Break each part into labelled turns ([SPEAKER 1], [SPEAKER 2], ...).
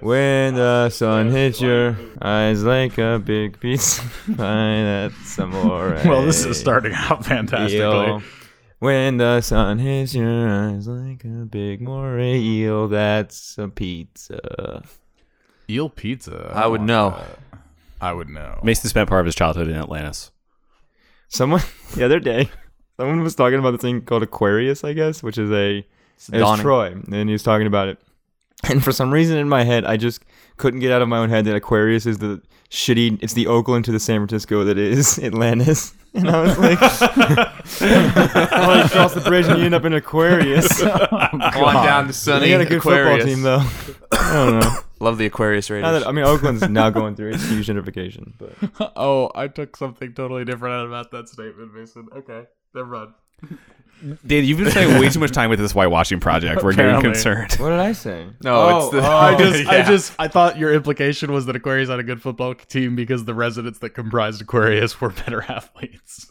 [SPEAKER 1] When the sun hits your eyes like a big pizza pie, that's amore.
[SPEAKER 2] Well, this is starting out fantastically.
[SPEAKER 1] Eel. When the sun hits your eyes like a big moray eel, that's a pizza.
[SPEAKER 2] Eel pizza.
[SPEAKER 3] I would
[SPEAKER 2] want
[SPEAKER 3] know.
[SPEAKER 2] that. I would know.
[SPEAKER 4] Mason spent part of his childhood in Atlantis.
[SPEAKER 1] Someone the other day, someone was talking about this thing called Aquarius, I guess, which is a it was
[SPEAKER 3] dawning.
[SPEAKER 1] Troy, and he was talking about it. And for some reason in my head, I just couldn't get out of my own head that Aquarius is the shitty. It's the Oakland to the San Francisco that is Atlantis. And I was like, well, you cross the bridge and you end up in Aquarius. You
[SPEAKER 2] Oh,
[SPEAKER 3] On down to sunny
[SPEAKER 1] got a good
[SPEAKER 3] Aquarius.
[SPEAKER 1] football team though. I don't know.
[SPEAKER 3] Love the Aquarius Raiders.
[SPEAKER 1] Now that, I mean, Oakland's now going through its huge gentrification, but
[SPEAKER 2] Oh, I took something totally different out about that statement, Mason. Okay, never mind.
[SPEAKER 4] Dave, you've been spending way too much time with this whitewashing project. We're getting
[SPEAKER 2] Apparently.
[SPEAKER 4] concerned.
[SPEAKER 1] what did I say?
[SPEAKER 3] no,
[SPEAKER 2] Oh,
[SPEAKER 3] it's the.
[SPEAKER 2] oh, I just, I
[SPEAKER 3] Yeah.
[SPEAKER 2] just, I thought your implication was that Aquarius had a good football team because the residents that comprised Aquarius were better athletes.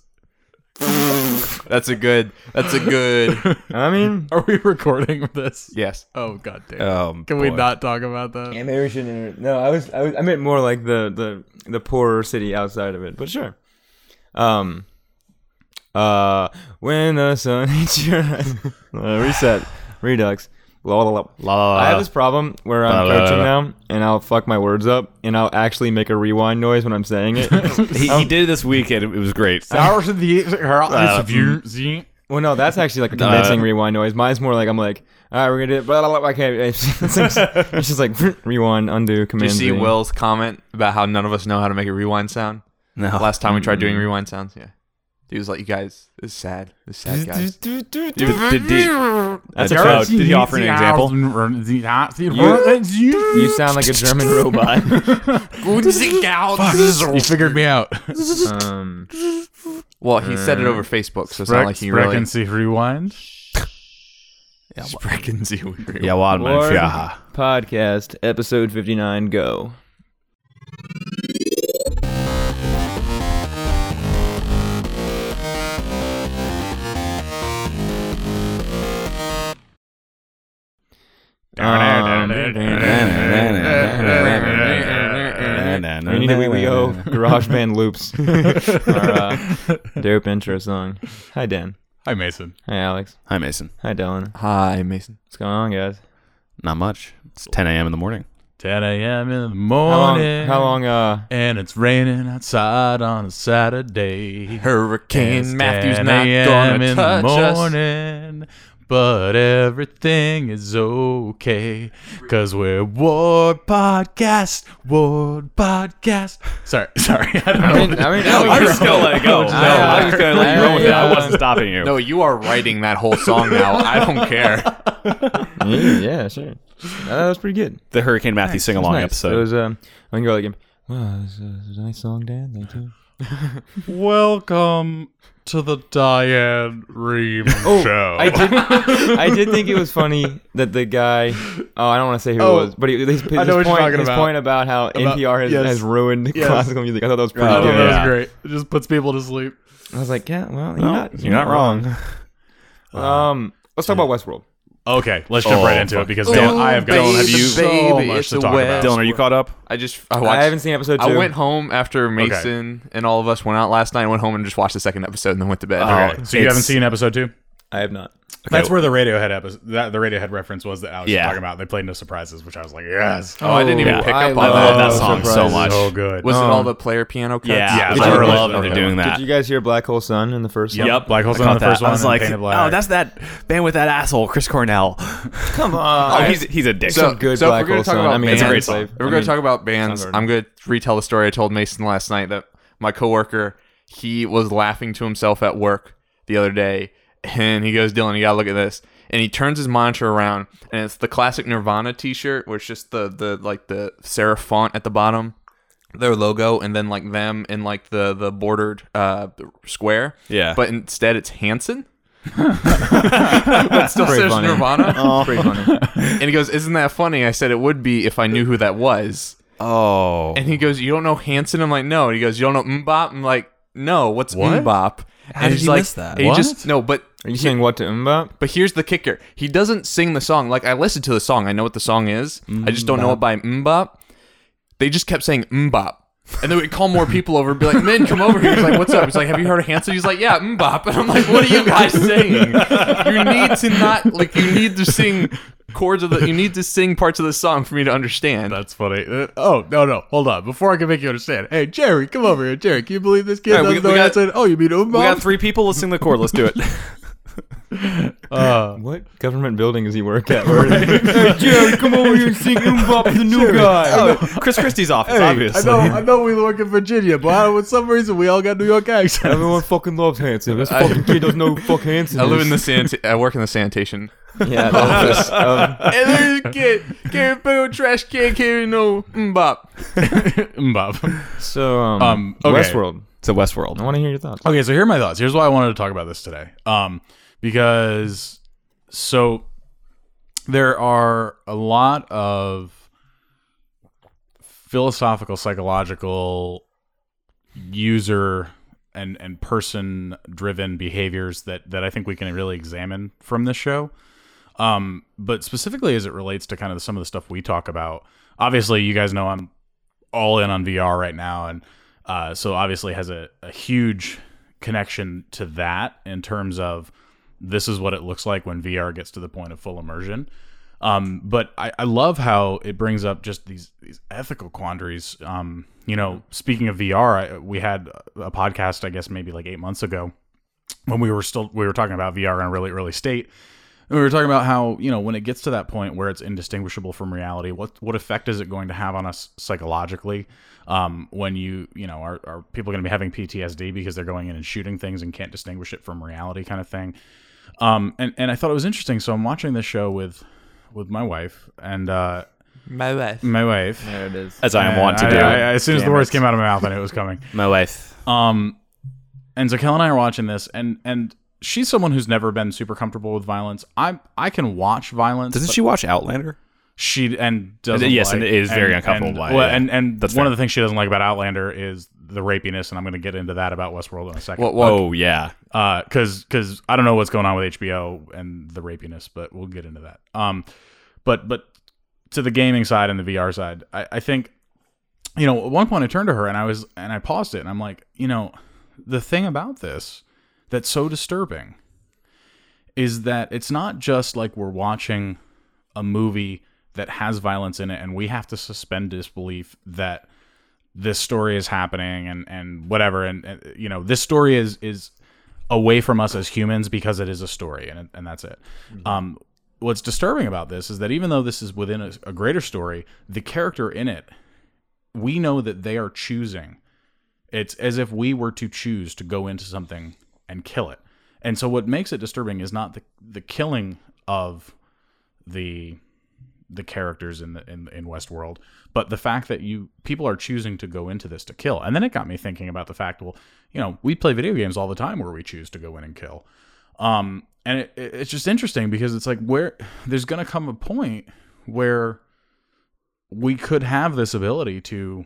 [SPEAKER 3] That's a good. That's a good.
[SPEAKER 1] I mean,
[SPEAKER 2] Are we recording this?
[SPEAKER 3] yes.
[SPEAKER 2] Oh god damn.
[SPEAKER 4] Um,
[SPEAKER 2] Can we
[SPEAKER 4] boy.
[SPEAKER 2] not talk about that?
[SPEAKER 1] yeah, maybe we shouldn't. No, I was, I was, I meant more like the the the poorer city outside of it, but sure. Um. Uh, when the sun hits your eyes. Uh, reset, redux. La, la, la.
[SPEAKER 4] La, la, la,
[SPEAKER 1] I have
[SPEAKER 4] la.
[SPEAKER 1] this problem where
[SPEAKER 4] La,
[SPEAKER 1] I'm
[SPEAKER 4] la, la,
[SPEAKER 1] coaching
[SPEAKER 4] la.
[SPEAKER 1] now, and I'll fuck my words up, and I'll actually make a rewind noise when I'm saying it.
[SPEAKER 4] He, he did it this week and it was great.
[SPEAKER 2] Hours of the her
[SPEAKER 4] Uh,
[SPEAKER 1] Well, no, that's actually like a convincing rewind noise. Mine's more like I'm like, all right, we're gonna do it. Blah, blah, blah, okay, it's just, it's just like rewind, undo,
[SPEAKER 3] Did
[SPEAKER 1] command.
[SPEAKER 3] you see
[SPEAKER 1] Z.
[SPEAKER 3] Will's comment about how none of us know how to make a rewind sound?
[SPEAKER 4] No.
[SPEAKER 3] Last time we tried doing rewind sounds, yeah. He was like, "You guys, this is sad. This is sad, guys."
[SPEAKER 4] Did, did, did,
[SPEAKER 1] That's
[SPEAKER 4] uh,
[SPEAKER 1] a
[SPEAKER 4] Joe,
[SPEAKER 1] joke.
[SPEAKER 4] did he offer an example?
[SPEAKER 1] You sound like a German robot.
[SPEAKER 2] You figured me out.
[SPEAKER 1] Um,
[SPEAKER 3] Well, he said it over Facebook, so it's not like he really.
[SPEAKER 2] Frequency rewind.
[SPEAKER 3] Spreckensy would rewind.
[SPEAKER 4] Yeah, Wadman.
[SPEAKER 1] Lord.
[SPEAKER 4] Yeah.
[SPEAKER 1] podcast episode fifty nine. Go. We need a wee wee oh garage band loops. Our uh, dope intro song. Hi Dan.
[SPEAKER 2] Hi Mason.
[SPEAKER 1] Hi Alex.
[SPEAKER 4] Hi, Mason.
[SPEAKER 1] Hi Dylan.
[SPEAKER 3] Hi, Mason.
[SPEAKER 1] What's going on, guys?
[SPEAKER 4] Not much. It's 10 a.m. in the morning.
[SPEAKER 2] 10 a.m. in the
[SPEAKER 1] How long?
[SPEAKER 2] morning.
[SPEAKER 1] How long? Uh,
[SPEAKER 2] And it's raining outside on a Saturday. It's
[SPEAKER 3] Hurricane Matthew's
[SPEAKER 2] 10
[SPEAKER 3] not
[SPEAKER 2] a.m.
[SPEAKER 3] gonna
[SPEAKER 2] in
[SPEAKER 3] touch
[SPEAKER 2] the
[SPEAKER 3] us.
[SPEAKER 2] morning, but everything is okay because we're Ward Podcast. Ward Podcast. Sorry, sorry. I don't know.
[SPEAKER 1] I mean, I mean, I was-
[SPEAKER 4] gonna let it go.
[SPEAKER 1] I- I-
[SPEAKER 4] I'm just gonna let you roll with it. I wasn't stopping you.
[SPEAKER 3] No, you are writing that whole song now. I don't care.
[SPEAKER 1] yeah, yeah, sure. Uh, that was pretty good.
[SPEAKER 4] The Hurricane Matthew sing along
[SPEAKER 1] nice. It
[SPEAKER 4] episode.
[SPEAKER 1] was um, I can go like, him, wow, this is a nice song, Dan. Thank you.
[SPEAKER 2] Welcome to the Diane Reem
[SPEAKER 1] Oh,
[SPEAKER 2] Show.
[SPEAKER 1] I did, I did think it was funny that the guy. Oh, I don't want to say who
[SPEAKER 2] Oh,
[SPEAKER 1] it was, but he, his, his,
[SPEAKER 2] I know what you're
[SPEAKER 1] point,
[SPEAKER 2] talking
[SPEAKER 1] his
[SPEAKER 2] about.
[SPEAKER 1] point about how NPR has,
[SPEAKER 2] yes.
[SPEAKER 1] has ruined
[SPEAKER 2] Yes.
[SPEAKER 1] classical music. I thought that was pretty
[SPEAKER 2] I thought
[SPEAKER 1] good.
[SPEAKER 2] that
[SPEAKER 4] Yeah.
[SPEAKER 2] was great. It just puts people to sleep.
[SPEAKER 1] I was like, yeah, well, you're
[SPEAKER 4] No,
[SPEAKER 1] not,
[SPEAKER 4] you're not wrong.
[SPEAKER 1] Um, let's talk about Westworld.
[SPEAKER 2] Okay, let's jump
[SPEAKER 4] Oh,
[SPEAKER 2] right into
[SPEAKER 4] fuck.
[SPEAKER 2] it because Dan,
[SPEAKER 3] Ooh,
[SPEAKER 2] I have got
[SPEAKER 3] baby,
[SPEAKER 2] have you so
[SPEAKER 3] Oh, baby,
[SPEAKER 2] much
[SPEAKER 3] it's
[SPEAKER 2] to
[SPEAKER 3] a
[SPEAKER 2] talk
[SPEAKER 3] web.
[SPEAKER 2] about.
[SPEAKER 4] Dylan, are you caught up?
[SPEAKER 3] I just I watched.
[SPEAKER 1] I haven't seen episode two.
[SPEAKER 3] I went home after Mason and all of us went out last night. I went home and just watched the second episode and then went to bed.
[SPEAKER 4] Oh.
[SPEAKER 2] Okay, so you haven't
[SPEAKER 4] It's-
[SPEAKER 2] seen episode two?
[SPEAKER 1] I have not.
[SPEAKER 2] That's where the Radiohead episode, that, the Radiohead reference was that I was
[SPEAKER 4] Yeah.
[SPEAKER 2] talking about. They played No Surprises, which I was like, yes,
[SPEAKER 3] Oh, I didn't even
[SPEAKER 4] yeah.
[SPEAKER 3] pick
[SPEAKER 1] I
[SPEAKER 3] up
[SPEAKER 4] I
[SPEAKER 3] on
[SPEAKER 1] love
[SPEAKER 3] that.
[SPEAKER 4] love that
[SPEAKER 1] Oh,
[SPEAKER 4] song so
[SPEAKER 1] surprise.
[SPEAKER 4] much.
[SPEAKER 2] so good.
[SPEAKER 3] Was it
[SPEAKER 1] Um,
[SPEAKER 3] all the player piano cuts?
[SPEAKER 4] Yeah,
[SPEAKER 2] Yeah,
[SPEAKER 4] I
[SPEAKER 2] I
[SPEAKER 4] love that
[SPEAKER 2] love
[SPEAKER 4] they're
[SPEAKER 2] that.
[SPEAKER 4] doing that.
[SPEAKER 1] Did you guys hear Black Hole Sun in the first one?
[SPEAKER 2] Black Hole's
[SPEAKER 4] I
[SPEAKER 2] on the
[SPEAKER 4] caught that.
[SPEAKER 2] first one
[SPEAKER 4] I was
[SPEAKER 2] and
[SPEAKER 4] like,
[SPEAKER 2] Painted
[SPEAKER 4] oh,
[SPEAKER 2] Black.
[SPEAKER 4] that's that band with that asshole, Chris Cornell.
[SPEAKER 1] Come on.
[SPEAKER 4] Oh, he's he's a dick.
[SPEAKER 3] So,
[SPEAKER 1] good
[SPEAKER 3] so if
[SPEAKER 1] Black
[SPEAKER 3] we're gonna
[SPEAKER 1] Hole
[SPEAKER 3] talk
[SPEAKER 1] Sun.
[SPEAKER 3] about
[SPEAKER 1] I mean,
[SPEAKER 3] bands,
[SPEAKER 4] it's a great song.
[SPEAKER 3] if we're
[SPEAKER 1] I
[SPEAKER 3] gonna
[SPEAKER 1] mean,
[SPEAKER 3] talk about bands,
[SPEAKER 1] Soundgarden.
[SPEAKER 3] I'm gonna retell the story I told Mason last night that my coworker he was laughing to himself at work the other day, and he goes, "Dylan, you gotta look at this." And he turns his monitor around, and it's the classic Nirvana T-shirt, where it's just the the like the serif font at the bottom, their logo, and then like them in like the the bordered uh square.
[SPEAKER 4] Yeah.
[SPEAKER 3] But instead, it's Hanson. but still
[SPEAKER 1] Pretty
[SPEAKER 3] says
[SPEAKER 1] funny.
[SPEAKER 3] Nirvana.
[SPEAKER 1] It's pretty funny.
[SPEAKER 3] Oh. And he goes, "Isn't that funny?" I said, "It would be if I knew who that was."
[SPEAKER 4] oh,
[SPEAKER 3] And he goes, "You don't know Hanson?" I'm like, "No." And he goes, "You don't know Mbop?" I'm like, "No." What's
[SPEAKER 2] What?
[SPEAKER 3] Mbop? and
[SPEAKER 4] did
[SPEAKER 3] he's
[SPEAKER 4] you
[SPEAKER 3] like,
[SPEAKER 4] miss that?
[SPEAKER 3] and he
[SPEAKER 2] What?
[SPEAKER 3] just no, but
[SPEAKER 1] Are you saying what to Mbop?
[SPEAKER 3] But here's the kicker: he doesn't sing the song. Like I listened to the song, I know what the song is. I just don't know it by mbop. They just kept saying mbop, and then we'd call more people over, and be like, "Men, come over here." He's like, "What's up?" He's like, "Have you heard of Hanson?" He's like, "Yeah, mbop." And I'm like, "What are you guys saying? You need to not like you need to sing chords of the you need to sing parts of the song for me to understand."
[SPEAKER 2] That's funny. Uh, oh no no, hold on. Before I can make you understand, hey Jerry, come over here. Jerry, can you believe this kid
[SPEAKER 4] right, we-
[SPEAKER 2] doesn't know
[SPEAKER 4] we
[SPEAKER 2] how to
[SPEAKER 4] got-
[SPEAKER 2] say it? Oh, you mean Umbop?
[SPEAKER 4] We got three people. Let's sing the chord. Let's do it.
[SPEAKER 2] uh,
[SPEAKER 1] What government building does he work at? hey, Jerry, come over here and sing Mbop the new guy.
[SPEAKER 4] Oh, Chris Christie's off. It's
[SPEAKER 2] I
[SPEAKER 4] obvious.
[SPEAKER 2] know I know we work in Virginia, but I, for some reason we all got New York accents.
[SPEAKER 1] Everyone fucking loves Hanson. This fucking kid doesn't know who fuck Hanson.
[SPEAKER 3] I live
[SPEAKER 1] is.
[SPEAKER 3] in the sanita- I work in the sanitation.
[SPEAKER 1] yeah office. Um,
[SPEAKER 3] and there's a kid carrying a trash can carrying no mbop.
[SPEAKER 2] Umbop.
[SPEAKER 1] so um,
[SPEAKER 2] Um, okay.
[SPEAKER 1] Westworld.
[SPEAKER 4] It's a Westworld.
[SPEAKER 1] I want to hear your thoughts.
[SPEAKER 2] Okay, so here are my thoughts. Here's why I wanted to talk about this today. Um, because so there are a lot of philosophical, psychological, user and and person driven behaviors that that I think we can really examine from this show. Um, but specifically as it relates to kind of some of the stuff we talk about. Obviously, you guys know I'm all in on VR right now, and uh, so obviously has a, a huge connection to that in terms of this is what it looks like when VR gets to the point of full immersion. Um, but I, I love how it brings up just these these ethical quandaries. Um, you know, speaking of VR, I, we had a podcast, I guess maybe like eight months ago, when we were still we were talking about VR in a really early state. And we were talking about how you know when it gets to that point where it's indistinguishable from reality, what what effect is it going to have on us psychologically? Um, when you you know are, are people going to be having PTSD because they're going in and shooting things and can't distinguish it from reality, kind of thing. Um, and and I thought it was interesting, so I'm watching this show with with my wife and uh,
[SPEAKER 3] My wife.
[SPEAKER 2] my wife.
[SPEAKER 1] There it is.
[SPEAKER 4] As I
[SPEAKER 2] And
[SPEAKER 4] want to
[SPEAKER 2] I-
[SPEAKER 4] do.
[SPEAKER 2] I- I- as soon as the
[SPEAKER 4] Damn
[SPEAKER 2] words
[SPEAKER 4] it.
[SPEAKER 2] came out of my mouth, I knew it was coming.
[SPEAKER 4] My wife.
[SPEAKER 2] Um, and so Kel and I are watching this, and and she's someone who's never been super comfortable with violence. I I can watch violence.
[SPEAKER 4] Doesn't
[SPEAKER 2] but
[SPEAKER 4] she watch Outlander?
[SPEAKER 2] she and doesn't
[SPEAKER 4] Yes,
[SPEAKER 2] like-
[SPEAKER 4] and is very uncomfortable
[SPEAKER 2] and,
[SPEAKER 4] by it,
[SPEAKER 2] well,
[SPEAKER 4] yeah.
[SPEAKER 2] and and
[SPEAKER 4] That's fair.
[SPEAKER 2] one of the things she doesn't like about Outlander is the rapiness, and I'm going to get into that about Westworld in a second.
[SPEAKER 3] What, what?
[SPEAKER 4] Oh yeah.
[SPEAKER 2] because because Uh, I don't know what's going on with HBO and the rapiness, but we'll get into that. Um, but but to the gaming side and the VR side, I, I think you know at one point I turned to her and I was and I paused it and I'm like, you know, the thing about this that's so disturbing is that it's not just like we're watching a movie that has violence in it and we have to suspend disbelief that this story is happening and and whatever and, and you know this story is is away from us as humans because it is a story and, and that's it. Um, what's disturbing about this is that even though this is within a, a greater story, the character in it, we know that they are choosing. It's as if we were to choose to go into something and kill it. And so what makes it disturbing is not the the killing of the the characters in the in, in Westworld, but the fact that you people are choosing to go into this to kill. And then it got me thinking about the fact, well, you know, we play video games all the time where we choose to go in and kill. Um, and it, it- it's just interesting because it's like where there's going to come a point where we could have this ability to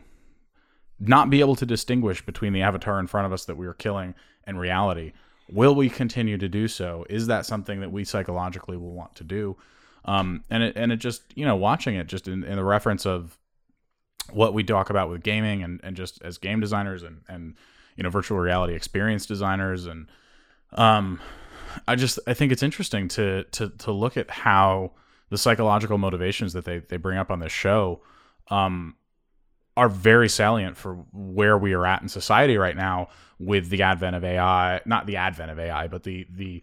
[SPEAKER 2] not be able to distinguish between the avatar in front of us that we are killing and reality. Will we continue to do so? Is that something that we psychologically will want to do? Um, and it and it just you know watching it just in, in the reference of what we talk about with gaming and, and just as game designers and and you know virtual reality experience designers and um I just I think it's interesting to to to look at how the psychological motivations that they they bring up on this show um are very salient for where we are at in society right now with the advent of AI, not the advent of AI, but the the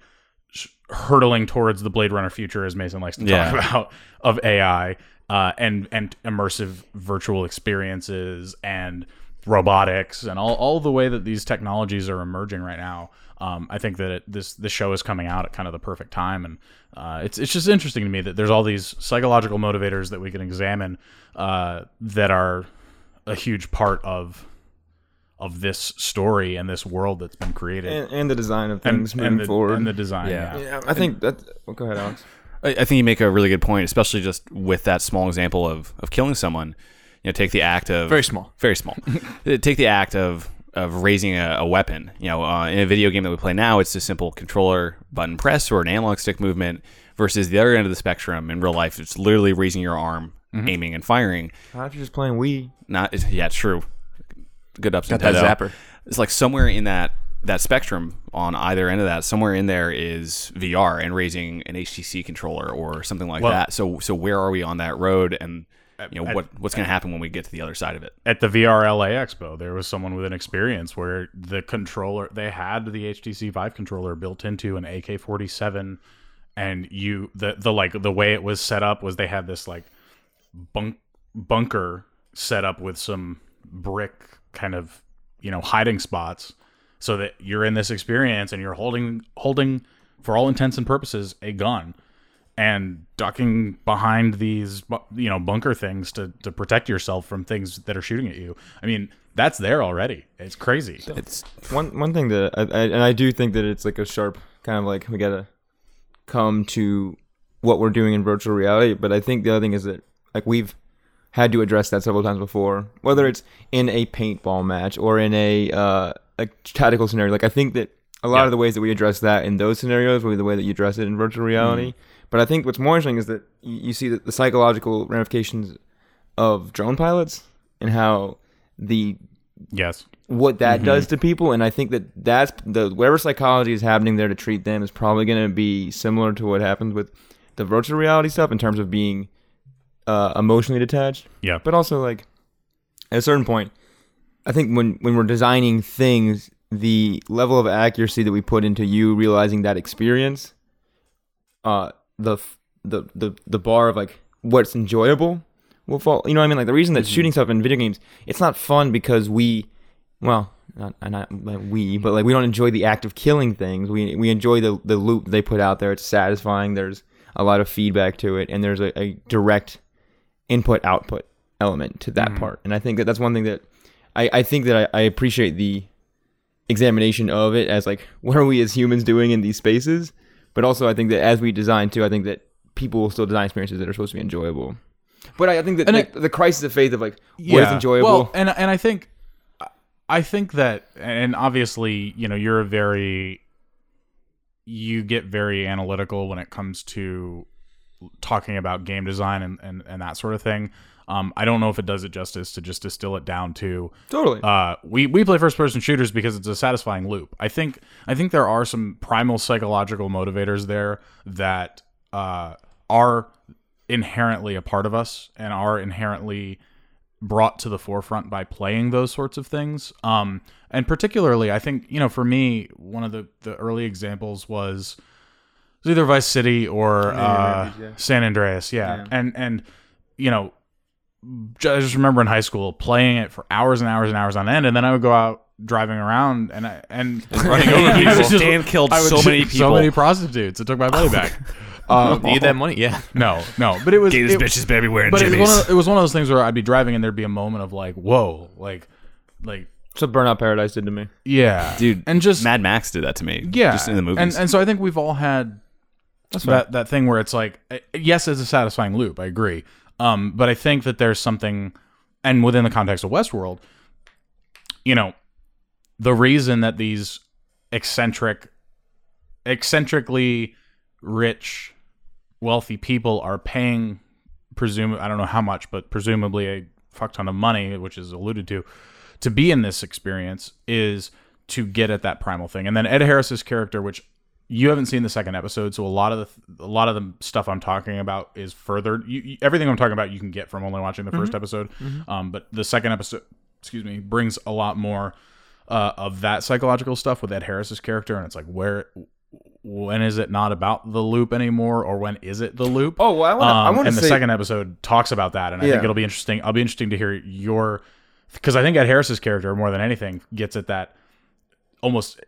[SPEAKER 2] sh- hurtling towards the Blade Runner future, as Mason likes to
[SPEAKER 4] Yeah.
[SPEAKER 2] talk about, of AI uh, and and immersive virtual experiences and robotics and all, all the way that these technologies are emerging right now. Um, I think that it, this this show is coming out at kind of the perfect time, and uh, it's it's just interesting to me that there's all these psychological motivators that we can examine uh, that are a huge part of of this story and this world that's been created
[SPEAKER 1] And, and the design of
[SPEAKER 2] and,
[SPEAKER 1] things moving
[SPEAKER 2] and, the,
[SPEAKER 1] forward.
[SPEAKER 2] and the design.
[SPEAKER 4] Yeah.
[SPEAKER 2] Yeah.
[SPEAKER 1] yeah, I think that. Well, go ahead, Alex.
[SPEAKER 4] I, I think you make a really good point, especially just with that small example of of killing someone. You know, take the act of
[SPEAKER 3] Very small.
[SPEAKER 4] very small. Uh, Take the act of
[SPEAKER 5] of raising a, a weapon. You know, uh, in a video game that we play now, it's a simple controller button press or an analog stick movement. Versus the other end of the spectrum in real life, it's literally raising your arm,
[SPEAKER 3] Mm-hmm.
[SPEAKER 5] aiming and firing.
[SPEAKER 1] Not if you're just playing Wii.
[SPEAKER 5] Not yeah, true. Good ups.
[SPEAKER 3] Got that
[SPEAKER 5] Nintendo.
[SPEAKER 3] zapper.
[SPEAKER 5] It's like somewhere in that that spectrum on either end of that. Somewhere in there is VR and raising an HTC controller or something like
[SPEAKER 2] Well-
[SPEAKER 5] that. So so where are we on that road and you know
[SPEAKER 2] at-
[SPEAKER 5] what what's going to happen when we get to the other side of it?
[SPEAKER 2] at the VRLA Expo, there was someone with an experience where the controller they had the HTC Vive controller built into an AK-47, and you the the like the way it was set up was they had this like bunk bunker set up with some brick kind of you know hiding spots, so that you're in this experience and you're holding holding for all intents and purposes a gun and ducking behind these bu- you know bunker things to to protect yourself from things that are shooting at you. I mean, that's there already. It's crazy.
[SPEAKER 1] It's one one thing that I, I and I do think that it's like a sharp kind of like we gotta come to what we're doing in virtual reality. But I think the other thing is that like we've had to address that several times before, whether it's in a paintball match or in a uh, a tactical scenario. Like I think that a lot of the ways that we address that in those scenarios will be the way that you address it in virtual reality. But I think what's more interesting is that you, you see that the psychological ramifications of drone pilots and how the
[SPEAKER 2] Yes.
[SPEAKER 1] what that does to people and i think that that's the whatever psychology is happening there to treat them is probably going to be similar to what happens with the virtual reality stuff in terms of being uh, emotionally detached
[SPEAKER 2] Yeah.
[SPEAKER 1] but also like at a certain point i think when when we're designing things the level of accuracy that we put into you realizing that experience uh the f- the the, the bar of like what's enjoyable will fall you know what i mean like the reason that shooting stuff in video games it's not fun because we well not, not like we but like we don't enjoy the act of killing things we we enjoy the the loop they put out there it's satisfying there's a lot of feedback to it and there's a, a direct input output element to
[SPEAKER 2] Mm-hmm.
[SPEAKER 1] that part. And I think that that's one thing that I, I think that I, I appreciate the examination of it as like what are we as humans doing in these spaces? But also I think that as we design too, I think that people will still design experiences that are supposed to be enjoyable. But I, I think that
[SPEAKER 2] And
[SPEAKER 1] like, the crisis of faith of like what is enjoyable.
[SPEAKER 2] Well, and and I think I think that and obviously, you know, you're a very you get very analytical when it comes to talking about game design and, and, and that sort of thing. Um, I don't know if it does it justice to just distill it down to
[SPEAKER 1] totally.
[SPEAKER 2] uh, we we play first person shooters because it's a satisfying loop. I think I think there are some primal psychological motivators there that uh, are inherently a part of us and are inherently brought to the forefront by playing those sorts of things. Um, and particularly, I think you know, for me, one of the the early examples was it was either Vice City or uh, San Andreas. Yeah. and and you know, ju- I just remember in high school playing it for hours and hours and hours on end, and then I would go out driving around and I and running over people.
[SPEAKER 5] Dan killed
[SPEAKER 2] I would
[SPEAKER 5] so many
[SPEAKER 2] shoot
[SPEAKER 5] people.
[SPEAKER 2] so many prostitutes. It took my money back.
[SPEAKER 1] Um,
[SPEAKER 3] you need that money? Yeah.
[SPEAKER 2] No, no, but it was
[SPEAKER 4] Gay
[SPEAKER 2] it-
[SPEAKER 4] bitches better be wearing
[SPEAKER 2] but it was,
[SPEAKER 4] jimmies.
[SPEAKER 2] one of, it was one of those things where I'd be driving and there'd be a moment of like, whoa, like, like,
[SPEAKER 1] That's what Burnout Paradise did to me.
[SPEAKER 2] yeah,
[SPEAKER 5] Dude,
[SPEAKER 2] and just
[SPEAKER 5] Mad Max did that to me.
[SPEAKER 2] yeah,
[SPEAKER 5] just in the movies.
[SPEAKER 2] and and so I think we've all had that that thing where it's like, uh, yes, it's a satisfying loop. I agree, um, but I think that there's something, and within the context of Westworld, you know, the reason that these eccentric, eccentrically rich, wealthy people are paying, presume I don't know how much, but presumably a fuck ton of money, which is alluded to, to be in this experience is to get at that primal thing. And then Ed Harris's character, which you haven't seen the second episode, so a lot of the a lot of the stuff I'm talking about is further. You, you- everything I'm talking about, you can get from only watching the 1st episode. Um, but the second episode, excuse me, brings a lot more uh, of that psychological stuff with Ed Harris's character, and it's like where. When is it not about the loop anymore, or when is it the loop?
[SPEAKER 1] Oh, well, I wanna- I
[SPEAKER 2] Um,
[SPEAKER 1] wanna
[SPEAKER 2] and the
[SPEAKER 1] say-
[SPEAKER 2] second episode talks about that, and I
[SPEAKER 1] Yeah.
[SPEAKER 2] think it'll be interesting. I'll be interesting to hear your because I think Ed Harris's character more than anything gets at that almost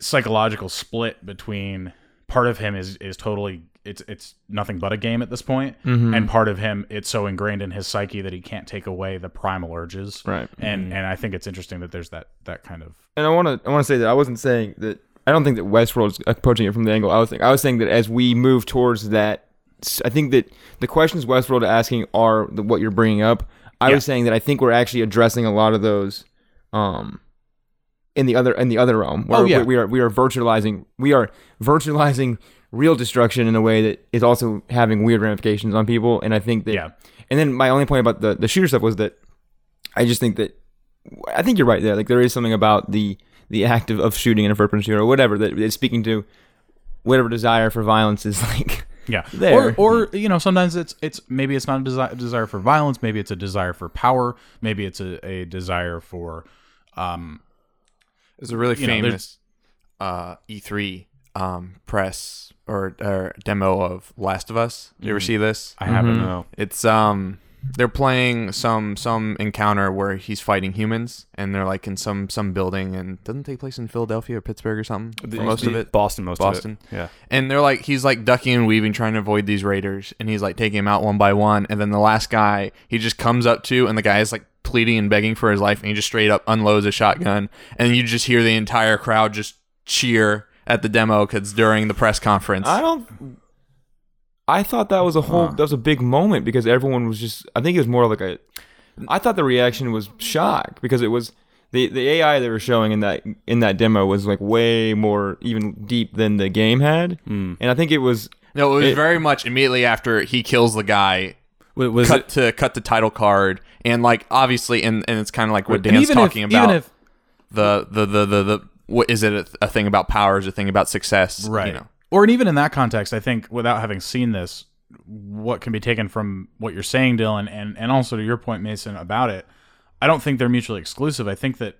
[SPEAKER 2] psychological split between part of him is is totally it's it's nothing but a game at this point,
[SPEAKER 1] Hmm. Mm-hmm.
[SPEAKER 2] and part of him it's so ingrained in his psyche that he can't take away the primal urges.
[SPEAKER 1] Right.
[SPEAKER 2] And and I think it's interesting that there's that that kind of
[SPEAKER 1] and I want to I want to say that I wasn't saying that I don't think that Westworld's approaching it from the angle I was thinking. I was saying that as we move towards that, s- I think that the questions Westworld is asking are the, what you're bringing up. I was saying that I think we're actually addressing a lot of those um, in the other in the other realm where
[SPEAKER 2] Oh, yeah.
[SPEAKER 1] we, we are we are virtualizing we are virtualizing real destruction in a way that is also having weird ramifications on people and i think that
[SPEAKER 2] Yeah.
[SPEAKER 1] and then my only point about the the shooter stuff was that i just think that i think you're right there like there is something about the the act of, of shooting in a first-person shooter or whatever that is speaking to whatever desire for violence is like
[SPEAKER 2] Yeah.
[SPEAKER 1] There.
[SPEAKER 2] Or, or you know, sometimes it's it's maybe it's not a desi- desire for violence. Maybe it's a desire for power. Maybe it's a, a desire for um,
[SPEAKER 3] There's a really
[SPEAKER 2] You know,
[SPEAKER 3] famous uh, E3 um, press or, or demo of Last of Us. You ever
[SPEAKER 2] Mm-hmm.
[SPEAKER 3] see this?
[SPEAKER 2] I haven't.
[SPEAKER 5] No.
[SPEAKER 3] It's um they're playing some some encounter where he's fighting humans and they're like in some some building and doesn't take place in Philadelphia or Pittsburgh or something for most of it.
[SPEAKER 5] Boston, most
[SPEAKER 3] Boston.
[SPEAKER 5] of it. Yeah.
[SPEAKER 3] And they're like he's like ducking and weaving trying to avoid these raiders and he's like taking them out one by one and then the last guy he just comes up to and the guy is like pleading and begging for his life and he just straight up unloads a shotgun and you just hear the entire crowd just cheer at the demo cuz during the press conference.
[SPEAKER 1] I don't. I thought that was a whole. That was a big moment because everyone was just. I think it was more like a. I thought the reaction was shock because it was the the AI they were showing in that in that demo was like way more even deep than the game had, and I think it was.
[SPEAKER 3] no, it was
[SPEAKER 1] it-
[SPEAKER 3] very much immediately after he kills the guy
[SPEAKER 5] Was
[SPEAKER 3] cut to cut the title card and like obviously and, and it's kind of like what Dan's talking
[SPEAKER 2] if,
[SPEAKER 3] about
[SPEAKER 2] even if
[SPEAKER 3] the, the the the the what is it a, a thing about power is it a thing about success
[SPEAKER 2] right
[SPEAKER 3] you know
[SPEAKER 2] or and even in that context i think without having seen this what can be taken from what you're saying dylan and and also to your point mason about it i don't think they're mutually exclusive i think that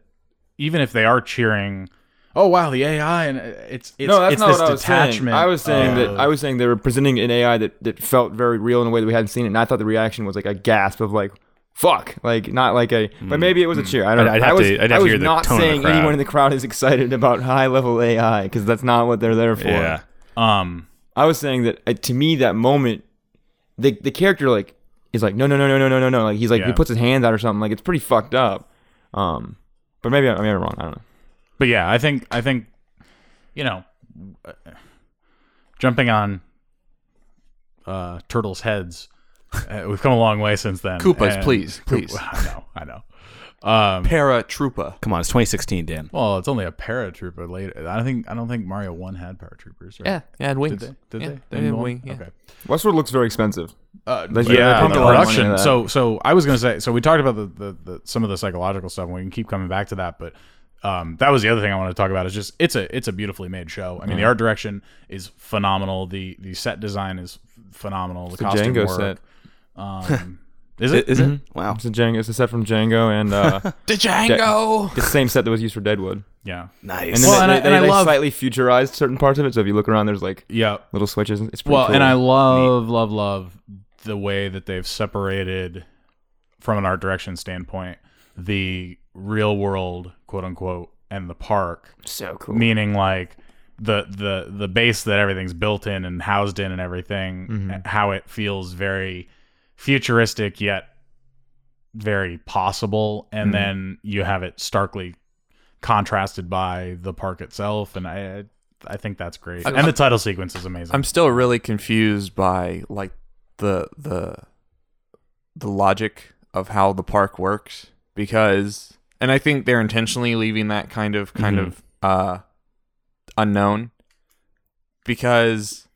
[SPEAKER 2] even if they are cheering oh wow the ai and it's it's, it's this detachment
[SPEAKER 1] I was saying that
[SPEAKER 2] of-
[SPEAKER 1] I was saying they were presenting an AI that that felt very real in a way that we hadn't seen it, and I thought the reaction was like a gasp of like. Fuck! Like not like a, but maybe it was a cheer. I don't.
[SPEAKER 5] Hmm. I'd- I'd
[SPEAKER 1] know. I
[SPEAKER 5] have
[SPEAKER 1] was,
[SPEAKER 5] to- I'd have
[SPEAKER 1] I
[SPEAKER 5] to
[SPEAKER 1] was
[SPEAKER 5] hear the
[SPEAKER 1] not
[SPEAKER 5] tone of the
[SPEAKER 1] saying
[SPEAKER 5] crowd.
[SPEAKER 1] anyone in the crowd is excited about high level AI because that's not what they're there for.
[SPEAKER 5] Yeah.
[SPEAKER 2] um
[SPEAKER 1] I was saying that uh, to me that moment, the the character like is like no no no no no no no no like he's like
[SPEAKER 2] Yeah.
[SPEAKER 1] he puts his hands out or something like it's pretty fucked up, um, but maybe I- maybe I'm wrong I don't know.
[SPEAKER 2] but yeah i think i think you know uh, jumping on uh turtles heads uh, we've come a long way since then
[SPEAKER 3] Koopas,
[SPEAKER 2] and-
[SPEAKER 3] please,
[SPEAKER 2] Koop-
[SPEAKER 3] please.
[SPEAKER 2] i know i know um
[SPEAKER 3] paratroopa
[SPEAKER 5] Come on, it's 2016, Dan.
[SPEAKER 2] Well, it's only a paratrooper later. I don't think I don't think Mario One had paratroopers. Right?
[SPEAKER 3] yeah yeah and
[SPEAKER 2] Did
[SPEAKER 3] wings
[SPEAKER 2] they? Did
[SPEAKER 3] yeah,
[SPEAKER 2] they?
[SPEAKER 3] they had
[SPEAKER 2] one?
[SPEAKER 3] wing yeah.
[SPEAKER 2] Okay.
[SPEAKER 1] Westworld looks very expensive.
[SPEAKER 2] Uh,
[SPEAKER 1] They-
[SPEAKER 2] but-
[SPEAKER 1] they
[SPEAKER 2] yeah,
[SPEAKER 1] pumped
[SPEAKER 2] the
[SPEAKER 1] a lot of money into
[SPEAKER 2] production.
[SPEAKER 1] that.
[SPEAKER 2] So so I was gonna say. So we talked about the, the the some of the psychological stuff. and We can keep coming back to that, but. Um, that was the other thing I wanted to talk about. Is just it's a it's a beautifully made show. I
[SPEAKER 1] Mm-hmm.
[SPEAKER 2] mean, the art direction is phenomenal. The the set design is phenomenal. The
[SPEAKER 1] a
[SPEAKER 2] costume
[SPEAKER 1] Django
[SPEAKER 2] work.
[SPEAKER 1] set.
[SPEAKER 2] Um, is
[SPEAKER 5] Is,
[SPEAKER 2] it?
[SPEAKER 5] is it? Wow.
[SPEAKER 1] It's a Django. It's a set from Django and uh,
[SPEAKER 3] Django
[SPEAKER 1] it's the same set that was used for Deadwood.
[SPEAKER 2] Yeah.
[SPEAKER 5] Nice.
[SPEAKER 1] And then
[SPEAKER 2] Well,
[SPEAKER 1] they,
[SPEAKER 2] and I-
[SPEAKER 1] they-
[SPEAKER 2] and I
[SPEAKER 1] they
[SPEAKER 2] love-
[SPEAKER 1] slightly futurized certain parts of it. So if you look around, there's like
[SPEAKER 2] Yeah.
[SPEAKER 1] little switches. It's pretty
[SPEAKER 2] Well,
[SPEAKER 1] cool.
[SPEAKER 2] and I love, love, love the way that they've separated from an art direction standpoint the real world, quote unquote, and the park.
[SPEAKER 1] so cool.
[SPEAKER 2] Meaning like the the the base that everything's built in and housed in and everything, uh, how it feels very futuristic yet very possible, and then you have it starkly contrasted by the park itself, and I I think that's great, and the title sequence is amazing.
[SPEAKER 3] I'm still really confused by like the the the logic of how the park works because and I think they're intentionally leaving that kind of kind of uh unknown because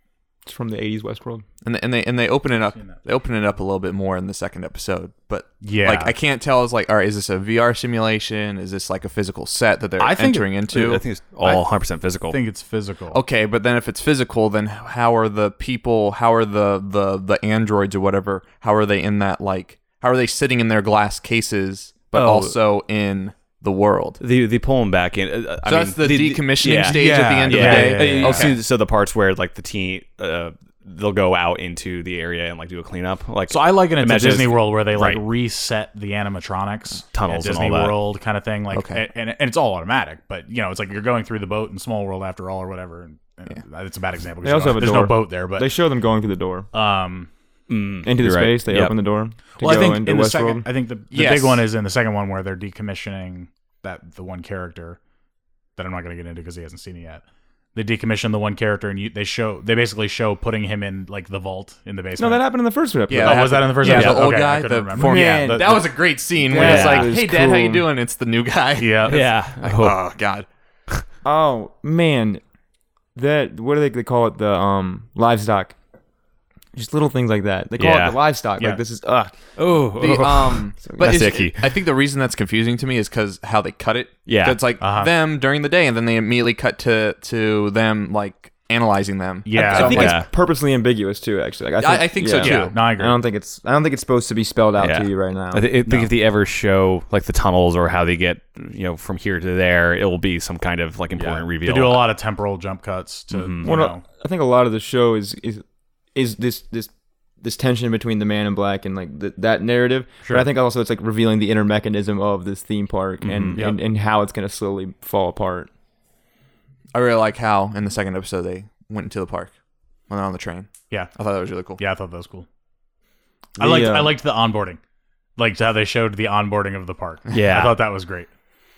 [SPEAKER 1] It's from the '80s Westworld.
[SPEAKER 3] and and they and they open it up
[SPEAKER 2] Seen that.
[SPEAKER 3] they open it up a little bit more in the second episode but
[SPEAKER 2] Yeah.
[SPEAKER 3] like I can't tell is like all right is this a VR simulation is this like a physical set that they're
[SPEAKER 5] I think
[SPEAKER 3] e-, entering into
[SPEAKER 5] I think it's all 100% physical.
[SPEAKER 2] I think it's physical.
[SPEAKER 3] Okay, but then if it's physical, then how are the people? How are the the the androids or whatever? How are they in that like? How are they sitting in their glass cases, but
[SPEAKER 5] Oh.
[SPEAKER 3] also in the world?
[SPEAKER 5] the the pulling back in. Uh, I
[SPEAKER 3] So
[SPEAKER 5] mean,
[SPEAKER 3] that's the, decommissioning
[SPEAKER 5] yeah.
[SPEAKER 3] stage Oh, at the end
[SPEAKER 5] yeah,
[SPEAKER 3] of the
[SPEAKER 5] yeah,
[SPEAKER 3] day.
[SPEAKER 5] yeah, yeah.
[SPEAKER 3] Okay.
[SPEAKER 5] So, so the parts where like the team, uh, they'll go out into the area and like do a cleanup. Like
[SPEAKER 2] So I liken it to
[SPEAKER 5] Imagine
[SPEAKER 2] Disney
[SPEAKER 5] if-
[SPEAKER 2] World where they like
[SPEAKER 5] right.
[SPEAKER 2] reset the animatronics
[SPEAKER 5] Tunnels
[SPEAKER 2] at
[SPEAKER 5] and all
[SPEAKER 2] Disney
[SPEAKER 5] that.
[SPEAKER 2] World kind of thing. Like
[SPEAKER 3] Okay.
[SPEAKER 2] and, and it's all automatic, but you know, it's like you're going through the boat in Small World after all or whatever. And, and It's a bad example. 'cause
[SPEAKER 1] They also
[SPEAKER 2] you know,
[SPEAKER 1] have a
[SPEAKER 2] there's
[SPEAKER 1] door.
[SPEAKER 2] no boat there, but
[SPEAKER 1] They show them going through the door
[SPEAKER 2] um,
[SPEAKER 1] into the
[SPEAKER 5] You're mm, right.
[SPEAKER 1] space. They
[SPEAKER 5] Yep.
[SPEAKER 1] open the door. To
[SPEAKER 2] well, I
[SPEAKER 1] go
[SPEAKER 2] think
[SPEAKER 1] into
[SPEAKER 2] in the
[SPEAKER 1] Westworld.
[SPEAKER 2] second, I think the, the
[SPEAKER 3] Yes.
[SPEAKER 2] big one is in the second one where they're decommissioning that the one character that I'm not going to get into because he hasn't seen it yet. They decommission the one character, and you, they show they basically show putting him in like the vault in the
[SPEAKER 1] No,
[SPEAKER 2] basement.
[SPEAKER 1] that happened in the first episode.
[SPEAKER 2] Oh, was that in the first
[SPEAKER 3] Yeah,
[SPEAKER 2] episode?
[SPEAKER 3] the old
[SPEAKER 2] Okay, I
[SPEAKER 3] guy,
[SPEAKER 2] couldn't
[SPEAKER 3] the
[SPEAKER 2] remember.
[SPEAKER 3] former.
[SPEAKER 2] Yeah,
[SPEAKER 3] Man,
[SPEAKER 2] the-
[SPEAKER 3] that was a great scene where it's
[SPEAKER 1] Yeah.
[SPEAKER 3] like,
[SPEAKER 1] It was
[SPEAKER 3] "Hey, Dad, how you
[SPEAKER 1] cool.
[SPEAKER 3] doing?" It's the new guy.
[SPEAKER 2] Yeah,
[SPEAKER 5] Yeah.
[SPEAKER 3] Like, oh God.
[SPEAKER 1] Oh man, that what do they, they call it? The um livestock. Just little things like that. They call
[SPEAKER 5] Yeah.
[SPEAKER 1] it the livestock.
[SPEAKER 2] Yeah.
[SPEAKER 1] Like this is ugh.
[SPEAKER 5] Oh.
[SPEAKER 3] The, um, but
[SPEAKER 5] That's
[SPEAKER 3] it's-
[SPEAKER 5] icky.
[SPEAKER 3] I think the reason that's confusing to me is because how they cut it.
[SPEAKER 5] Yeah.
[SPEAKER 3] it's like
[SPEAKER 2] Uh-huh.
[SPEAKER 3] them during the day, and then they immediately cut to to them like analyzing them.
[SPEAKER 2] Yeah.
[SPEAKER 1] I think
[SPEAKER 5] Yeah.
[SPEAKER 1] it's purposely ambiguous too. Actually, like,
[SPEAKER 3] I- I think so, too.
[SPEAKER 2] yeah. No, I agree.
[SPEAKER 1] I don't think it's. I don't think it's supposed to be spelled out
[SPEAKER 5] Yeah.
[SPEAKER 1] to you right now.
[SPEAKER 5] I, thi- I think if they ever show like the tunnels or how they get you know from here to there, it will be some kind of like important reveal.
[SPEAKER 2] They do a lot Mm-hmm. of temporal jump cuts to you
[SPEAKER 1] Well, no,
[SPEAKER 2] know.
[SPEAKER 1] I think a lot of the show is is is this this this tension between the man in black and like th- that narrative. But I think also it's like revealing the inner mechanism of this theme park and,
[SPEAKER 2] Yeah.
[SPEAKER 1] and and how it's gonna slowly fall apart.
[SPEAKER 3] I really like how in the second episode they went into the park when they're on the train.
[SPEAKER 2] Yeah.
[SPEAKER 3] I thought that was really cool.
[SPEAKER 2] Yeah, I thought that was cool. I
[SPEAKER 1] The,
[SPEAKER 2] liked
[SPEAKER 1] uh,
[SPEAKER 2] I liked the onboarding. Liked how they showed the onboarding of the park.
[SPEAKER 5] Yeah.
[SPEAKER 2] I thought that was great.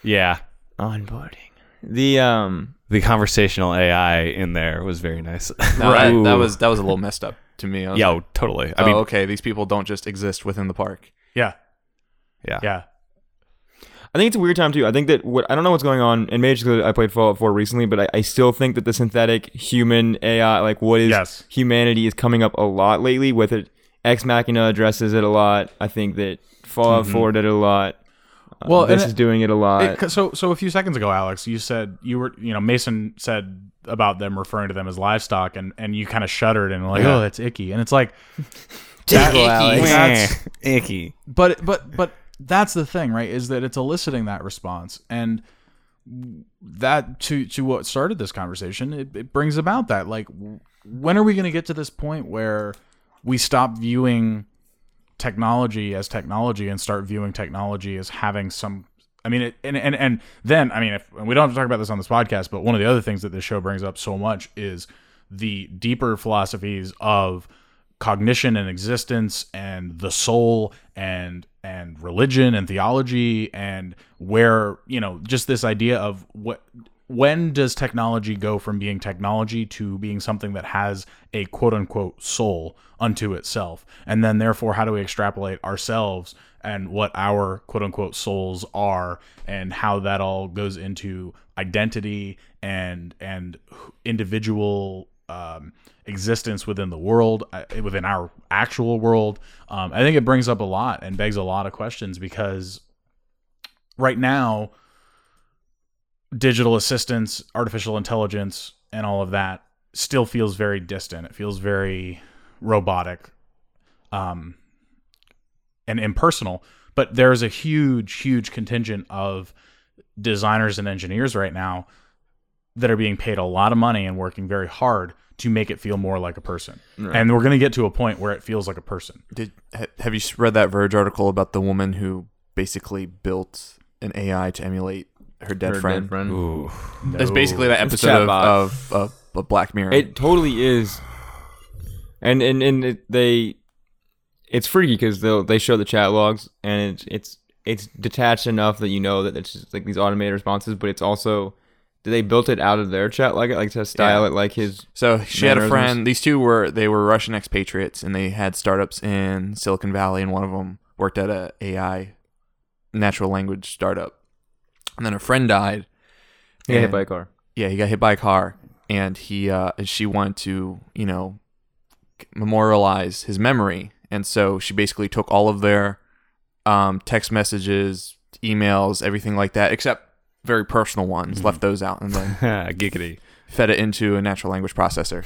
[SPEAKER 5] Yeah,
[SPEAKER 1] Onboarding. The um.
[SPEAKER 5] the conversational AI in there was very nice.
[SPEAKER 3] No, that-
[SPEAKER 5] Ooh.
[SPEAKER 3] that, was that was a little messed up to me. I was
[SPEAKER 5] yeah,
[SPEAKER 3] like,
[SPEAKER 5] oh, totally. I
[SPEAKER 3] oh,
[SPEAKER 5] mean,
[SPEAKER 3] okay, these people don't just exist within the park.
[SPEAKER 2] Yeah.
[SPEAKER 5] Yeah.
[SPEAKER 2] Yeah.
[SPEAKER 1] I think it's a weird time too. I think that what I don't know what's going on, and maybe it's 'cause I played Fallout 4 recently, but I, I still think that the synthetic human AI, like what is
[SPEAKER 2] Yes.
[SPEAKER 1] humanity, is coming up a lot lately. With it, Ex Machina addresses it a lot. I think that Fallout 4 did it a lot. Uh,
[SPEAKER 2] Well, and
[SPEAKER 1] this
[SPEAKER 2] it-
[SPEAKER 1] is doing it a lot.
[SPEAKER 2] It- 'cause- so so a few seconds ago, Alex, you said you were you know Mason said about them referring to them as livestock, and and you kind of shuddered and like oh that's icky, and it's like
[SPEAKER 5] that's icky.
[SPEAKER 2] but but but that's the thing right is that it's eliciting that response and that to to what started this conversation it, it brings about that like w- when are we going to get to this point where we stop viewing technology as technology and start viewing technology as having some I mean, it, and, and and then I mean, if and we don't have to talk about this on this podcast, but one of the other things that this show brings up so much is the deeper philosophies of cognition and existence and the soul and and religion and theology and where you know just this idea of what when does technology go from being technology to being something that has a quote unquote soul unto itself? And then, therefore, how do we extrapolate ourselves and what our quote unquote souls are and how that all goes into identity and, and individual um, existence within the world, uh, within our actual world? Um, I think it brings up a lot and begs a lot of questions because right now, digital assistance, artificial intelligence, and all of that still feels very distant. It feels very robotic um, and impersonal. But there's a huge, huge contingent of designers and engineers right now that are being paid a lot of money and working very hard to make it feel more like a person. And we're going to get to a point where it feels like a person.
[SPEAKER 3] Did ha- have you read that Verge article about the woman who basically built an AI to emulate her dead friend?
[SPEAKER 5] Ooh.
[SPEAKER 3] That's basically that
[SPEAKER 1] It's
[SPEAKER 3] episode of,
[SPEAKER 1] chatbot.
[SPEAKER 3] of, of, of Black Mirror.
[SPEAKER 1] It totally is. And and and it, they, it's freaky because they they show the chat logs and it's it's it's detached enough that you know that it's just like these automated responses, but it's also they built it out of their chat like like to style it like his.
[SPEAKER 3] so she had a
[SPEAKER 1] mannerisms.
[SPEAKER 3] friend. These two were they were Russian expatriates, and they had startups in Silicon Valley, and one of them worked at a AI natural language startup. And then her friend died.
[SPEAKER 1] He got hit
[SPEAKER 3] and-
[SPEAKER 1] by a car.
[SPEAKER 3] yeah, he got hit by a car, and he uh, and she wanted to, you know, memorialize his memory, and so she basically took all of their um, text messages, emails, everything like that, except very personal ones, left those out, and then
[SPEAKER 5] Giggity.
[SPEAKER 3] fed it into a natural language processor.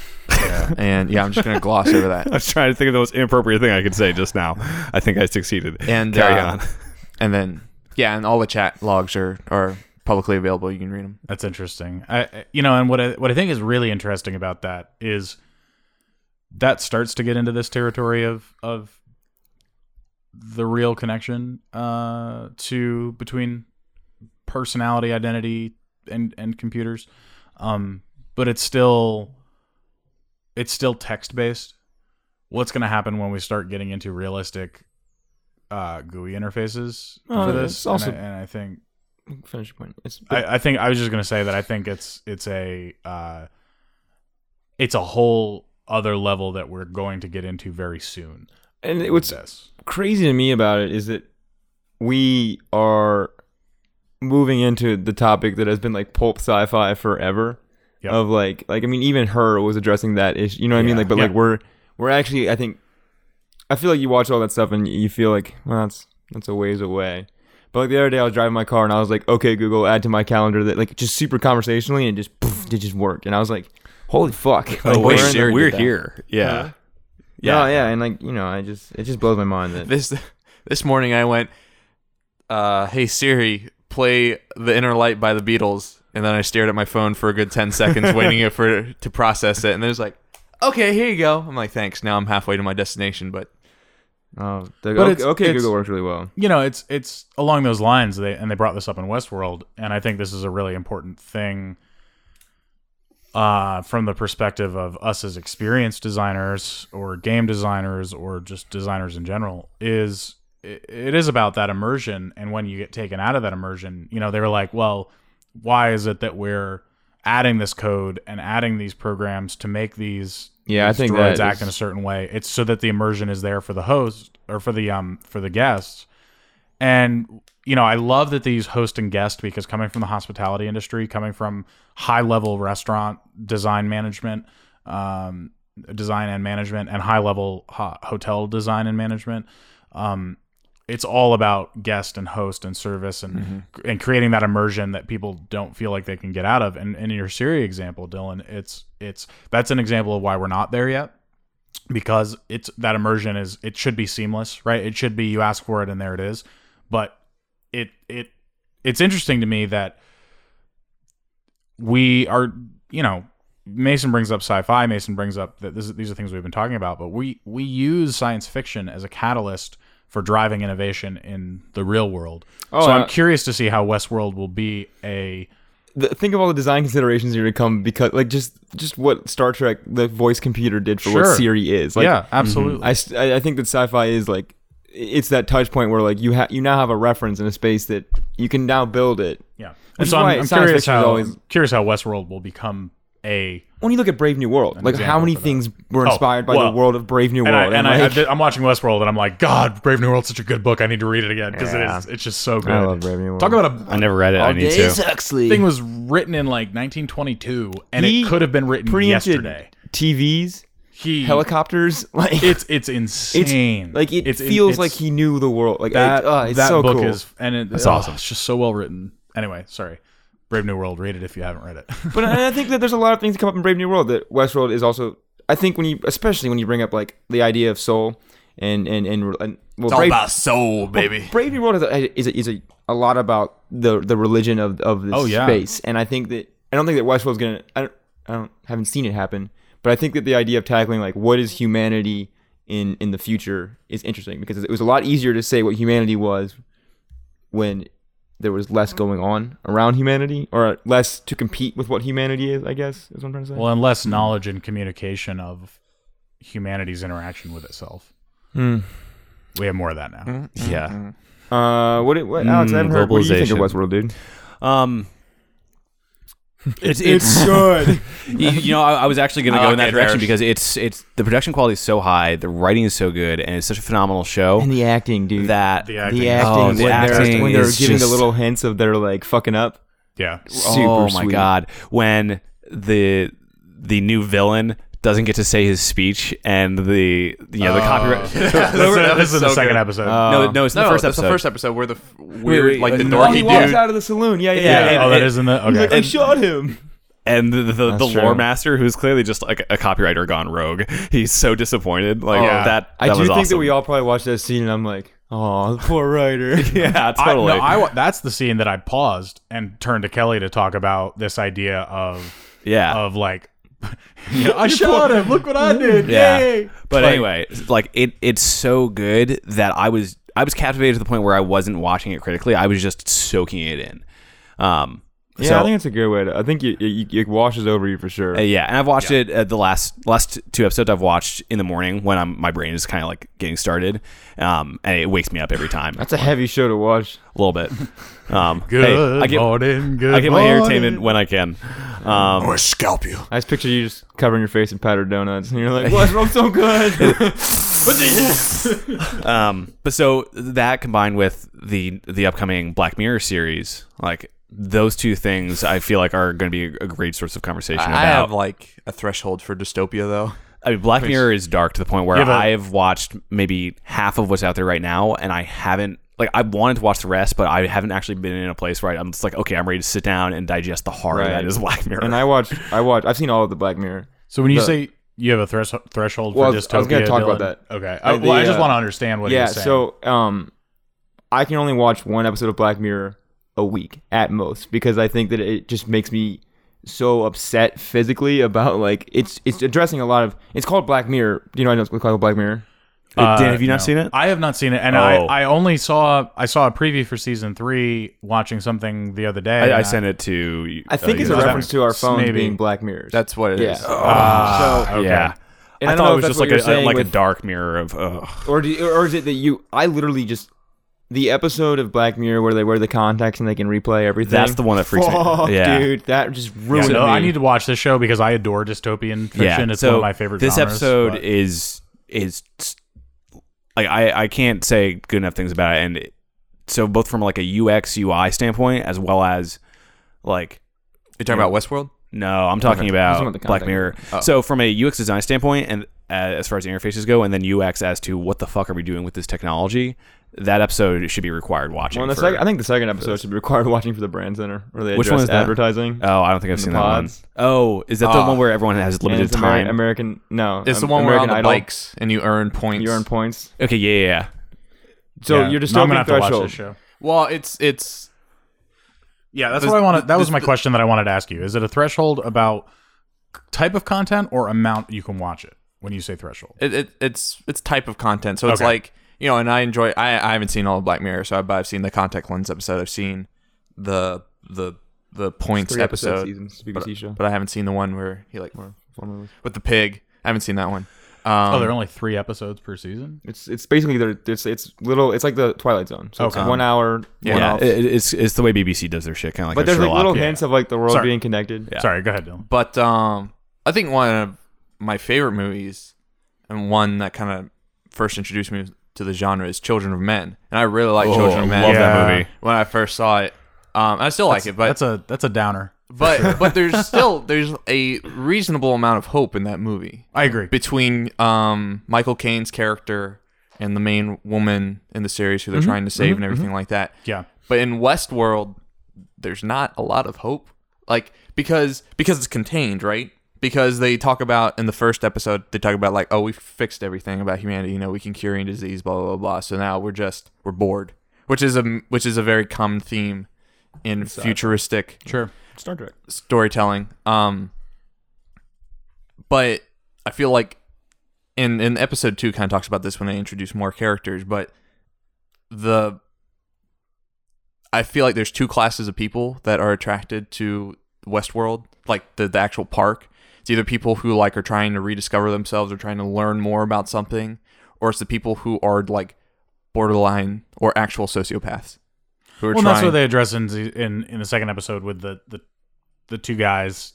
[SPEAKER 3] and yeah, I'm just gonna gloss over that.
[SPEAKER 5] I was trying to think of the most inappropriate thing I could say just now. I think I succeeded.
[SPEAKER 3] And
[SPEAKER 5] Carry
[SPEAKER 3] uh,
[SPEAKER 5] on.
[SPEAKER 3] and then yeah, and all the chat logs are are publicly available. You can read them.
[SPEAKER 2] That's interesting. I- I, you know, and what I, what I think is really interesting about that is that starts to get into this territory of of the real connection uh, to between personality, identity, and and computers. Um, but it's still it's still text based. What's going to happen when we start getting into realistic uh, GUI interfaces
[SPEAKER 1] Oh,
[SPEAKER 2] for this?
[SPEAKER 1] it's also-
[SPEAKER 2] and, I, and I think
[SPEAKER 1] Finish your point. It's
[SPEAKER 2] I, I think I was just gonna say that I think it's it's a uh, it's a whole other level that we're going to get into very soon.
[SPEAKER 1] And it, what's
[SPEAKER 2] Yes.
[SPEAKER 1] crazy to me about it is that we are moving into the topic that has been like pulp sci-fi forever.
[SPEAKER 2] Yep.
[SPEAKER 1] Of like, like I mean, even her was addressing that issue. You know what I mean? Like, but like
[SPEAKER 2] Yep.
[SPEAKER 1] we're we're actually, I think, I feel like you watch all that stuff and you feel like, well, that's that's a ways away. But like the other day, I was driving my car and I was like, okay, Google, add to my calendar that like just super conversationally and it just poof, it just worked. And I was like, holy fuck! Like,
[SPEAKER 5] Oh,
[SPEAKER 1] we're
[SPEAKER 5] wait,
[SPEAKER 1] in-
[SPEAKER 5] we're, here. Yeah.
[SPEAKER 1] Yeah,
[SPEAKER 5] Yeah.
[SPEAKER 1] yeah, and like you know, I just it just blows my mind that
[SPEAKER 3] this this morning I went, uh, "Hey Siri, play The Inner Light by the Beatles," and then I stared at my phone for a good ten seconds, waiting it for to process it, and there's like, "Okay, here you go." I'm like, "Thanks." Now I'm halfway to my destination, but
[SPEAKER 1] Oh, the,
[SPEAKER 2] But
[SPEAKER 1] okay,
[SPEAKER 2] it's-
[SPEAKER 1] okay,
[SPEAKER 2] it's-
[SPEAKER 1] Google works really well.
[SPEAKER 2] you know, it's it's along those lines. They and they brought this up in Westworld, and I think this is a really important thing uh, from the perspective of us as experienced designers or game designers or just designers in general. Is it, it is about that immersion, and when you get taken out of that immersion, you know, they were like, well, why is it that we're adding this code and adding these programs to make these
[SPEAKER 1] Yeah, I think
[SPEAKER 2] droids
[SPEAKER 1] that
[SPEAKER 2] act
[SPEAKER 1] is-
[SPEAKER 2] in a certain way. It's so that the immersion is there for the host or for the um for the guests. And you know, I love that these host and guest because coming from the hospitality industry, coming from high level restaurant design management, um, design and management, and high level ho- hotel design and management, um, it's all about guest and host and service and and creating that immersion that people don't feel like they can get out of. And, and in your Siri example, Dylan, it's it's that's an example of why we're not there yet because it's that immersion is it should be seamless, right? It should be you ask for it and there it is. But it it it's interesting to me that we are you know Mason brings up sci-fi. Mason brings up that this, these are things we've been talking about, but we we use science fiction as a catalyst for driving innovation in the real world. so
[SPEAKER 1] uh,
[SPEAKER 2] I'm curious to see how Westworld will be a
[SPEAKER 1] th- think of all the design considerations that are going to come because, like, just just what Star Trek the voice computer did for
[SPEAKER 2] Sure.
[SPEAKER 1] what Siri is. Like, mm-hmm.
[SPEAKER 2] yeah, absolutely.
[SPEAKER 1] I, st- I I think that sci-fi is like it's that touch point where like you have you now have a reference in a space that you can now build it.
[SPEAKER 2] yeah.
[SPEAKER 1] Which
[SPEAKER 2] And
[SPEAKER 1] is
[SPEAKER 2] so
[SPEAKER 1] why
[SPEAKER 2] I'm, I'm
[SPEAKER 1] science
[SPEAKER 2] curious
[SPEAKER 1] fiction is
[SPEAKER 2] how
[SPEAKER 1] always-
[SPEAKER 2] curious how Westworld will become a
[SPEAKER 1] When you look at Brave New World, like how
[SPEAKER 2] example
[SPEAKER 1] many
[SPEAKER 2] for that.
[SPEAKER 1] things were
[SPEAKER 2] Oh,
[SPEAKER 1] inspired by
[SPEAKER 2] well,
[SPEAKER 1] the world of Brave New
[SPEAKER 2] and,
[SPEAKER 1] World?
[SPEAKER 2] I, and
[SPEAKER 1] like,
[SPEAKER 2] I, I'm watching Westworld, and I'm like, God, Brave New World's such a good book. I need to read it again because it is, it's just so good.
[SPEAKER 1] I love Brave New World.
[SPEAKER 2] Talk about a
[SPEAKER 5] I never read it. I need to.
[SPEAKER 1] Huxley.
[SPEAKER 2] thing was written in like 1922, and
[SPEAKER 1] He
[SPEAKER 2] it could have been written
[SPEAKER 1] preempted
[SPEAKER 2] yesterday.
[SPEAKER 1] TVs,
[SPEAKER 2] He
[SPEAKER 1] helicopters, like
[SPEAKER 2] It's it's insane.
[SPEAKER 1] like it
[SPEAKER 2] It's-
[SPEAKER 1] feels
[SPEAKER 2] it's-
[SPEAKER 1] like he knew the world. Like
[SPEAKER 2] that
[SPEAKER 1] it, uh, it's
[SPEAKER 2] that
[SPEAKER 1] so
[SPEAKER 2] book
[SPEAKER 1] cool.
[SPEAKER 2] is and it, it's awesome. It's just so well written. Anyway, sorry. Brave New World. Read it if you haven't read it.
[SPEAKER 1] but uh, I I think that there's a lot of things that come up in Brave New World that Westworld is also. I think when you, especially when you bring up like the idea of soul and and and, and well,
[SPEAKER 3] it's all
[SPEAKER 1] Brave,
[SPEAKER 3] about soul, baby.
[SPEAKER 1] Brave New World is a, is a, is a, a lot about the the religion of of this
[SPEAKER 2] Oh, yeah.
[SPEAKER 1] space, and I think that I don't think that Westworld's gonna. I don't, I don't haven't seen it happen, but I think that the idea of tackling like what is humanity in in the future is interesting because it was a lot easier to say what humanity was when there was less going on around humanity or less to compete with what humanity is. I guess is what I'm trying to say.
[SPEAKER 2] well, and less knowledge and communication of humanity's interaction with itself.
[SPEAKER 1] Hmm. Mm-hmm.
[SPEAKER 2] We have more of that now.
[SPEAKER 5] Yeah.
[SPEAKER 1] Uh, what, it- what Alex? I haven't heard. What do you think of Westworld, dude?
[SPEAKER 5] Um, it's it's good. you, you know, I, I was actually going to
[SPEAKER 3] I
[SPEAKER 5] go
[SPEAKER 3] like
[SPEAKER 5] in that
[SPEAKER 3] it,
[SPEAKER 5] direction
[SPEAKER 3] Harris.
[SPEAKER 5] because it's it's the production quality is so high, the writing is so good, and it's such a phenomenal show
[SPEAKER 1] And the acting, dude.
[SPEAKER 5] that
[SPEAKER 2] The
[SPEAKER 1] the
[SPEAKER 2] acting.
[SPEAKER 1] acting,
[SPEAKER 5] Oh,
[SPEAKER 1] when,
[SPEAKER 5] the
[SPEAKER 1] they're,
[SPEAKER 5] acting
[SPEAKER 1] when they're
[SPEAKER 5] is
[SPEAKER 1] giving the
[SPEAKER 5] just-
[SPEAKER 1] little hints of their like fucking up.
[SPEAKER 2] Yeah.
[SPEAKER 1] Super
[SPEAKER 5] oh my
[SPEAKER 1] sweet.
[SPEAKER 5] god when the the new villain doesn't get to say his speech and the you know the
[SPEAKER 1] Oh.
[SPEAKER 5] copyright
[SPEAKER 2] This is- this
[SPEAKER 3] was
[SPEAKER 2] is the
[SPEAKER 3] so
[SPEAKER 2] second
[SPEAKER 3] good.
[SPEAKER 2] episode.
[SPEAKER 5] no no it's the
[SPEAKER 3] No,
[SPEAKER 5] first
[SPEAKER 3] that's
[SPEAKER 5] episode
[SPEAKER 3] the first episode where the f- weird,
[SPEAKER 5] wait,
[SPEAKER 3] like the
[SPEAKER 5] uh,
[SPEAKER 1] Oh,
[SPEAKER 3] dorky
[SPEAKER 1] he
[SPEAKER 3] dude.
[SPEAKER 1] walks out of the saloon. Yeah, yeah.
[SPEAKER 2] yeah,
[SPEAKER 1] yeah,
[SPEAKER 5] and-
[SPEAKER 2] oh, that
[SPEAKER 5] and-
[SPEAKER 2] is in the
[SPEAKER 1] He's
[SPEAKER 2] okay.
[SPEAKER 1] like, I shot him.
[SPEAKER 5] and the the, the
[SPEAKER 1] That's
[SPEAKER 5] lore
[SPEAKER 1] true.
[SPEAKER 5] master who's clearly just like a copywriter gone rogue he's so disappointed like
[SPEAKER 2] Yeah.
[SPEAKER 5] that,
[SPEAKER 1] Oh. I
[SPEAKER 5] that
[SPEAKER 1] do
[SPEAKER 5] was
[SPEAKER 1] think
[SPEAKER 5] awesome.
[SPEAKER 1] that we all probably watched that scene, and I'm like, oh, poor writer.
[SPEAKER 5] yeah
[SPEAKER 2] I-
[SPEAKER 5] totally
[SPEAKER 2] no, I wa- that's the scene that I paused and turned to Kelly to talk about this idea of
[SPEAKER 5] yeah
[SPEAKER 1] Oh,
[SPEAKER 2] of like I shot him. Look what I did.
[SPEAKER 5] Yeah.
[SPEAKER 2] Yay.
[SPEAKER 5] But anyway, like it it's so good that I was I was captivated to the point where I wasn't watching it critically. I was just soaking it in. Um
[SPEAKER 1] yeah,
[SPEAKER 5] so,
[SPEAKER 1] I think it's a good way to. I think you, you, you- it washes over you for sure.
[SPEAKER 5] uh, yeah, and I've watched it uh, the last last two episodes I've watched in the morning when I'm my brain is kind of like getting started. Um and it wakes me up every time a
[SPEAKER 1] That's a heavy show to watch.
[SPEAKER 5] little bit. Um hey,
[SPEAKER 2] Good
[SPEAKER 5] I get
[SPEAKER 2] morning. Good
[SPEAKER 5] I get my
[SPEAKER 2] morning.
[SPEAKER 5] entertainment when I can. Um,
[SPEAKER 3] I scalp you.
[SPEAKER 1] I just picture you just covering your face in powdered donuts, and you're like, "What? I'm so good."
[SPEAKER 5] um, but so that combined with the the upcoming Black Mirror series, like those two things, I feel like are going to be a great source of conversation
[SPEAKER 3] I
[SPEAKER 5] about.
[SPEAKER 3] have like a threshold for dystopia though.
[SPEAKER 5] I mean, Black Mirror is dark to the point where
[SPEAKER 2] Yeah, but-
[SPEAKER 5] I've watched maybe half of what's out there right now, and I haven't like I wanted to watch the rest, but I haven't actually been in a place where I'm just like, okay, I'm ready to sit down and digest the horror that
[SPEAKER 1] Right.
[SPEAKER 5] is Black Mirror.
[SPEAKER 1] and I watched, I watched, I've seen all of the Black Mirror.
[SPEAKER 2] So when you
[SPEAKER 1] The-
[SPEAKER 2] say you have a thresh- threshold
[SPEAKER 1] Well, I
[SPEAKER 2] for
[SPEAKER 1] was-
[SPEAKER 2] dystopia,
[SPEAKER 1] I was gonna talk about
[SPEAKER 2] Dylan-
[SPEAKER 1] that.
[SPEAKER 2] Okay. I,
[SPEAKER 1] Uh, the,
[SPEAKER 2] well, I just
[SPEAKER 1] uh,
[SPEAKER 2] want to understand what
[SPEAKER 1] yeah.
[SPEAKER 2] you're saying.
[SPEAKER 1] So, um, I can only watch one episode of Black Mirror a week at most because I think that it just makes me so upset physically about like it's it's addressing a lot of it's called Black Mirror. Do you know I know it's called Black Mirror?
[SPEAKER 5] Uh, Dan,
[SPEAKER 2] Uh,
[SPEAKER 5] have you not
[SPEAKER 2] no.
[SPEAKER 5] seen it?
[SPEAKER 2] I have not seen it, and
[SPEAKER 5] Oh.
[SPEAKER 2] I, I only saw I saw a preview for season three watching something the other day.
[SPEAKER 5] I,
[SPEAKER 2] and
[SPEAKER 5] I sent it to. you-
[SPEAKER 1] I think
[SPEAKER 5] uh,
[SPEAKER 1] it's
[SPEAKER 5] you
[SPEAKER 1] a
[SPEAKER 5] know,
[SPEAKER 1] reference to our phones
[SPEAKER 2] Maybe.
[SPEAKER 1] being Black Mirrors.
[SPEAKER 3] That's what it
[SPEAKER 1] yeah.
[SPEAKER 3] is. Um,
[SPEAKER 2] Ah, okay.
[SPEAKER 5] Yeah,
[SPEAKER 1] And
[SPEAKER 5] I,
[SPEAKER 1] I don't know
[SPEAKER 5] thought it
[SPEAKER 1] if
[SPEAKER 5] was
[SPEAKER 1] that's
[SPEAKER 5] just
[SPEAKER 1] what
[SPEAKER 5] like
[SPEAKER 1] you're
[SPEAKER 5] a
[SPEAKER 1] saying
[SPEAKER 5] like a
[SPEAKER 1] with-
[SPEAKER 5] dark mirror of. Ugh.
[SPEAKER 1] or do you, or is it that you? I literally just the episode of Black Mirror where they wear the contacts and they can replay everything.
[SPEAKER 5] That's the one that freaks me out.
[SPEAKER 1] Fuck,
[SPEAKER 5] Yeah.
[SPEAKER 1] dude, that just ruined
[SPEAKER 2] So
[SPEAKER 1] me.
[SPEAKER 2] I need to watch this show because I adore dystopian fiction. it's one of my favorite.
[SPEAKER 5] This
[SPEAKER 2] genres,
[SPEAKER 5] episode
[SPEAKER 2] but-
[SPEAKER 5] is is like I I can't say good enough things about it, and it, so both from like a UX UI standpoint as well as like
[SPEAKER 3] You're talking about Westworld?
[SPEAKER 5] no, I'm talking about
[SPEAKER 1] one with the Oh.
[SPEAKER 5] Black
[SPEAKER 1] contact.
[SPEAKER 5] Mirror. So from a UX design standpoint, and uh, as far as interfaces go, and then UX as to what the fuck are we doing with this technology, that episode should be required watching.
[SPEAKER 1] Well, the
[SPEAKER 5] for-
[SPEAKER 1] second, I think the second episode should be required watching for the brand center where they
[SPEAKER 5] Which
[SPEAKER 1] Which
[SPEAKER 5] one
[SPEAKER 1] address
[SPEAKER 5] is that?
[SPEAKER 1] advertising.
[SPEAKER 2] Uh,
[SPEAKER 5] oh, I don't think I've seen that
[SPEAKER 1] pods.
[SPEAKER 5] one. Oh, is that the one where everyone has
[SPEAKER 1] And
[SPEAKER 5] limited
[SPEAKER 1] it's Ameri-
[SPEAKER 5] time?
[SPEAKER 1] American, no,
[SPEAKER 3] It's
[SPEAKER 1] um,
[SPEAKER 3] the one where
[SPEAKER 1] American
[SPEAKER 3] on the
[SPEAKER 1] Idol,
[SPEAKER 3] bikes and you earn points.
[SPEAKER 1] You earn points.
[SPEAKER 5] okay, yeah, yeah, yeah.
[SPEAKER 1] So
[SPEAKER 2] yeah.
[SPEAKER 1] your
[SPEAKER 2] No, I'm gonna
[SPEAKER 1] dystopian
[SPEAKER 2] have to watch
[SPEAKER 1] threshold.
[SPEAKER 2] this show.
[SPEAKER 3] Well, it's it's
[SPEAKER 2] Yeah, that's
[SPEAKER 3] This-
[SPEAKER 2] what I wanted. That was
[SPEAKER 3] this-
[SPEAKER 2] my question that I wanted to ask you. Is it a threshold about type of content or amount you can watch it? When you say threshold,
[SPEAKER 3] it, it it's it's type of content. So it's
[SPEAKER 2] Okay.
[SPEAKER 3] like you know, and I enjoy. I I haven't seen all of Black Mirror, so I, but I've seen the contact lens episode. I've seen the the the points
[SPEAKER 1] Three episode
[SPEAKER 3] episode,
[SPEAKER 1] seasons, BBC show.
[SPEAKER 3] but I haven't seen the one where he like with the pig. I haven't seen that one. Um,
[SPEAKER 2] oh, there are only three episodes per season.
[SPEAKER 1] It's it's basically their it's it's little. It's like the Twilight Zone. So it's
[SPEAKER 2] Okay.
[SPEAKER 1] one hour.
[SPEAKER 3] Yeah.
[SPEAKER 1] one
[SPEAKER 5] Yeah,
[SPEAKER 1] off.
[SPEAKER 5] it, it's it's the way BBC does their shit, kind of like.
[SPEAKER 1] but
[SPEAKER 5] a
[SPEAKER 1] there's like
[SPEAKER 5] Sherlock.
[SPEAKER 1] little
[SPEAKER 5] Yeah.
[SPEAKER 1] hints of like the world
[SPEAKER 2] Sorry.
[SPEAKER 1] being connected.
[SPEAKER 5] Yeah.
[SPEAKER 2] Sorry, go ahead, Dylan.
[SPEAKER 3] But um, I think one of my favorite movies and one that kind of first introduced me to the genre is Children of Men, and I really like Children of Men.
[SPEAKER 5] love that
[SPEAKER 2] Yeah.
[SPEAKER 5] movie.
[SPEAKER 3] When I first saw it, um, I still like it, but
[SPEAKER 2] that's a that's a downer.
[SPEAKER 3] but but there's still there's a reasonable amount of hope in that movie
[SPEAKER 2] I agree.
[SPEAKER 3] between um, Michael Caine's character and the main woman in the series who they're trying to save and everything like that.
[SPEAKER 2] Mm-hmm. Yeah.
[SPEAKER 3] But in Westworld, there's not a lot of hope, like because because it's contained, right? Because they talk about in the first episode, they talk about like, oh, we fixed everything about humanity. You know, we can cure any disease, blah blah blah. blah. So now we're just we're bored, which is a which is a very common theme in futuristic
[SPEAKER 2] uh, Sure.
[SPEAKER 1] Star Trek.
[SPEAKER 3] storytelling. Um, but I feel like in in episode two kind of talks about this when they introduce more characters, but the I feel like there's two classes of people that are attracted to Westworld, like the, the actual park. It's either people who like are trying to rediscover themselves or trying to learn more about something, or it's the people who are like borderline or actual sociopaths. Who are
[SPEAKER 2] Well,
[SPEAKER 3] trying,
[SPEAKER 2] that's what they address in, the- in in the second episode with the the, the two guys.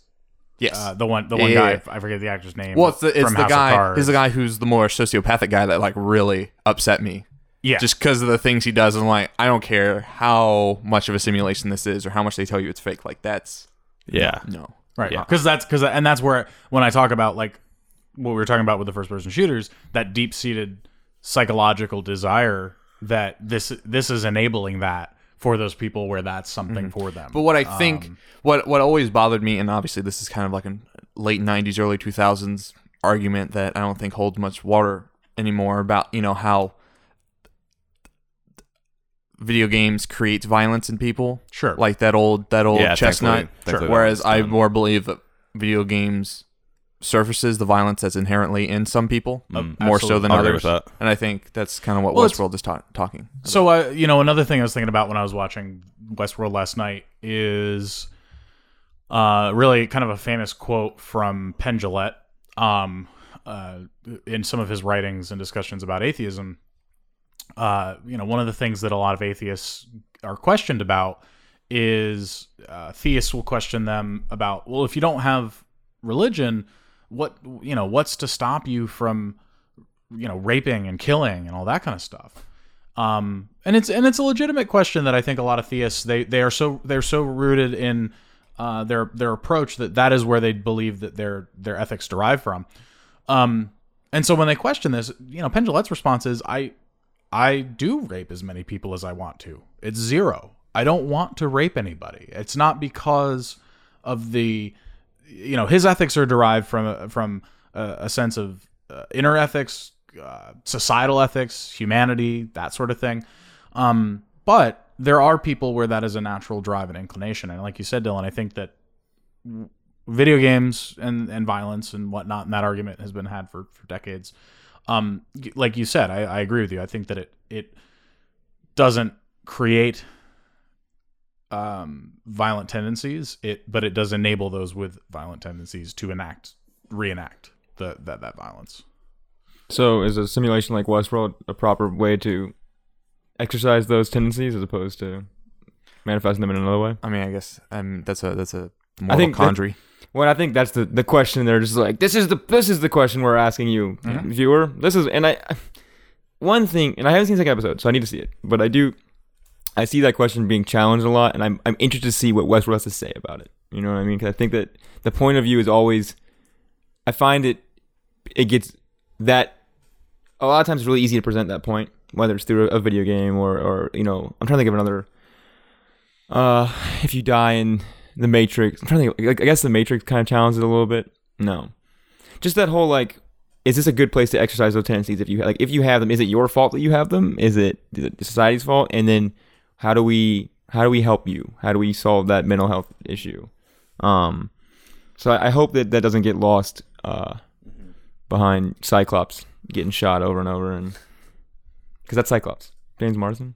[SPEAKER 3] yes.
[SPEAKER 2] Uh, the one the one
[SPEAKER 3] Yeah,
[SPEAKER 2] guy
[SPEAKER 3] yeah,
[SPEAKER 2] I forget the actor's name.
[SPEAKER 3] Well, it's the, it's
[SPEAKER 2] from
[SPEAKER 3] the
[SPEAKER 2] House of
[SPEAKER 3] guy.
[SPEAKER 2] Cards.
[SPEAKER 3] He's the guy who's the more sociopathic guy that like really upset me,
[SPEAKER 2] Yeah.
[SPEAKER 3] just because of the things he does. And like, I don't care how much of a simulation this is or how much they tell you it's fake. Like, that's
[SPEAKER 5] Yeah,
[SPEAKER 3] no.
[SPEAKER 2] right
[SPEAKER 5] Yeah.
[SPEAKER 2] because that's because and that's where when i talk about like what we were talking about with the first person shooters that deep-seated psychological desire that this this is enabling that for those people where that's something for them
[SPEAKER 3] Mm-hmm. But what I think, what what always bothered me, and obviously this is kind of like a late '90s, early 2000s argument that I don't think holds much water anymore about you know how video games creates violence in people.
[SPEAKER 2] Sure.
[SPEAKER 3] like that old that old
[SPEAKER 5] Yeah,
[SPEAKER 3] chestnut.
[SPEAKER 5] thankfully- thankfully that
[SPEAKER 3] Whereas
[SPEAKER 5] one's
[SPEAKER 3] I
[SPEAKER 5] done.
[SPEAKER 3] more believe that video games surfaces the violence that's inherently in some people
[SPEAKER 5] Mm.
[SPEAKER 3] more so than
[SPEAKER 5] I agree
[SPEAKER 3] others.
[SPEAKER 5] with that.
[SPEAKER 3] And I think that's kind of what
[SPEAKER 2] Well, it's-
[SPEAKER 3] Westworld is ta- talking.
[SPEAKER 2] So, uh, you know, another thing I was thinking about when I was watching Westworld last night is uh, really kind of a famous quote from Penn Jillette um, uh, in some of his writings and discussions about atheism. Uh, you know, one of the things that a lot of atheists are questioned about is uh, theists will question them about well if you don't have religion what you know what's to stop you from you know raping and killing and all that kind of stuff um, and it's and it's a legitimate question that I think a lot of theists they they are so they're so rooted in uh, their their approach that that is where they believe that their their ethics derive from. Um, and so when they question this, you know, Pendulette's response is, "I I do rape as many people as I want to. It's zero. I don't want to rape anybody. It's not because of the, you know, his ethics are derived from a, from a, a sense of uh, inner ethics, uh, societal ethics, humanity, that sort of thing. Um, but there are people where that is a natural drive and inclination. And like you said, Dylan, I think that video games and, and violence and whatnot, and that argument has been had for, for decades. Um, y- like you said, I, I agree with you. I think that it, it doesn't create um, violent tendencies, it but it does enable those with violent tendencies to enact, reenact the, that, that violence.
[SPEAKER 1] So is a simulation like Westworld a proper way to exercise those tendencies as opposed to manifesting them in another way?
[SPEAKER 3] I mean, I guess um, that's a that's a moral
[SPEAKER 1] think that-
[SPEAKER 3] quandary.
[SPEAKER 1] Well, I think that's the, the question. They're just like, this is the this is the question we're asking you, viewer. This is and I one thing, and I haven't seen the second episode, so I need to see it. But I do, I see that question being challenged a lot, and I'm I'm interested to see what Westworld has to say about it. You know what I mean? Because I think that the point of view is always, I find it it gets that a lot of times it's really easy to present that point, whether it's through a video game or or you know, I'm trying to think of another. Uh, if you die in the Matrix. I'm trying to think. Like, I guess the Matrix kind of challenged it a little bit. No, just that whole like, is this a good place to exercise those tendencies? If you like, if you have them, is it your fault that you have them? Is it, is it society's fault? And then how do we how do we help you? How do we solve that mental health issue? Um, so I, I hope that that doesn't get lost uh, behind Cyclops getting shot over and over, and because that's Cyclops, James Marsden.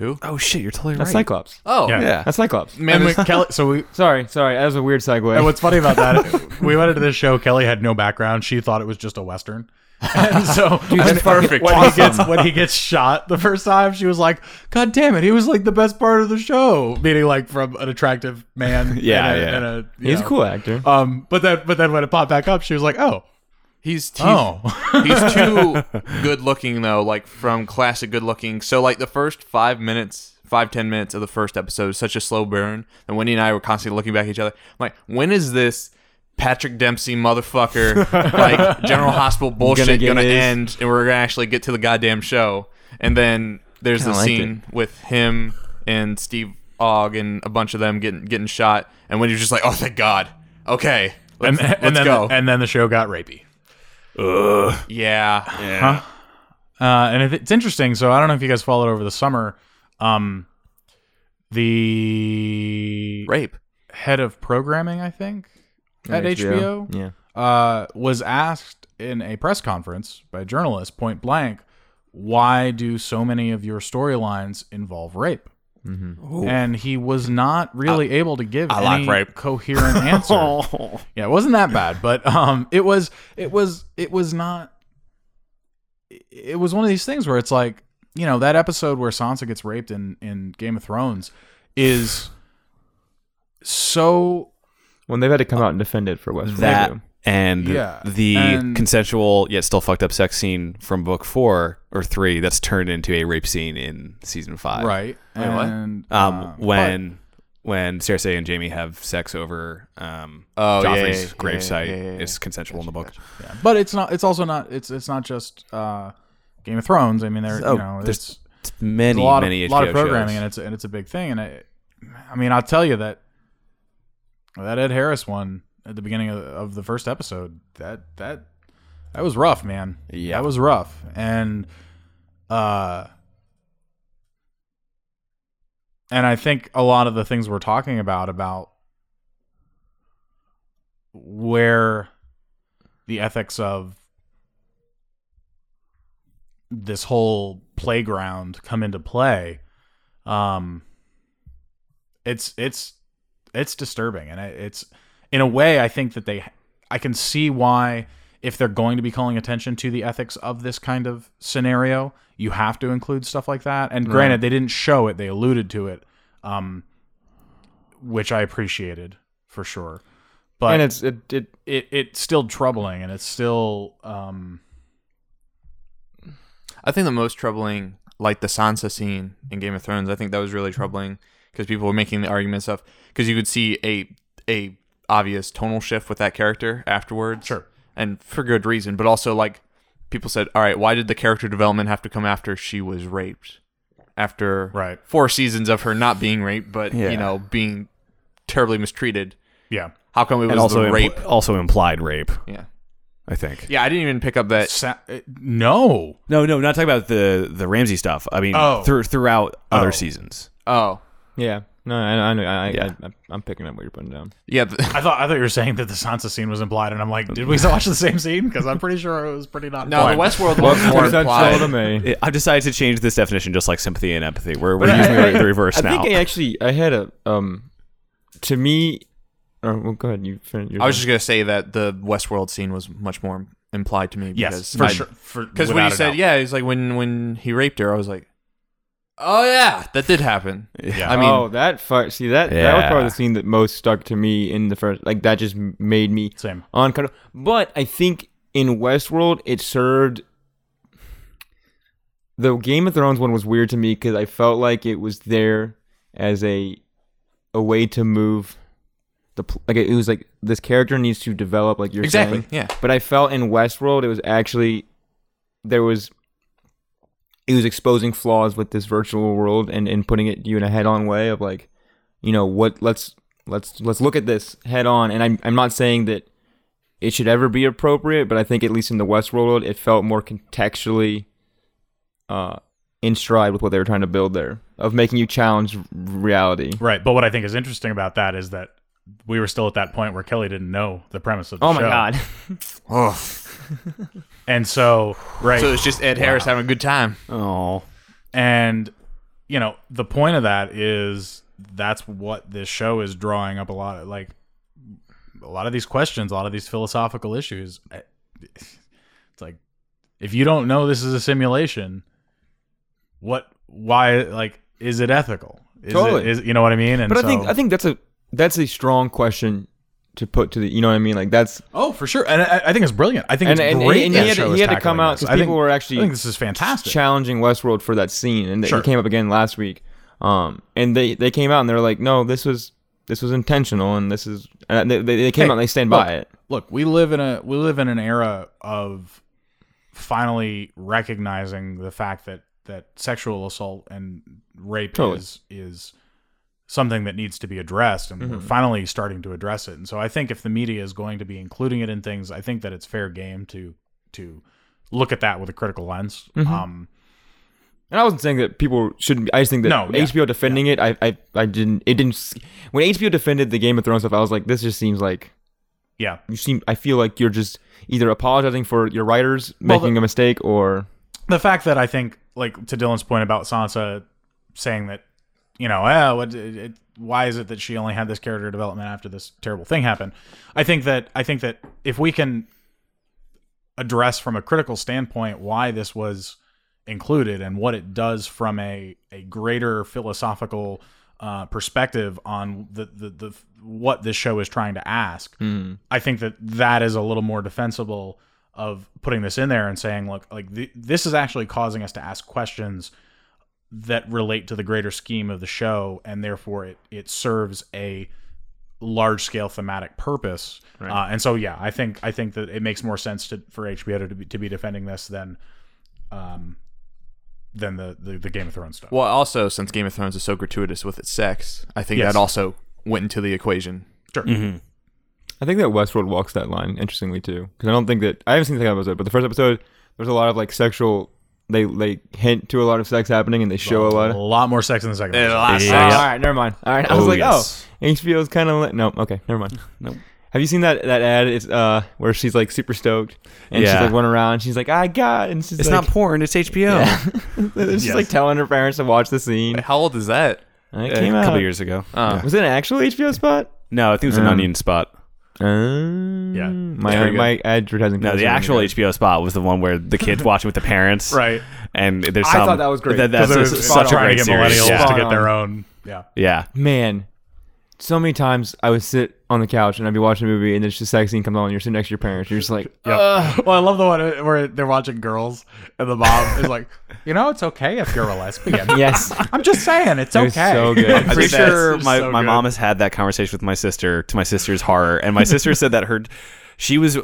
[SPEAKER 5] Oh shit, you're totally
[SPEAKER 1] That's Cyclops.
[SPEAKER 3] Oh
[SPEAKER 2] Yeah.
[SPEAKER 5] Yeah.
[SPEAKER 1] That's Cyclops.
[SPEAKER 3] man,
[SPEAKER 2] and
[SPEAKER 3] this-
[SPEAKER 2] when Kelly, so we,
[SPEAKER 1] Sorry, sorry. That was a weird segue.
[SPEAKER 2] and what's funny about that, we went into this show. Kelly had no background. She thought it was just a western. And so when,
[SPEAKER 3] perfect.
[SPEAKER 2] when he gets when he gets shot the first time, she was like, "God damn it! He was like the best part of the show." Meaning like from an attractive man.
[SPEAKER 5] Yeah,
[SPEAKER 2] and a,
[SPEAKER 5] yeah.
[SPEAKER 2] And a, you
[SPEAKER 1] He's a
[SPEAKER 2] know.
[SPEAKER 1] cool actor.
[SPEAKER 2] Um, but then but then when it popped back up, she was like, "Oh,
[SPEAKER 3] he's he's,
[SPEAKER 2] oh,
[SPEAKER 3] he's too good looking though, like from classic good looking. So like the first five minutes, five ten minutes of the first episode is such a slow burn, and Wendy and I were constantly looking back at each other. I'm like, when is this? Patrick Dempsey, motherfucker, like General Hospital bullshit
[SPEAKER 1] Gonna
[SPEAKER 3] gonna,
[SPEAKER 1] get his-
[SPEAKER 3] end, and we're gonna actually get to the goddamn show. And then there's the
[SPEAKER 1] Kinda liked
[SPEAKER 3] scene with him and Steve Ogg and a bunch of them getting getting shot, and Wendy's just like, "Oh, thank God, okay, let's,
[SPEAKER 2] and, and
[SPEAKER 3] let's
[SPEAKER 2] then
[SPEAKER 3] go."
[SPEAKER 2] and then the show got rapey.
[SPEAKER 3] yeah,
[SPEAKER 2] Uh, and if it's interesting, so I don't know if you guys followed over the summer. Um, the
[SPEAKER 3] rape.
[SPEAKER 2] head of programming, I think, at HBO,
[SPEAKER 1] Yeah.
[SPEAKER 2] uh, was asked in a press conference by a journalist point blank, why do so many of your storylines involve rape? And he was not really able to give
[SPEAKER 3] like
[SPEAKER 2] any
[SPEAKER 3] rape.
[SPEAKER 2] coherent answer. yeah, it wasn't that bad, but um, it was it was it was not. It was one of these things where it's like you know that episode where Sansa gets raped in in Game of Thrones is so
[SPEAKER 1] When they've had to come out and defend it for Westworld.
[SPEAKER 5] that and
[SPEAKER 2] Yeah,
[SPEAKER 5] the
[SPEAKER 2] and-
[SPEAKER 5] consensual yet still fucked up sex scene from book four or three that's turned into a rape scene in season five.
[SPEAKER 2] right and
[SPEAKER 5] Um,
[SPEAKER 2] uh,
[SPEAKER 5] when when Cersei and Jamie have sex over um
[SPEAKER 3] Oh, yeah, yeah,
[SPEAKER 5] Joffrey's
[SPEAKER 3] yeah,
[SPEAKER 5] gravesite,
[SPEAKER 3] yeah, yeah, yeah,
[SPEAKER 5] it's consensual in the book.
[SPEAKER 2] but, but it's not it's also not it's it's not just uh Game of Thrones. I mean, there
[SPEAKER 5] Oh,
[SPEAKER 2] you know
[SPEAKER 5] there's
[SPEAKER 2] it's
[SPEAKER 5] It's many
[SPEAKER 2] a lot
[SPEAKER 5] many
[SPEAKER 2] of,
[SPEAKER 5] HBO
[SPEAKER 2] lot of programming,
[SPEAKER 5] shows.
[SPEAKER 2] and it's and it's a big thing. And I, I mean, I'll tell you that that Ed Harris one at the beginning of, of the first episode that that that was rough, man.
[SPEAKER 5] Yeah.
[SPEAKER 2] that was rough, and uh, and I think a lot of the things we're talking about about where the ethics of this whole playground come into play um it's it's it's disturbing and it- it's in a way i think that they i can see why if they're going to be calling attention to the ethics of this kind of scenario you have to include stuff like that and granted they didn't show it they alluded to it um which I appreciated for sure. But
[SPEAKER 1] and it's it, it
[SPEAKER 2] it it's still troubling, and it's still um,
[SPEAKER 3] I think the most troubling, like the Sansa scene in Game of Thrones, I think that was really troubling because people were making the argument and stuff because you could see a a obvious tonal shift with that character afterwards.
[SPEAKER 2] Sure.
[SPEAKER 3] and for good reason, but also like people said, all right, why did the character development have to come after she was raped? After
[SPEAKER 2] Right.
[SPEAKER 3] four seasons of her not being raped, but you know being terribly mistreated.
[SPEAKER 2] yeah.
[SPEAKER 3] How come it was
[SPEAKER 5] and also
[SPEAKER 3] the
[SPEAKER 5] impl-
[SPEAKER 3] rape?
[SPEAKER 5] also implied rape.
[SPEAKER 3] yeah,
[SPEAKER 5] I think.
[SPEAKER 3] yeah. I didn't even pick up that.
[SPEAKER 2] Sa- uh, no,
[SPEAKER 5] No, no, not talking about the the Ramsey stuff. I mean,
[SPEAKER 2] Oh.
[SPEAKER 5] thr- throughout
[SPEAKER 2] Oh.
[SPEAKER 5] other seasons.
[SPEAKER 3] Oh,
[SPEAKER 1] yeah. No, I I know I,
[SPEAKER 5] Yeah.
[SPEAKER 1] I, I I'm picking up what you're putting down.
[SPEAKER 3] yeah. th-
[SPEAKER 2] I thought I thought you were saying that the Sansa scene was implied, and I'm like, did we watch the same scene? Because I'm pretty sure it was pretty not.
[SPEAKER 3] No, the
[SPEAKER 2] implied.
[SPEAKER 3] Westworld one's more
[SPEAKER 1] That's
[SPEAKER 3] implied.
[SPEAKER 1] all to me.
[SPEAKER 5] I- I've decided to change this definition, just like sympathy and empathy. We're, we're
[SPEAKER 1] But
[SPEAKER 5] using
[SPEAKER 1] I-
[SPEAKER 5] the, the reverse
[SPEAKER 1] I
[SPEAKER 5] now.
[SPEAKER 1] think I actually I had a um to me or well go ahead you fin- you're
[SPEAKER 3] I was
[SPEAKER 1] done.
[SPEAKER 3] just gonna say that the Westworld scene was much more implied to me.
[SPEAKER 2] Yes,
[SPEAKER 3] because
[SPEAKER 2] for
[SPEAKER 3] I-
[SPEAKER 2] sure. For
[SPEAKER 3] Because when
[SPEAKER 2] without
[SPEAKER 3] you
[SPEAKER 2] a
[SPEAKER 3] said
[SPEAKER 2] doubt.
[SPEAKER 3] yeah, it's like when when he raped her, I was like, oh yeah, that did happen.
[SPEAKER 2] Yeah.
[SPEAKER 3] I mean,
[SPEAKER 1] oh that fu- see that that was probably
[SPEAKER 5] Yeah.
[SPEAKER 1] the scene that most stuck to me in the first like that just made me
[SPEAKER 2] same,
[SPEAKER 1] uncomfortable. Mm-hmm. But I think in Westworld it served the Game of Thrones one was weird to me because I felt like it was there as a a way to move the pl- like it was like this character needs to develop like you're
[SPEAKER 3] exactly.
[SPEAKER 1] saying.
[SPEAKER 3] Yeah,
[SPEAKER 1] But I felt in Westworld it was actually there was it was exposing flaws with this virtual world and, and putting it you in a head on way of like, you know, what let's let's let's look at this head on and I'm I'm not saying that it should ever be appropriate, but I think at least in the Westworld world it felt more contextually uh in stride with what they were trying to build there of making you challenge r- reality.
[SPEAKER 2] right. But what I think is interesting about that is that we were still at that point where Kelly didn't know the premise of the
[SPEAKER 1] Oh
[SPEAKER 2] show.
[SPEAKER 1] my god.
[SPEAKER 2] And so, right.
[SPEAKER 3] so it's just Ed Harris having a good time.
[SPEAKER 5] oh,
[SPEAKER 2] And you know, the point of that is that's what this show is drawing up a lot of like a lot of these questions, a lot of these philosophical issues. I- It's like if you don't know this is a simulation, what why like is it ethical? Is
[SPEAKER 1] Totally.
[SPEAKER 2] it is you know what I mean? And
[SPEAKER 1] But
[SPEAKER 2] so-
[SPEAKER 1] I think I think that's a that's a strong question to put to the you know what I mean like that's
[SPEAKER 2] Oh, for sure. And I, I think it's brilliant. I think
[SPEAKER 1] And-
[SPEAKER 2] it's
[SPEAKER 1] and-
[SPEAKER 2] great.
[SPEAKER 1] and
[SPEAKER 2] that
[SPEAKER 1] he had
[SPEAKER 2] the
[SPEAKER 1] to-
[SPEAKER 2] show
[SPEAKER 1] he
[SPEAKER 2] is
[SPEAKER 1] had to come
[SPEAKER 2] tackling
[SPEAKER 1] out
[SPEAKER 2] this.
[SPEAKER 1] 'cause
[SPEAKER 2] I think-
[SPEAKER 1] people were actually
[SPEAKER 2] I think this is fantastic.
[SPEAKER 1] challenging Westworld for that scene, and
[SPEAKER 2] Sure.
[SPEAKER 1] it came up again last week. Um, and they they came out and they're like, no, this was this was intentional, and this is and they they, they came
[SPEAKER 2] Hey,
[SPEAKER 1] out and they stand
[SPEAKER 2] look,
[SPEAKER 1] by it.
[SPEAKER 2] Look, we live in a we live in an era of finally recognizing the fact that that sexual assault and rape
[SPEAKER 1] Totally.
[SPEAKER 2] is is something that needs to be addressed and we're finally starting to address it. And so I think if the media is going to be including it in things, I think that it's fair game to to look at that with a critical lens. Um
[SPEAKER 1] And I wasn't saying that people shouldn't. be- I just think that
[SPEAKER 2] No, yeah,
[SPEAKER 1] HBO defending it, I, I I didn't. It didn't. s- When HBO defended the Game of Thrones stuff, I was like, this just seems like
[SPEAKER 2] yeah.
[SPEAKER 1] you seem. I feel like you're just either apologizing for your writers
[SPEAKER 2] Well,
[SPEAKER 1] making a mistake or
[SPEAKER 2] the fact that I think, like to Dylan's point about Sansa saying that, you know, ah, what, it, it, why is it that she only had this character development after this terrible thing happened? I think that I think that if we can address from a critical standpoint why this was included and what it does from a a greater philosophical uh, perspective on the, the the what this show is trying to ask,
[SPEAKER 1] hmm.
[SPEAKER 2] I think that that is a little more defensible of putting this in there and saying, look, like th- this is actually causing us to ask questions that relate to the greater scheme of the show, and therefore it it serves a large scale thematic purpose. Uh, and so, yeah, I think I think that it makes more sense to for HBO to be, to be defending this than. Um, than the, the, the Game of Thrones stuff.
[SPEAKER 3] Well, also since Game of Thrones is so gratuitous with its sex, I think
[SPEAKER 2] Yes.
[SPEAKER 3] that also went into the equation.
[SPEAKER 2] sure.
[SPEAKER 1] I think that Westworld walks that line interestingly too, because I don't think that I haven't seen the second episode, but the first episode there's a lot of like sexual. They they hint to a lot of sex happening, and they show a lot.
[SPEAKER 2] A
[SPEAKER 1] of...
[SPEAKER 2] lot more sex in the second. episode.
[SPEAKER 3] Yeah.
[SPEAKER 1] all right, never mind. All right, I was
[SPEAKER 5] Oh,
[SPEAKER 1] like,
[SPEAKER 5] yes.
[SPEAKER 1] oh, HBO's kind of li- no. Okay, never mind. no. Have you seen that that ad? It's uh where she's like super stoked, and she's
[SPEAKER 5] Yeah.
[SPEAKER 1] like running around. She's like, I got, it," and she's
[SPEAKER 5] it's
[SPEAKER 1] like,
[SPEAKER 5] not porn. It's HBO.
[SPEAKER 1] she's
[SPEAKER 2] Yes.
[SPEAKER 1] like telling her parents to watch the scene.
[SPEAKER 3] How old is that?
[SPEAKER 1] And it
[SPEAKER 5] a
[SPEAKER 1] came
[SPEAKER 5] couple
[SPEAKER 1] out.
[SPEAKER 5] years ago.
[SPEAKER 1] Was it an actual HBO spot?
[SPEAKER 5] No, I think it was an
[SPEAKER 1] Um,
[SPEAKER 5] onion spot.
[SPEAKER 1] Um,
[SPEAKER 2] Yeah.
[SPEAKER 1] My
[SPEAKER 3] Very good.
[SPEAKER 1] my advertising.
[SPEAKER 5] No, the actual HBO spot was the one where the kids watching with the parents,
[SPEAKER 2] Right.
[SPEAKER 5] And there's
[SPEAKER 1] I
[SPEAKER 5] some.
[SPEAKER 1] thought that was great.
[SPEAKER 5] that's
[SPEAKER 2] Because
[SPEAKER 5] a-
[SPEAKER 2] they're
[SPEAKER 5] such a
[SPEAKER 2] trying
[SPEAKER 5] great
[SPEAKER 2] to get
[SPEAKER 5] series.
[SPEAKER 2] millennials
[SPEAKER 5] Yeah.
[SPEAKER 2] to
[SPEAKER 1] Spot
[SPEAKER 2] get their
[SPEAKER 1] on.
[SPEAKER 2] own. Yeah.
[SPEAKER 5] yeah,
[SPEAKER 1] man. so many times I would sit on the couch and I'd be watching a movie and then it's just sex scene comes on and you're sitting next to your parents. You're just like,
[SPEAKER 2] Uh, well, I love the one where they're watching girls and the mom is like, you know, it's okay if you're a lesbian.
[SPEAKER 1] yes.
[SPEAKER 2] I'm just saying, it's
[SPEAKER 1] It was
[SPEAKER 2] okay.
[SPEAKER 1] so good.
[SPEAKER 5] I'm pretty
[SPEAKER 2] That's
[SPEAKER 5] sure
[SPEAKER 2] just
[SPEAKER 5] my,
[SPEAKER 2] so
[SPEAKER 5] my
[SPEAKER 2] good.
[SPEAKER 5] mom has had that conversation with my sister to my sister's horror, and my sister said that her she was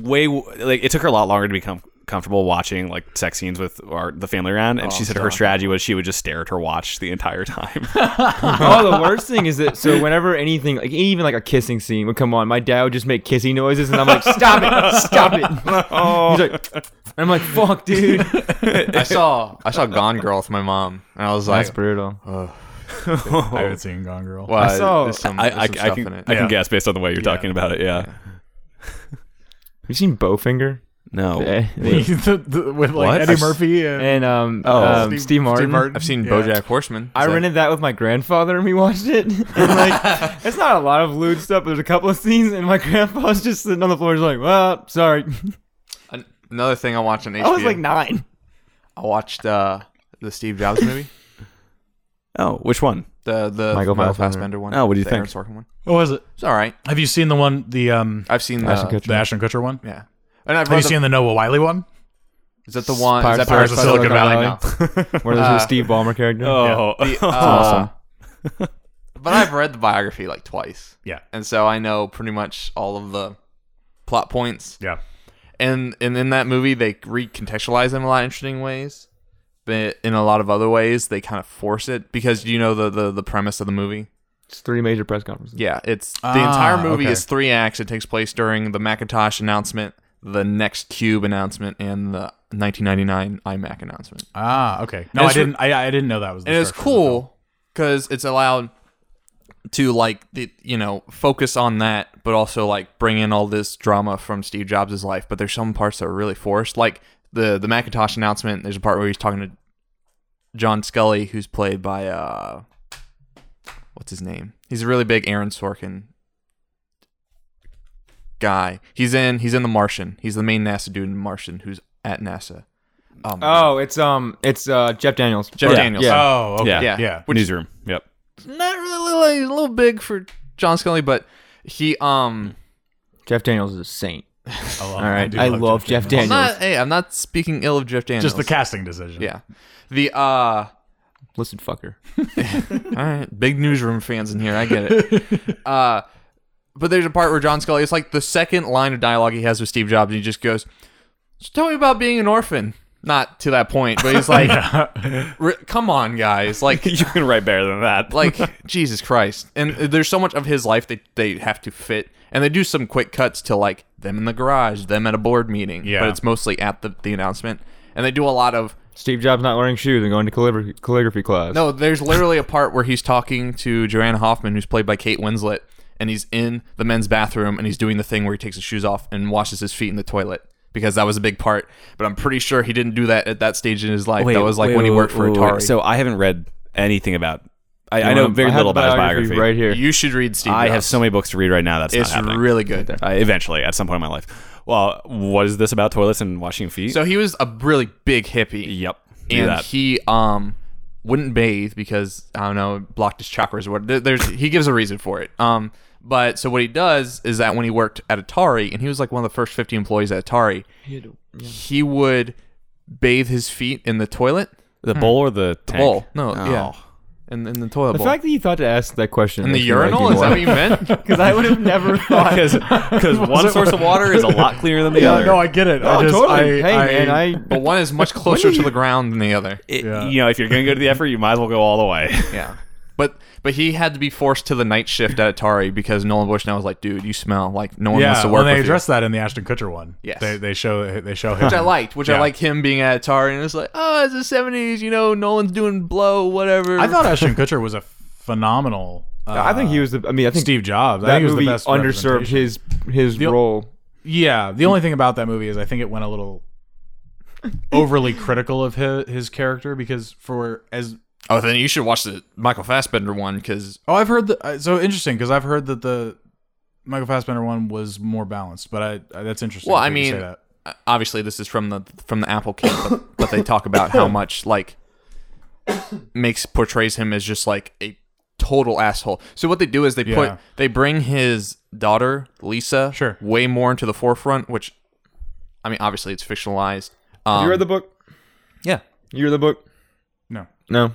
[SPEAKER 5] way like it took her a lot longer to become comfortable watching like sex scenes with our, the family around, and she said her strategy was she would just stare at her watch the entire time.
[SPEAKER 1] oh, the worst thing is that so whenever anything, like even like a kissing scene would come on, my dad would just make kissing noises, and I'm like, stop it, stop it. He's like, and I'm like, fuck, dude.
[SPEAKER 3] I saw I saw Gone Girl with my mom, and I was
[SPEAKER 1] That's
[SPEAKER 3] like,
[SPEAKER 1] brutal.
[SPEAKER 2] I haven't seen Gone Girl.
[SPEAKER 3] "Wow,
[SPEAKER 1] I saw-
[SPEAKER 3] there's some,
[SPEAKER 5] I,
[SPEAKER 3] there's
[SPEAKER 5] I, I
[SPEAKER 3] some stuff
[SPEAKER 5] can
[SPEAKER 3] in it."
[SPEAKER 5] I
[SPEAKER 2] Yeah.
[SPEAKER 5] can guess based on the way you're talking about it. Yeah,
[SPEAKER 1] Have you seen Bowfinger?
[SPEAKER 5] no,
[SPEAKER 1] Eh,
[SPEAKER 2] The- the- with like
[SPEAKER 5] What?
[SPEAKER 2] Eddie
[SPEAKER 5] I've-
[SPEAKER 2] Murphy and,
[SPEAKER 1] And um,
[SPEAKER 5] Oh.
[SPEAKER 1] um, Steve, Martin.
[SPEAKER 3] I've seen
[SPEAKER 2] Yeah.
[SPEAKER 3] BoJack Horseman.
[SPEAKER 1] I
[SPEAKER 3] It's like-
[SPEAKER 1] rented that with my grandfather and we watched it. And like, it's not a lot of lewd stuff. But there's a couple of scenes, and my grandpa's just sitting on the floor, just like, well, sorry.
[SPEAKER 3] an- another thing I watched on HBO.
[SPEAKER 1] I was like nine.
[SPEAKER 3] I watched uh, the Steve Jobs movie,
[SPEAKER 5] oh, which one?
[SPEAKER 3] the the
[SPEAKER 1] Michael
[SPEAKER 3] Michael,
[SPEAKER 1] Fassbender.
[SPEAKER 3] Fassbender one.
[SPEAKER 5] Oh, what do you
[SPEAKER 3] the
[SPEAKER 5] think?
[SPEAKER 3] Aaron Sorkin one.
[SPEAKER 2] What was it?
[SPEAKER 3] It's all right.
[SPEAKER 2] Have you seen the one the um
[SPEAKER 3] I've seen the
[SPEAKER 1] Ashton Kutcher.
[SPEAKER 2] the Ashton Kutcher one?
[SPEAKER 3] yeah. And I've
[SPEAKER 2] Have you
[SPEAKER 3] the,
[SPEAKER 2] seen the Noah Wiley one?
[SPEAKER 3] Is that the one?
[SPEAKER 1] Pirates
[SPEAKER 3] is that Pirates of Silicon Valley? Uh, No.
[SPEAKER 1] Where there's a Steve Ballmer character.
[SPEAKER 5] Oh,
[SPEAKER 3] The, uh,
[SPEAKER 1] awesome.
[SPEAKER 3] Oh. but I've read the biography like twice,
[SPEAKER 2] Yeah.
[SPEAKER 3] and so I know pretty much all of the plot points.
[SPEAKER 2] Yeah.
[SPEAKER 3] And and in that movie, they recontextualize them in a lot of interesting ways, but in a lot of other ways, they kind of force it because you know the the, the premise of the movie.
[SPEAKER 1] It's three major press conferences.
[SPEAKER 3] Yeah, it's the
[SPEAKER 2] Ah,
[SPEAKER 3] entire movie
[SPEAKER 2] okay.
[SPEAKER 3] is three acts. It takes place during the Macintosh announcement, the next Cube announcement, and the 1999 iMac announcement.
[SPEAKER 2] Ah, okay. No,
[SPEAKER 3] And
[SPEAKER 2] I
[SPEAKER 3] it's re-
[SPEAKER 2] didn't I, I didn't know that was the
[SPEAKER 3] And it's
[SPEAKER 2] structure of the film.
[SPEAKER 3] cool because it's allowed to like the, you know focus on that, but also like bring in all this drama from Steve Jobs' life. But there's some parts that are really forced, like the the Macintosh announcement. There's a part where he's talking to John Scully, who's played by uh, what's his name? He's a really big Aaron Sorkin guy. He's in he's in The Martian. He's the main NASA dude in Martian, who's at NASA. Um,
[SPEAKER 1] Oh, it's um, it's uh, Jeff Daniels.
[SPEAKER 3] Jeff
[SPEAKER 1] Or-
[SPEAKER 3] Daniels.
[SPEAKER 1] Yeah.
[SPEAKER 2] Oh, okay.
[SPEAKER 5] Yeah.
[SPEAKER 2] Yeah.
[SPEAKER 3] Yeah.
[SPEAKER 1] uh,
[SPEAKER 5] newsroom. Yep.
[SPEAKER 3] not really like, a little big for John Scully, but he um
[SPEAKER 1] Jeff Daniels is a saint.
[SPEAKER 2] I love,
[SPEAKER 1] All right,
[SPEAKER 2] do
[SPEAKER 1] Oh, I, love Jeff Daniels.
[SPEAKER 3] I'm not hey, I'm not speaking ill of Jeff Daniels.
[SPEAKER 2] Just the casting decision.
[SPEAKER 3] Yeah. The uh all
[SPEAKER 1] Listen, fucker.
[SPEAKER 3] right, big newsroom fans in here, I get it. uh but there's a part where John Scully it's like the second line of dialogue he has with Steve Jobs and he just goes, So tell me about being an orphan. Not to that point, but he's like "R- come on guys, like
[SPEAKER 5] You can write better than that.
[SPEAKER 3] like Jesus Christ. And there's so much of his life they they have to fit, and they do some quick cuts to like them in the garage, them at a board meeting.
[SPEAKER 2] Yeah.
[SPEAKER 3] but it's mostly at the the announcement, and they do a lot of
[SPEAKER 1] Steve Jobs not wearing shoes and going to calligraphy, calligraphy class.
[SPEAKER 3] no. There's literally a part where he's talking to Joanna Hoffman, who's played by Kate Winslet, and he's in the men's bathroom, and he's doing the thing where he takes his shoes off and washes his feet in the toilet. Because that was a big part, but I'm pretty sure he didn't do that at that stage in his life. that was like when he worked for Atari.
[SPEAKER 5] So I haven't read anything about. I, I
[SPEAKER 1] You
[SPEAKER 5] know
[SPEAKER 1] wanna-
[SPEAKER 5] very
[SPEAKER 1] Um, have
[SPEAKER 5] little
[SPEAKER 1] the
[SPEAKER 5] about his biography.
[SPEAKER 1] right here.
[SPEAKER 3] you should read Steve.
[SPEAKER 5] I have
[SPEAKER 3] Jobs.
[SPEAKER 5] so many books to read right now. That's
[SPEAKER 3] It's
[SPEAKER 5] not happening.
[SPEAKER 3] really good.
[SPEAKER 5] Uh, eventually, at some point in my life. Well, what is this about toilets and washing feet?
[SPEAKER 3] So he was a really big hippie.
[SPEAKER 5] yep, do
[SPEAKER 3] and
[SPEAKER 5] that.
[SPEAKER 3] he um wouldn't bathe because I don't know blocked his chakras or what. There, there's he gives a reason for it. Um, but so what he does is that when he worked at Atari and he was like one of the first 50 employees at Atari, he would bathe his feet in the toilet
[SPEAKER 5] the bowl or the tank?
[SPEAKER 3] bowl. No,
[SPEAKER 5] Oh.
[SPEAKER 3] yeah, in, in the toilet
[SPEAKER 1] the
[SPEAKER 3] bowl.
[SPEAKER 1] fact that you thought to ask that question
[SPEAKER 3] in the urinal is that what you meant?
[SPEAKER 1] Because I would have never thought.
[SPEAKER 5] Because one source of water is a lot cleaner than the
[SPEAKER 2] Yeah,
[SPEAKER 5] other.
[SPEAKER 2] no, I get it.
[SPEAKER 1] oh,
[SPEAKER 2] I just,
[SPEAKER 1] totally.
[SPEAKER 2] I,
[SPEAKER 1] hey,
[SPEAKER 2] I,
[SPEAKER 1] man, I
[SPEAKER 3] but one is much closer to the ground than the other.
[SPEAKER 5] It-
[SPEAKER 2] Yeah.
[SPEAKER 5] You know, if you're going to go to the effort, you might as well go all the way.
[SPEAKER 3] Yeah. But but he had to be forced to the night shift at Atari because Nolan Bushnell was like, dude, you smell like no one
[SPEAKER 2] yeah,
[SPEAKER 3] wants to
[SPEAKER 2] when
[SPEAKER 3] work
[SPEAKER 2] they
[SPEAKER 3] with you.
[SPEAKER 2] address that in the Ashton Kutcher one,
[SPEAKER 3] Yes.
[SPEAKER 2] they, they show they show him.
[SPEAKER 3] which I liked, which I
[SPEAKER 2] Yeah.
[SPEAKER 3] like him being at Atari, and it's like, oh, it's the seventies, you know, Nolan's doing blow, whatever.
[SPEAKER 2] I thought Ashton Kutcher was a phenomenal. Uh,
[SPEAKER 1] I think he was the. I mean, I think
[SPEAKER 2] Steve Jobs. I
[SPEAKER 1] that
[SPEAKER 2] think he was
[SPEAKER 1] movie
[SPEAKER 2] the best
[SPEAKER 1] underserved
[SPEAKER 2] representation.
[SPEAKER 1] his his role.
[SPEAKER 2] Yeah, the only thing about that movie is I think it went a little overly critical of his, his character because for as
[SPEAKER 3] oh, then you should watch the Michael Fassbender one because
[SPEAKER 2] oh I've heard that so interesting because I've heard that the Michael Fassbender one was more balanced, but I, I that's interesting.
[SPEAKER 3] Well,
[SPEAKER 2] that
[SPEAKER 3] I
[SPEAKER 2] you say
[SPEAKER 3] mean,
[SPEAKER 2] that.
[SPEAKER 3] uh, obviously this is from the from the Apple kid, but, but they talk about how much like makes portrays him as just like a total asshole. So what they do is they
[SPEAKER 2] Yeah.
[SPEAKER 3] put they bring his daughter Lisa
[SPEAKER 2] Sure.
[SPEAKER 3] way more into the forefront, which I mean obviously it's fictionalized. Um,
[SPEAKER 1] you read the book?
[SPEAKER 3] yeah.
[SPEAKER 1] You read the book?
[SPEAKER 2] No.
[SPEAKER 1] No.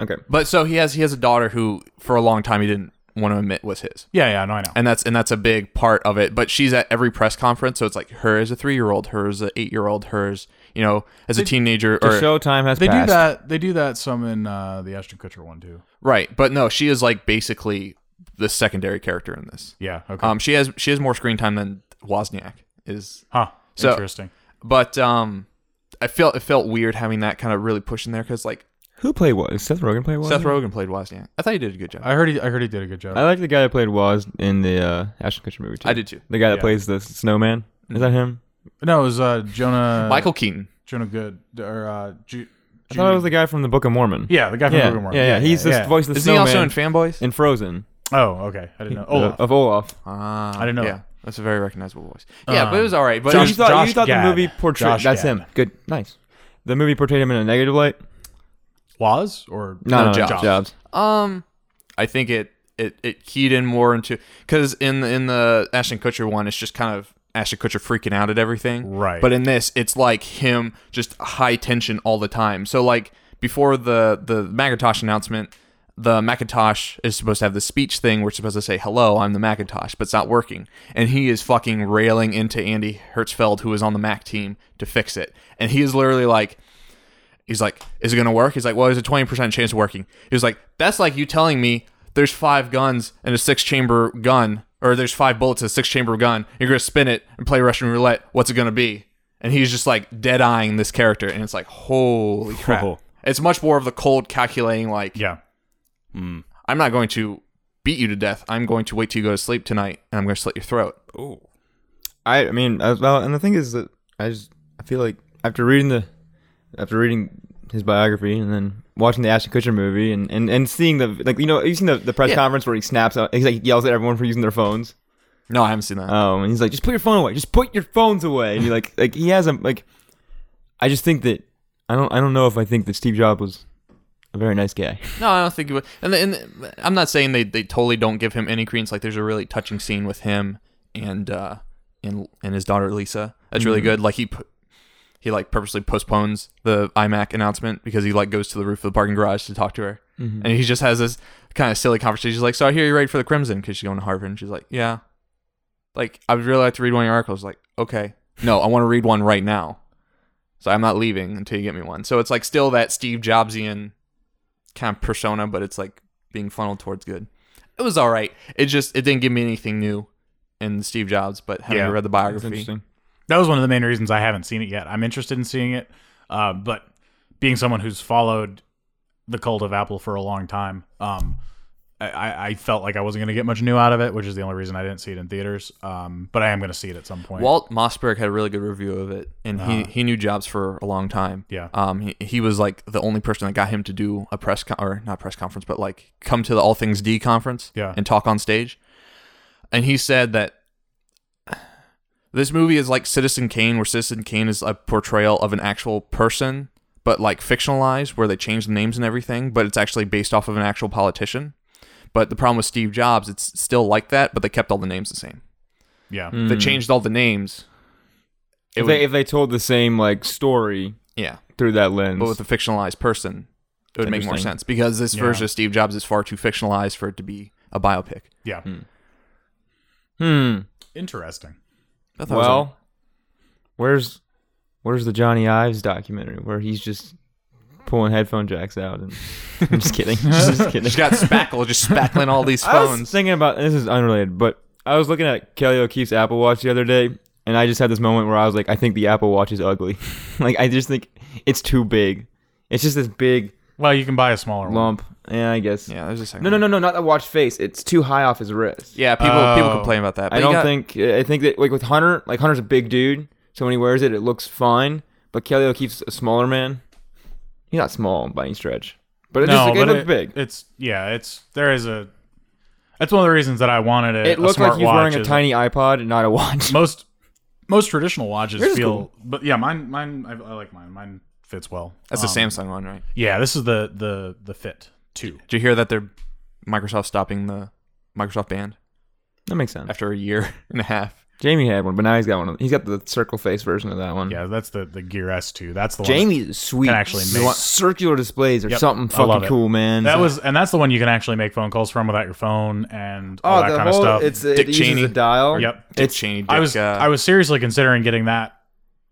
[SPEAKER 1] Okay.
[SPEAKER 3] But so he has he has a daughter who for a long time he didn't want to admit was his.
[SPEAKER 2] Yeah, yeah, no, I know.
[SPEAKER 3] and that's and that's a big part of it. But she's at every press conference, so it's like her as a three year old, her as an eight year old, hers, you know, as a teenager. Or,
[SPEAKER 1] Showtime has
[SPEAKER 2] they
[SPEAKER 1] passed.
[SPEAKER 2] do that. They do that some in uh, the Ashton Kutcher one too.
[SPEAKER 3] Right, but no, she is like basically the secondary character in this.
[SPEAKER 2] Yeah. Okay.
[SPEAKER 3] Um, she has she has more screen time than Wozniak is,
[SPEAKER 2] huh.
[SPEAKER 3] so-
[SPEAKER 2] Interesting.
[SPEAKER 3] but um, I felt it felt weird having that kind of really push in there because like
[SPEAKER 1] Who played what? Seth Rogen played what?
[SPEAKER 3] Seth Rogen played Wozniak. I thought he did a good job.
[SPEAKER 2] I heard. He, I heard he did a good job.
[SPEAKER 1] I like the guy that played Woz in the uh, Ashton Kutcher movie too.
[SPEAKER 3] I did too.
[SPEAKER 1] The guy that
[SPEAKER 2] Yeah.
[SPEAKER 1] plays the snowman. Is that him?
[SPEAKER 2] no, it was uh, Jonah.
[SPEAKER 3] Michael Keaton.
[SPEAKER 2] Jonah Good or uh, Ju-
[SPEAKER 1] I thought it was the guy from the Book of Mormon.
[SPEAKER 2] yeah, the guy from
[SPEAKER 1] Yeah.
[SPEAKER 2] Book of Mormon.
[SPEAKER 1] yeah, yeah. He's the
[SPEAKER 2] yeah.
[SPEAKER 1] voice of the
[SPEAKER 3] Is he
[SPEAKER 1] snowman
[SPEAKER 3] also in Fanboys?
[SPEAKER 1] in Frozen.
[SPEAKER 2] Oh, okay. I didn't know. Oh,
[SPEAKER 1] Uh, of Olaf.
[SPEAKER 3] Ah,
[SPEAKER 2] I didn't know
[SPEAKER 3] Yeah,
[SPEAKER 2] that. Uh,
[SPEAKER 3] that's a very recognizable voice. Yeah, but it was all right. But
[SPEAKER 1] So
[SPEAKER 3] it
[SPEAKER 1] you
[SPEAKER 3] was-
[SPEAKER 1] thought, you
[SPEAKER 2] Josh
[SPEAKER 1] thought the
[SPEAKER 2] Gad.
[SPEAKER 1] movie portrayed
[SPEAKER 2] Josh
[SPEAKER 1] that's
[SPEAKER 2] Gad.
[SPEAKER 1] him. Good, nice. The movie portrayed him in a negative light.
[SPEAKER 2] Waz or
[SPEAKER 1] No, no, no,
[SPEAKER 3] Jobs.
[SPEAKER 1] Jobs.
[SPEAKER 3] Um, I think it it it keyed in more into because in the in the Ashton Kutcher one, it's just kind of Ashton Kutcher freaking out at everything,
[SPEAKER 2] Right.
[SPEAKER 3] But in this, it's like him just high tension all the time. So like before the the Macintosh announcement. The Macintosh is supposed to have this speech thing. We're supposed to say, "Hello, I'm the Macintosh," but it's not working, and he is fucking railing into Andy Hertzfeld, who is on the Mac team, to fix it. And he is literally like, He's like, is it going to work? He's like, well, there's a 20% chance of working. He was like, that's like you telling me there's five guns and a six chamber gun, or there's five bullets and a six chamber gun. You're going to spin it and play Russian roulette. What's it going to be? And he's just like dead eyeing this character. And it's like, holy crap.
[SPEAKER 5] Whoa.
[SPEAKER 3] It's much more of the cold calculating, like,
[SPEAKER 2] Yeah.
[SPEAKER 3] I'm not going to beat you to death. I'm going to wait till you go to sleep tonight and I'm going to slit your throat.
[SPEAKER 1] I, I mean, as well, and the thing is that I just I feel like after reading the after reading his biography and then watching the Ashton Kutcher movie and, and, and seeing the like you know you've seen the, the press
[SPEAKER 3] Yeah.
[SPEAKER 1] conference where he snaps out he's like yells at everyone for using their phones
[SPEAKER 3] No, I haven't seen that.
[SPEAKER 1] um and he's like just put your phone away just put your phones away and he like like he has a like I just think that I don't I don't know if I think that Steve Jobs was a very nice guy
[SPEAKER 3] No, I don't think it would. And, and I'm not saying they, they totally don't give him any credence. Like there's a really touching scene with him and uh and and his daughter Lisa. That's really good. Like he pu- he like purposely postpones the iMac announcement because he like goes to the roof of the parking garage to talk to her.
[SPEAKER 2] Mm-hmm.
[SPEAKER 1] Mm-hmm.
[SPEAKER 3] And he just has this kind of silly conversation. He's like, "So I hear you're ready for the Crimson because she's going to Harvard." And she's like, "Yeah." Like I would really like to read one of your articles. Like, okay, no, I want to read one right now. So I'm not leaving until you get me one. So it's like still that Steve Jobsian kind of persona, but it's like being funneled towards good. It was all right. It just it didn't give me anything new in Steve Jobs, but having
[SPEAKER 2] Yeah.
[SPEAKER 3] read the
[SPEAKER 1] That's
[SPEAKER 3] biography,
[SPEAKER 1] interesting
[SPEAKER 2] that was one of the main reasons I haven't seen it yet. I'm interested in seeing it, uh, but being someone who's followed the cult of Apple for a long time, um, I- I, I felt like I wasn't going to get much new out of it, which is the only reason I didn't see it in theaters. Um, but I am going to see it at some point. Uh-huh.
[SPEAKER 3] Walt Mossberg had a really good review of it, and he, he knew Jobs for a long time.
[SPEAKER 2] Yeah.
[SPEAKER 3] Um, he, he was like the only person that got him to do a press con- or not press conference, but like come to the All Things D conference
[SPEAKER 2] Yeah.
[SPEAKER 3] and talk on stage. And he said that this movie is like Citizen Kane, where Citizen Kane is a portrayal of an actual person, but like fictionalized, where they change the names and everything, but it's actually based off of an actual politician. But the problem with Steve Jobs, it's still like that, but they kept all the names the same.
[SPEAKER 2] yeah,
[SPEAKER 1] Hmm.
[SPEAKER 3] If They changed all the names. It
[SPEAKER 1] if
[SPEAKER 3] would,
[SPEAKER 1] they if they told the same like story
[SPEAKER 3] yeah,
[SPEAKER 1] through that lens
[SPEAKER 3] but with a fictionalized person, it would make more
[SPEAKER 1] Interesting.
[SPEAKER 3] sense because this
[SPEAKER 2] Yeah.
[SPEAKER 3] version of Steve Jobs is far too fictionalized for it to be a biopic.
[SPEAKER 2] yeah,
[SPEAKER 1] hmm
[SPEAKER 2] interesting.
[SPEAKER 3] I thought it was all-
[SPEAKER 1] Well, where's where's the Johnny Ives documentary where he's just pulling headphone jacks out? And I'm just kidding. just kidding.
[SPEAKER 3] just got spackle, just spackling all these
[SPEAKER 1] I was
[SPEAKER 3] phones.
[SPEAKER 1] thinking about this is unrelated, but I was looking at Kelly O'Keefe's Apple Watch the other day, and I just had this moment where I was like, I think the Apple Watch is ugly. like I just think it's too big. It's just this big
[SPEAKER 2] Well, you can buy a smaller one.
[SPEAKER 1] lump. Yeah, I guess.
[SPEAKER 3] yeah, there's a second.
[SPEAKER 1] No, no, no, no, not the watch face. It's too high off his wrist.
[SPEAKER 3] Yeah, people people
[SPEAKER 2] Oh.
[SPEAKER 3] complain about that. but
[SPEAKER 1] I
[SPEAKER 3] you
[SPEAKER 1] don't
[SPEAKER 3] got-
[SPEAKER 1] think I think that like with Hunter, like Hunter's a big dude, so when he wears it, it looks fine. But Kelly O'Keefe's a smaller man. He's not small by any stretch, but it just
[SPEAKER 2] No,
[SPEAKER 1] like, it
[SPEAKER 2] but
[SPEAKER 1] looked
[SPEAKER 2] it-
[SPEAKER 1] big.
[SPEAKER 2] It's yeah, it's there is a. That's one of the reasons that I wanted a,
[SPEAKER 1] It
[SPEAKER 2] a
[SPEAKER 1] looked like
[SPEAKER 2] smart
[SPEAKER 1] he's wearing
[SPEAKER 2] watch
[SPEAKER 1] a
[SPEAKER 2] is-
[SPEAKER 1] tiny iPod and not a watch.
[SPEAKER 2] most most traditional watches
[SPEAKER 1] Yours is
[SPEAKER 2] feel,
[SPEAKER 1] cool.
[SPEAKER 2] but yeah, mine mine I, I like mine. Mine fits well.
[SPEAKER 3] that's
[SPEAKER 2] Um,
[SPEAKER 3] a Samsung one, right?
[SPEAKER 2] Yeah, this is the the the Fit two.
[SPEAKER 3] Did you hear that they're Microsoft stopping the Microsoft ban
[SPEAKER 1] That makes sense.
[SPEAKER 3] after a year and a half.
[SPEAKER 1] Jamie had one, but now he's got one. of- He's got the circle face version of that one.
[SPEAKER 2] Yeah, that's the the Gear S2. That's the one.
[SPEAKER 1] Jamie is sweet.
[SPEAKER 2] Can actually
[SPEAKER 1] You
[SPEAKER 2] make-
[SPEAKER 1] want circular displays or
[SPEAKER 2] Yep,
[SPEAKER 1] something
[SPEAKER 2] I love
[SPEAKER 1] fucking
[SPEAKER 2] it.
[SPEAKER 1] cool, man.
[SPEAKER 2] That was, and that's the one you can actually make phone calls from without your phone and all
[SPEAKER 1] oh
[SPEAKER 2] that
[SPEAKER 1] the
[SPEAKER 2] kind
[SPEAKER 1] whole.
[SPEAKER 2] of stuff.
[SPEAKER 1] It's it
[SPEAKER 3] Dick
[SPEAKER 1] uses
[SPEAKER 3] Cheney.
[SPEAKER 1] a dial.
[SPEAKER 2] yep.
[SPEAKER 3] Dick
[SPEAKER 1] It's-
[SPEAKER 3] Cheney. Dick,
[SPEAKER 2] I was
[SPEAKER 3] uh,
[SPEAKER 2] I was seriously considering getting that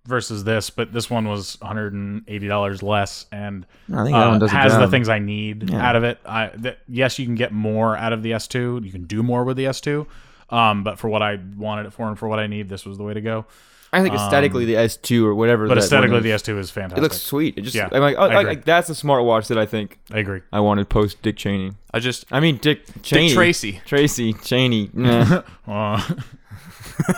[SPEAKER 2] versus this, but this one was 180 dollars less and
[SPEAKER 1] I think that
[SPEAKER 2] uh,
[SPEAKER 1] one does a
[SPEAKER 2] has the
[SPEAKER 1] job.
[SPEAKER 2] things I need
[SPEAKER 1] Yeah.
[SPEAKER 2] out of it. I th- yes, you can get more out of the S2. You can do more with the S2. Um, but for what I wanted it for and for what I need, this was the way to go.
[SPEAKER 1] I think aesthetically the S2 or whatever.
[SPEAKER 2] Um, But
[SPEAKER 1] that
[SPEAKER 2] aesthetically,
[SPEAKER 1] one
[SPEAKER 2] the
[SPEAKER 1] is,
[SPEAKER 2] S2 is fantastic.
[SPEAKER 1] it looks sweet. It just
[SPEAKER 2] Yeah,
[SPEAKER 1] I'm like, oh,
[SPEAKER 2] I
[SPEAKER 1] like,
[SPEAKER 2] agree.
[SPEAKER 1] like, that's a smartwatch that I think
[SPEAKER 2] I agree.
[SPEAKER 1] I wanted post Dick Cheney.
[SPEAKER 3] I just
[SPEAKER 1] I mean Dick Cheney.
[SPEAKER 3] Dick Tracy
[SPEAKER 1] Tracy Cheney. Nah.
[SPEAKER 2] Uh,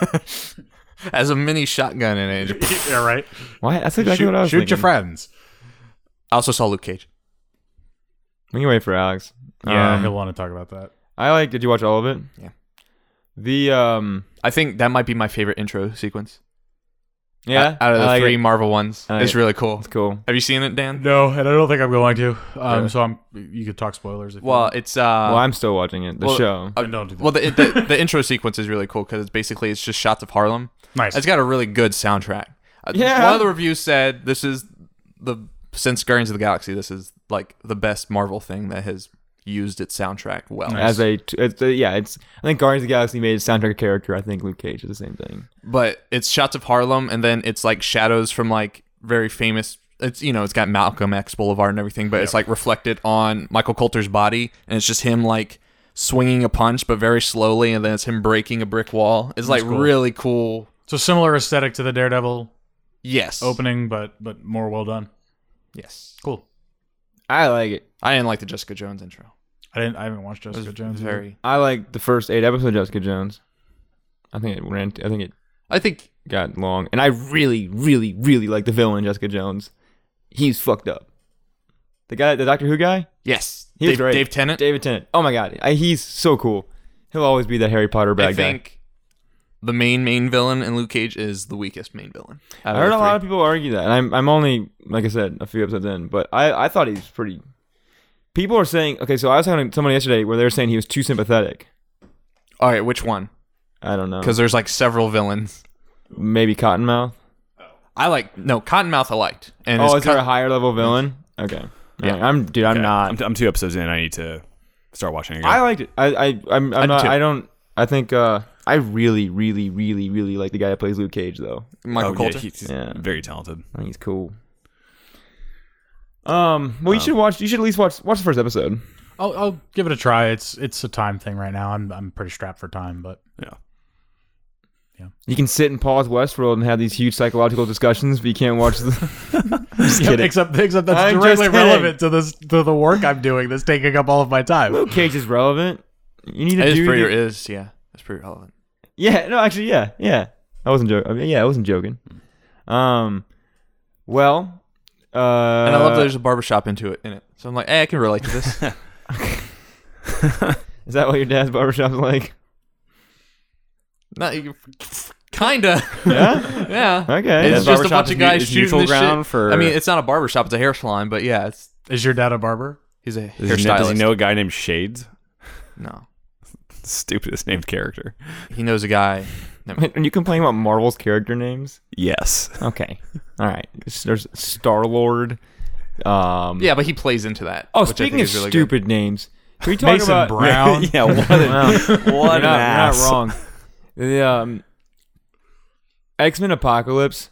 [SPEAKER 3] has a mini shotgun in it.
[SPEAKER 2] yeah, right.
[SPEAKER 1] Why? That's exactly
[SPEAKER 2] shoot
[SPEAKER 1] what I was
[SPEAKER 2] shoot
[SPEAKER 1] thinking.
[SPEAKER 2] your friends.
[SPEAKER 3] I also saw Luke Cage.
[SPEAKER 1] We can wait for Alex.
[SPEAKER 2] Yeah,
[SPEAKER 1] Um,
[SPEAKER 2] he'll want to talk about that.
[SPEAKER 1] I like. Did you watch all of it?
[SPEAKER 3] Yeah.
[SPEAKER 1] The um.
[SPEAKER 3] I think that might be my favorite intro sequence.
[SPEAKER 1] Yeah.
[SPEAKER 3] out of the
[SPEAKER 1] I like
[SPEAKER 3] three
[SPEAKER 1] it.
[SPEAKER 3] Marvel ones,
[SPEAKER 1] I like
[SPEAKER 3] it's
[SPEAKER 1] it.
[SPEAKER 3] really cool.
[SPEAKER 1] It's cool.
[SPEAKER 3] Have you seen it, Dan?
[SPEAKER 2] No, and I don't think I'm going to. Um,
[SPEAKER 3] Yeah.
[SPEAKER 2] so I'm. You could talk spoilers. If
[SPEAKER 3] Well,
[SPEAKER 2] you
[SPEAKER 3] it's uh,
[SPEAKER 1] well, I'm still watching it. The
[SPEAKER 3] well, oh,
[SPEAKER 1] show.
[SPEAKER 2] want. don't do that.
[SPEAKER 3] Well, the, the the intro sequence is really cool because it's basically it's just shots of Harlem.
[SPEAKER 2] nice.
[SPEAKER 3] It's got a really good soundtrack. Uh,
[SPEAKER 1] Yeah.
[SPEAKER 3] One of the reviews said this is the since Guardians of the Galaxy, this is like the best Marvel thing that has used its soundtrack well.
[SPEAKER 1] As a, t- it's a, yeah, it's. I think Guardians of the Galaxy made a soundtrack character. I think Luke Cage is the same thing.
[SPEAKER 3] But it's shots of Harlem, and then it's like shadows from like very famous. It's you know it's got Malcolm X Boulevard and everything, but it's like reflected on Michael Coulter's body, and it's just him like swinging a punch, but very slowly, and then it's him breaking a brick wall. It's like
[SPEAKER 2] cool.
[SPEAKER 3] really cool.
[SPEAKER 2] so similar aesthetic to the Daredevil
[SPEAKER 3] Yes.
[SPEAKER 2] opening, but but more well done.
[SPEAKER 3] Yes.
[SPEAKER 2] Cool.
[SPEAKER 1] I like it.
[SPEAKER 3] I didn't like the Jessica Jones intro.
[SPEAKER 2] I didn't. I haven't watched
[SPEAKER 3] It was
[SPEAKER 2] Jessica Jones. either.
[SPEAKER 3] very.
[SPEAKER 1] I like the first eight episodes of Jessica Jones. I think it ran. I think it
[SPEAKER 3] I think
[SPEAKER 1] got long, and I really, really, really like the villain Jessica Jones. He's fucked up. The guy, the Doctor Who guy,
[SPEAKER 3] yes.
[SPEAKER 1] He was
[SPEAKER 3] Dave,
[SPEAKER 1] great.
[SPEAKER 3] Dave Tennant.
[SPEAKER 1] David Tennant. Oh my god, I, he's so cool. He'll always be that Harry Potter bad
[SPEAKER 3] I
[SPEAKER 1] guy.
[SPEAKER 3] think the main main villain in Luke Cage is the weakest main villain. out
[SPEAKER 1] I
[SPEAKER 3] the
[SPEAKER 1] heard a lot
[SPEAKER 3] three.
[SPEAKER 1] of people argue that, and I'm I'm only like I said a few episodes in, but I I thought he's pretty. People are saying okay, so I was talking to someone yesterday where they were saying he was too sympathetic.
[SPEAKER 3] All right, which one?
[SPEAKER 1] I don't know,
[SPEAKER 3] Because there's like several villains.
[SPEAKER 1] maybe Cottonmouth.
[SPEAKER 3] I like no Cottonmouth. I liked. And
[SPEAKER 1] Oh,
[SPEAKER 3] his
[SPEAKER 1] is there a higher level villain? Okay, yeah, I'm dude, I'm not.
[SPEAKER 5] I'm, I'm two episodes in. I need to start watching again. Oh,
[SPEAKER 1] I liked it. I I I'm, I'm not.
[SPEAKER 3] too.
[SPEAKER 1] I don't. I think uh I really really really really like the guy that plays Luke Cage though.
[SPEAKER 5] oh,
[SPEAKER 3] Michael
[SPEAKER 5] yeah,
[SPEAKER 3] Coulter.
[SPEAKER 5] he's
[SPEAKER 1] Yeah.
[SPEAKER 5] very talented.
[SPEAKER 1] I think he's cool. Um. Well, you should watch. You should at least watch watch the first episode.
[SPEAKER 2] I'll, I'll give it a try. It's it's a time thing right now. I'm I'm pretty strapped for time, but
[SPEAKER 5] Yeah.
[SPEAKER 1] You can sit and pause Westworld and have these huge psychological discussions, but you can't watch the. just kidding.
[SPEAKER 2] except except that's
[SPEAKER 1] I'm
[SPEAKER 2] directly
[SPEAKER 1] just kidding.
[SPEAKER 2] relevant to this to the work I'm doing. That's taking up all of my time.
[SPEAKER 1] Luke Cage is relevant. You need to
[SPEAKER 3] It is
[SPEAKER 1] do.
[SPEAKER 3] pretty.
[SPEAKER 1] the-
[SPEAKER 3] It is yeah. That's pretty relevant.
[SPEAKER 1] Yeah, no, actually, yeah, yeah. I wasn't joking. I mean, yeah, I wasn't joking. Um, well, uh,
[SPEAKER 3] And I love that there's a barbershop into it in it. So I'm like, hey, I can relate to this.
[SPEAKER 1] Is that what your dad's barbershop's like?
[SPEAKER 3] Not kinda.
[SPEAKER 1] Yeah.
[SPEAKER 3] yeah.
[SPEAKER 1] Okay. That's
[SPEAKER 3] It's just a
[SPEAKER 5] barbershop
[SPEAKER 3] bunch
[SPEAKER 5] is
[SPEAKER 3] of
[SPEAKER 5] neu-
[SPEAKER 3] guys
[SPEAKER 5] is
[SPEAKER 3] shooting
[SPEAKER 5] neutral
[SPEAKER 3] this
[SPEAKER 5] ground
[SPEAKER 3] shit.
[SPEAKER 5] for-
[SPEAKER 3] I mean, it's not a barbershop; it's a hair salon. But yeah, it's
[SPEAKER 2] Is your dad a barber?
[SPEAKER 3] he's a
[SPEAKER 5] Does he, know, does he
[SPEAKER 3] hairstylist.
[SPEAKER 5] know a guy named Shades?
[SPEAKER 3] No,
[SPEAKER 5] Stupidest named character.
[SPEAKER 3] he knows a guy.
[SPEAKER 1] Are you complaining about Marvel's character names?
[SPEAKER 5] Yes.
[SPEAKER 1] Okay. All right. There's Star Lord. Um.
[SPEAKER 3] Yeah, but he plays into that.
[SPEAKER 1] Oh,
[SPEAKER 3] which I
[SPEAKER 1] speaking
[SPEAKER 3] think
[SPEAKER 1] of
[SPEAKER 3] is really good.
[SPEAKER 1] stupid names, can we talk
[SPEAKER 2] Mason
[SPEAKER 1] about
[SPEAKER 2] Brown.
[SPEAKER 5] yeah. What? A,
[SPEAKER 1] Wow.
[SPEAKER 5] what
[SPEAKER 1] You're
[SPEAKER 5] an
[SPEAKER 1] not,
[SPEAKER 5] ass.
[SPEAKER 1] you're not wrong. The um, X Men Apocalypse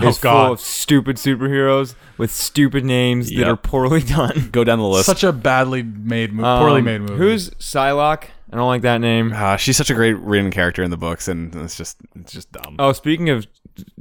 [SPEAKER 2] Oh,
[SPEAKER 1] is
[SPEAKER 2] God.
[SPEAKER 1] full of stupid superheroes with stupid names
[SPEAKER 5] Yep.
[SPEAKER 1] that are poorly done.
[SPEAKER 5] Go down the list.
[SPEAKER 2] Such a badly made, mo- poorly
[SPEAKER 1] Um,
[SPEAKER 2] made movie.
[SPEAKER 1] Who's Psylocke? I don't like that name.
[SPEAKER 5] Ah, she's such a great written character in the books, and it's just it's just dumb.
[SPEAKER 1] Oh, speaking of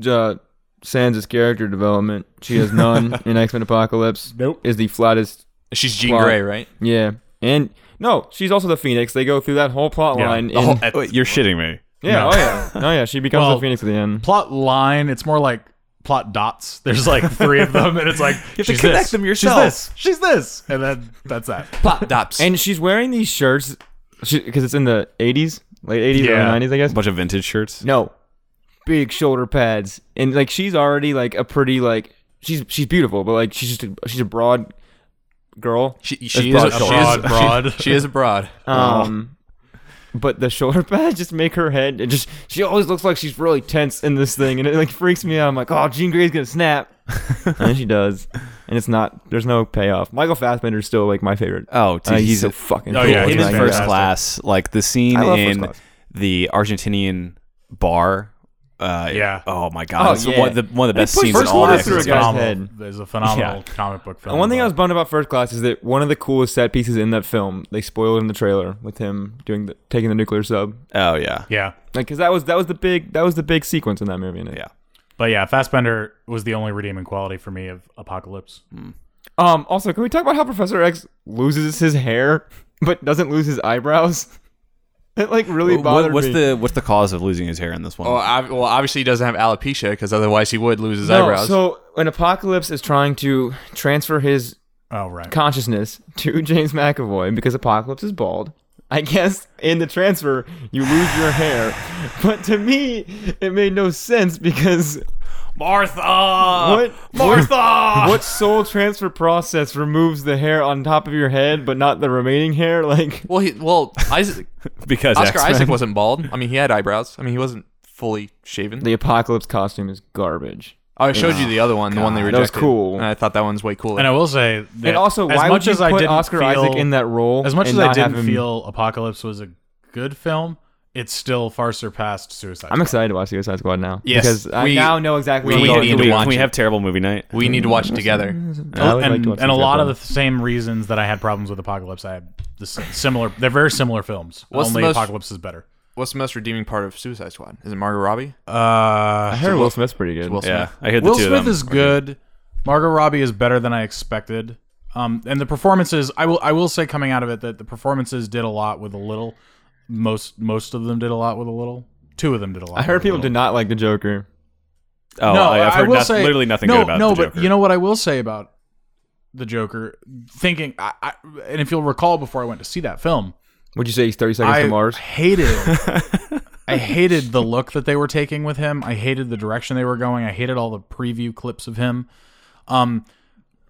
[SPEAKER 1] uh, Sans' character development, she has none in X Men Apocalypse.
[SPEAKER 2] Nope.
[SPEAKER 1] Is the flattest.
[SPEAKER 3] She's Jean
[SPEAKER 1] Plot.
[SPEAKER 3] Grey, right?
[SPEAKER 1] Yeah, and no, she's also the Phoenix. They go through that whole plot
[SPEAKER 2] Yeah,
[SPEAKER 1] line. in-
[SPEAKER 5] Wait, you're shitting me.
[SPEAKER 1] yeah,
[SPEAKER 2] No.
[SPEAKER 1] oh yeah, oh yeah. She becomes
[SPEAKER 2] Well,
[SPEAKER 1] the Phoenix at the end.
[SPEAKER 2] plot line? It's more like plot dots. There's like three of them, and it's like
[SPEAKER 5] have to
[SPEAKER 2] she's
[SPEAKER 5] connect
[SPEAKER 2] this,
[SPEAKER 5] them yourself.
[SPEAKER 2] She's this. She's this, and then that's that.
[SPEAKER 3] Plot dots.
[SPEAKER 1] And she's wearing these shirts because it's in the 80s, late 80s,
[SPEAKER 2] Yeah.
[SPEAKER 1] early 90s, I
[SPEAKER 5] A
[SPEAKER 1] guess.
[SPEAKER 5] bunch of vintage shirts.
[SPEAKER 1] No, big shoulder pads, and like she's already like a pretty like she's she's beautiful, but like she's just a, she's a broad girl.
[SPEAKER 3] She, she is
[SPEAKER 1] broad
[SPEAKER 3] a she
[SPEAKER 1] shoulders.
[SPEAKER 3] is-
[SPEAKER 2] Broad,
[SPEAKER 3] She, she is abroad.
[SPEAKER 1] Um, but the shoulder pads just make her head. It just she always looks like she's really tense in this thing, and it like freaks me out. I'm like, oh, Jean Grey's gonna snap, and then she does, and it's not. There's no payoff. Michael Fassbender's still like my favorite.
[SPEAKER 5] Oh,
[SPEAKER 1] Uh,
[SPEAKER 5] dude,
[SPEAKER 1] he's,
[SPEAKER 5] he's
[SPEAKER 1] so
[SPEAKER 5] a-
[SPEAKER 1] fucking.
[SPEAKER 2] Oh,
[SPEAKER 1] cool.
[SPEAKER 2] yeah,
[SPEAKER 1] He's
[SPEAKER 2] he
[SPEAKER 5] in
[SPEAKER 2] was
[SPEAKER 1] my
[SPEAKER 2] very
[SPEAKER 1] favorite.
[SPEAKER 5] first
[SPEAKER 2] fantastic.
[SPEAKER 5] class, like the scene
[SPEAKER 1] I love First
[SPEAKER 5] in
[SPEAKER 1] Class.
[SPEAKER 5] the Argentinian bar. Uh,
[SPEAKER 2] Yeah.
[SPEAKER 5] Oh my god,
[SPEAKER 1] Oh,
[SPEAKER 5] it's
[SPEAKER 1] yeah.
[SPEAKER 5] one, of the, one of the
[SPEAKER 1] They
[SPEAKER 5] best
[SPEAKER 1] push
[SPEAKER 5] scenes in
[SPEAKER 1] first
[SPEAKER 5] all
[SPEAKER 1] water
[SPEAKER 5] of
[SPEAKER 1] Class through a
[SPEAKER 5] this.
[SPEAKER 1] guy's
[SPEAKER 2] phenomenal-
[SPEAKER 1] head.
[SPEAKER 2] Is a phenomenal comic book film.
[SPEAKER 1] And one thing I was
[SPEAKER 2] about-
[SPEAKER 1] bummed about First Class is that one of the coolest set pieces in that film they spoiled in the trailer with him doing the taking the nuclear sub.
[SPEAKER 5] Oh yeah,
[SPEAKER 2] yeah,
[SPEAKER 1] Like, cause that was that was the big that was the big sequence in that movie. innit?
[SPEAKER 5] Yeah.
[SPEAKER 2] but yeah, Fassbender was the only redeeming quality for me of Apocalypse.
[SPEAKER 1] Um. Also, can we talk about how Professor X loses his hair but doesn't lose his eyebrows? It like really
[SPEAKER 5] What,
[SPEAKER 1] bothered
[SPEAKER 5] what's
[SPEAKER 1] me. Oh.
[SPEAKER 5] the what's the cause of losing his hair in this one?
[SPEAKER 3] Well, ob- well, obviously he doesn't have alopecia because otherwise he would lose his
[SPEAKER 1] no,
[SPEAKER 3] eyebrows.
[SPEAKER 1] So when Apocalypse is trying to transfer his
[SPEAKER 2] Oh right,
[SPEAKER 1] consciousness to James McAvoy because Apocalypse is bald. I guess in the transfer you lose your hair, but to me it made no sense because
[SPEAKER 5] Martha,
[SPEAKER 1] what what soul transfer process removes the hair on top of your head but not the remaining hair? Like
[SPEAKER 3] well, he, well, Isaac,
[SPEAKER 5] because
[SPEAKER 3] Oscar
[SPEAKER 5] X-Men.
[SPEAKER 3] Isaac wasn't bald. I mean, he had eyebrows. I mean, he wasn't fully shaven.
[SPEAKER 1] the Apocalypse costume is garbage.
[SPEAKER 3] Oh, I showed you the other one, the one they
[SPEAKER 1] God. That
[SPEAKER 3] rejected.
[SPEAKER 1] was cool.
[SPEAKER 3] And I thought that one's way cooler.
[SPEAKER 2] and I will say, that
[SPEAKER 1] And also,
[SPEAKER 2] as
[SPEAKER 1] why would
[SPEAKER 2] much
[SPEAKER 1] you
[SPEAKER 2] as
[SPEAKER 1] put
[SPEAKER 2] I didn't
[SPEAKER 1] Oscar
[SPEAKER 2] feel,
[SPEAKER 1] Isaac in that role?
[SPEAKER 2] As much
[SPEAKER 1] and
[SPEAKER 2] as I
[SPEAKER 1] not have
[SPEAKER 2] didn't
[SPEAKER 1] him-
[SPEAKER 2] feel Apocalypse was a good film, it still far surpassed Suicide.
[SPEAKER 1] I'm
[SPEAKER 2] Squad.
[SPEAKER 1] excited to watch Suicide Squad now.
[SPEAKER 3] Yes,
[SPEAKER 1] because I
[SPEAKER 3] we-
[SPEAKER 1] now know exactly.
[SPEAKER 3] we
[SPEAKER 1] what
[SPEAKER 5] Can
[SPEAKER 1] I'm
[SPEAKER 5] we,
[SPEAKER 3] need
[SPEAKER 1] going
[SPEAKER 3] to
[SPEAKER 1] through.
[SPEAKER 3] watch
[SPEAKER 5] can we
[SPEAKER 3] it.
[SPEAKER 5] have terrible movie night?
[SPEAKER 3] we need to watch it together.
[SPEAKER 1] I would
[SPEAKER 2] and,
[SPEAKER 1] like to watch
[SPEAKER 2] and a
[SPEAKER 1] Suicide
[SPEAKER 2] lot of
[SPEAKER 1] Squad.
[SPEAKER 2] the same reasons that I had problems with Apocalypse, I had the s- similar. They're very similar films.
[SPEAKER 3] What's the
[SPEAKER 2] Only
[SPEAKER 3] most-
[SPEAKER 2] Apocalypse is better.
[SPEAKER 3] What's the most redeeming part of Suicide Squad? Is it Margot Robbie?
[SPEAKER 2] Uh,
[SPEAKER 1] I heard Will Smith's pretty good.
[SPEAKER 3] Will Smith.
[SPEAKER 5] Yeah, I heard the
[SPEAKER 2] Will
[SPEAKER 5] two of
[SPEAKER 2] Smith
[SPEAKER 5] them.
[SPEAKER 2] is good. Margot Robbie is better than I expected. Um, and the performances, I will, I will say, coming out of it, that the performances did a lot with a little. Most, most of them did a lot with a little. Two of them did a lot.
[SPEAKER 1] I heard people
[SPEAKER 2] did
[SPEAKER 1] did not like the Joker.
[SPEAKER 5] oh,
[SPEAKER 2] no,
[SPEAKER 5] I, have
[SPEAKER 2] I
[SPEAKER 5] heard
[SPEAKER 2] will
[SPEAKER 5] noth-
[SPEAKER 2] say-
[SPEAKER 5] literally nothing
[SPEAKER 2] no,
[SPEAKER 5] good about
[SPEAKER 2] no,
[SPEAKER 5] the
[SPEAKER 2] but
[SPEAKER 5] Joker.
[SPEAKER 2] you know what I will say about the Joker. Thinking, I, I, and if you'll recall, before I went to see that film,
[SPEAKER 1] Would you say he's 30 Seconds
[SPEAKER 2] I
[SPEAKER 1] to Mars?
[SPEAKER 2] hated. I hated the look that they were taking with him. I hated the direction they were going. I hated all the preview clips of him. Um,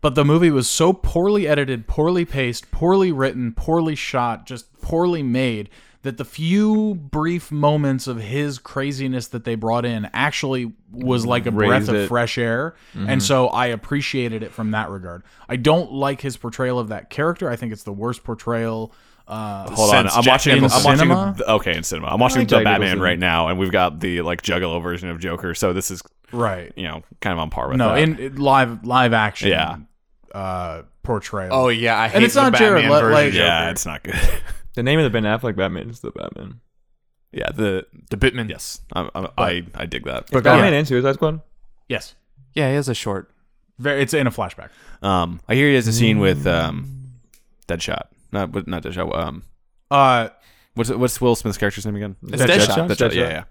[SPEAKER 2] but the movie was so poorly edited, poorly paced, poorly written, poorly shot, just poorly made that the few brief moments of his craziness that they brought in actually was like a breath
[SPEAKER 1] Raised
[SPEAKER 2] of
[SPEAKER 1] it. Mm-hmm.
[SPEAKER 2] fresh air. And so I appreciated it from that regard. I don't like his portrayal of that character. I think it's the worst portrayal. Uh,
[SPEAKER 5] Hold on,
[SPEAKER 2] since
[SPEAKER 5] I'm
[SPEAKER 2] Jack
[SPEAKER 5] watching.
[SPEAKER 2] in
[SPEAKER 5] I'm
[SPEAKER 2] cinema?
[SPEAKER 5] watching. The, okay, in cinema, I'm watching
[SPEAKER 1] like
[SPEAKER 5] the
[SPEAKER 1] Jack
[SPEAKER 5] Batman
[SPEAKER 1] Nicholson.
[SPEAKER 5] right now, and we've got the like Juggalo version of Joker. So this is
[SPEAKER 2] Right.
[SPEAKER 5] you know kind of on par with
[SPEAKER 2] No,
[SPEAKER 5] that.
[SPEAKER 2] in, in live live action
[SPEAKER 5] Yeah.
[SPEAKER 2] uh portrayal.
[SPEAKER 3] Oh yeah, I hate
[SPEAKER 2] it's
[SPEAKER 3] the
[SPEAKER 2] not Jared
[SPEAKER 3] Batman
[SPEAKER 2] Le-
[SPEAKER 3] version.
[SPEAKER 2] like-
[SPEAKER 5] yeah,
[SPEAKER 2] Joker.
[SPEAKER 5] it's not good.
[SPEAKER 1] The name of the Ben Affleck Batman is the Batman.
[SPEAKER 5] yeah, the
[SPEAKER 3] the Bitman.
[SPEAKER 5] yes, I'm, I'm, I I dig that.
[SPEAKER 1] Is Batman and Suicide Squad?
[SPEAKER 2] yes.
[SPEAKER 3] Yeah, he has a short.
[SPEAKER 2] Very, it's in a flashback.
[SPEAKER 5] Um, I hear he has a scene with um, Deadshot. Not with- not Deadshot. Um,
[SPEAKER 2] Uh
[SPEAKER 5] what's what's Will Smith's character's name again?
[SPEAKER 3] It's
[SPEAKER 1] Deadshot?
[SPEAKER 3] Deadshot.
[SPEAKER 5] Deadshot.
[SPEAKER 1] Deadshot.
[SPEAKER 5] Yeah, yeah.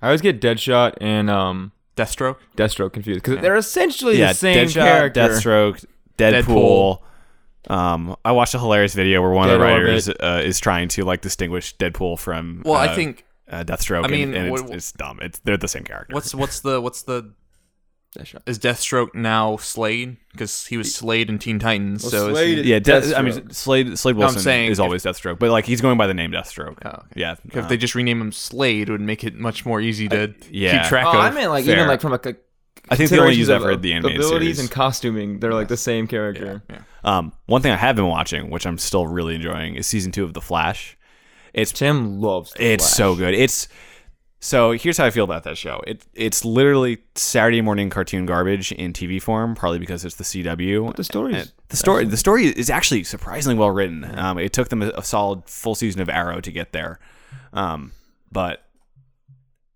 [SPEAKER 1] I always get Deadshot and um,
[SPEAKER 3] Deathstroke.
[SPEAKER 1] Deathstroke confused because they're essentially
[SPEAKER 5] yeah
[SPEAKER 1] the same
[SPEAKER 5] Deadshot,
[SPEAKER 1] character.
[SPEAKER 5] Deathstroke, Deadpool. Um, I watched a hilarious video where one of the
[SPEAKER 1] Dead
[SPEAKER 5] writers uh, is trying to like distinguish Deadpool from
[SPEAKER 3] Well, I
[SPEAKER 5] uh,
[SPEAKER 3] think
[SPEAKER 5] uh, Deathstroke.
[SPEAKER 3] I mean,
[SPEAKER 5] and, and it's,
[SPEAKER 3] what-
[SPEAKER 5] it's dumb. It's they're the same character.
[SPEAKER 3] what's what's the what's the
[SPEAKER 1] Deathshot.
[SPEAKER 3] is Deathstroke now Slade because he was Slade in Teen Titans. so is
[SPEAKER 1] Slade
[SPEAKER 3] he-
[SPEAKER 1] is-
[SPEAKER 5] yeah, Death, I mean,
[SPEAKER 1] Deathstroke.
[SPEAKER 5] Slade Slade Wilson
[SPEAKER 3] saying
[SPEAKER 5] is
[SPEAKER 3] if-
[SPEAKER 5] always Deathstroke, but like he's going by the name Deathstroke.
[SPEAKER 3] Oh, okay.
[SPEAKER 5] Yeah,
[SPEAKER 3] if
[SPEAKER 5] um,
[SPEAKER 3] they just rename him Slade, it would make it much more easy to
[SPEAKER 5] yeah.
[SPEAKER 3] keep track
[SPEAKER 1] Oh,
[SPEAKER 3] of.
[SPEAKER 1] I meant like
[SPEAKER 5] Fair.
[SPEAKER 1] even like from a. c-
[SPEAKER 5] I think they only use
[SPEAKER 1] considerations
[SPEAKER 5] that
[SPEAKER 1] of
[SPEAKER 5] for the animated
[SPEAKER 1] abilities
[SPEAKER 5] series.
[SPEAKER 1] and costuming. They're like the same character.
[SPEAKER 5] Um, one thing I have been watching, which I'm still really enjoying, is season two of The Flash.
[SPEAKER 1] Tim loves. The
[SPEAKER 5] It's
[SPEAKER 1] Flash.
[SPEAKER 5] so good. It's so here's how I feel about that show. It it's literally Saturday morning cartoon garbage in TV form, probably because it's the CW.
[SPEAKER 1] the stories.
[SPEAKER 5] And the story the story is actually surprisingly well written. Um, it took them a, a solid full season of Arrow to get there, um, but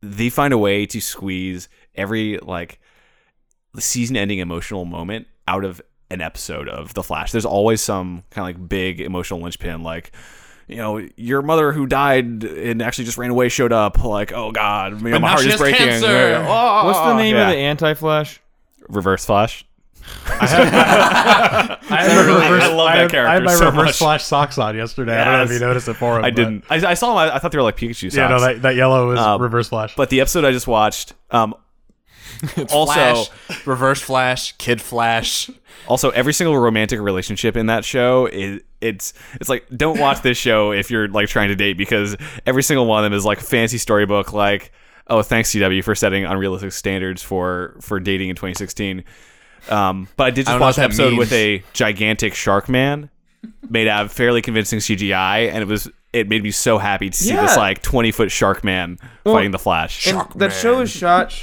[SPEAKER 5] they find a way to squeeze every like season-ending emotional moment out of an episode of The Flash. There's always some kind of like big emotional linchpin, like you know your mother who died and actually just ran away showed up. Like oh god, you know, my
[SPEAKER 3] now
[SPEAKER 5] heart
[SPEAKER 3] she
[SPEAKER 5] is
[SPEAKER 3] has
[SPEAKER 5] breaking.
[SPEAKER 3] cancer.
[SPEAKER 5] Oh,
[SPEAKER 1] What's the name
[SPEAKER 5] yeah.
[SPEAKER 1] of the anti-Flash?
[SPEAKER 5] Reverse Flash.
[SPEAKER 2] I, had my reverse,
[SPEAKER 5] I
[SPEAKER 2] had-
[SPEAKER 5] love that
[SPEAKER 2] I had
[SPEAKER 5] character
[SPEAKER 2] my
[SPEAKER 5] so
[SPEAKER 2] reverse
[SPEAKER 5] much.
[SPEAKER 2] flash socks on yesterday. I don't know if you
[SPEAKER 5] Yes.
[SPEAKER 2] noticed it for him.
[SPEAKER 5] I
[SPEAKER 2] but-
[SPEAKER 5] didn't. Uh, I, I saw them. I, I thought they were like Pikachu socks.
[SPEAKER 2] Yeah, no, that, that yellow is
[SPEAKER 5] Um,
[SPEAKER 2] reverse flash.
[SPEAKER 5] But the episode I just watched, um, also,
[SPEAKER 3] Flash, Reverse Flash, Kid Flash.
[SPEAKER 5] also every single romantic relationship in that show is it's it's like don't watch this show if you're like trying to date because every single one of them is like fancy storybook like oh thanks CW for setting unrealistic standards for for dating in 2016. Um, but I did
[SPEAKER 3] I
[SPEAKER 5] just
[SPEAKER 3] don't know
[SPEAKER 5] watch
[SPEAKER 3] what
[SPEAKER 5] an
[SPEAKER 3] that
[SPEAKER 5] episode with a
[SPEAKER 3] means.
[SPEAKER 5] gigantic shark man made out of fairly convincing CGI, and it was it made me so happy to see
[SPEAKER 1] Yeah.
[SPEAKER 5] this like 20 foot shark man fighting the Flash.
[SPEAKER 1] And that show is shot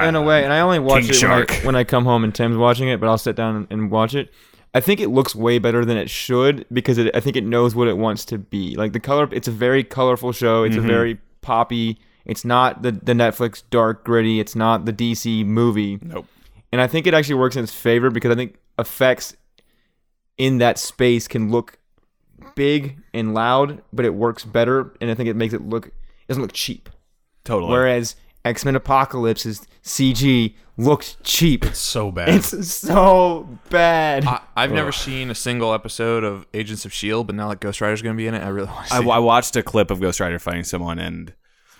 [SPEAKER 1] in a way, and I only watch it when I,
[SPEAKER 5] Shark.
[SPEAKER 1] when I come home and Tim's watching it, but I'll sit down and, and watch it. I think it looks way better than it should because it, I think it knows what it wants to be. Like the color, it's a very colorful show. It's a very poppy. It's not the the Netflix dark gritty. It's not the DC movie. Nope. And I think it actually works in its favor because I think effects in that space can look big and loud, but it works better. And I think it makes it look it doesn't look cheap.
[SPEAKER 5] totally.
[SPEAKER 1] Whereas X Men Apocalypse is CG looked cheap.
[SPEAKER 2] so bad.
[SPEAKER 1] It's so bad.
[SPEAKER 3] I, I've never seen a single episode of Agents of Shield, E but now that Ghost Rider's going to be in it, I really want to see.
[SPEAKER 5] I,
[SPEAKER 3] it.
[SPEAKER 5] I watched a clip of Ghost Rider fighting someone, and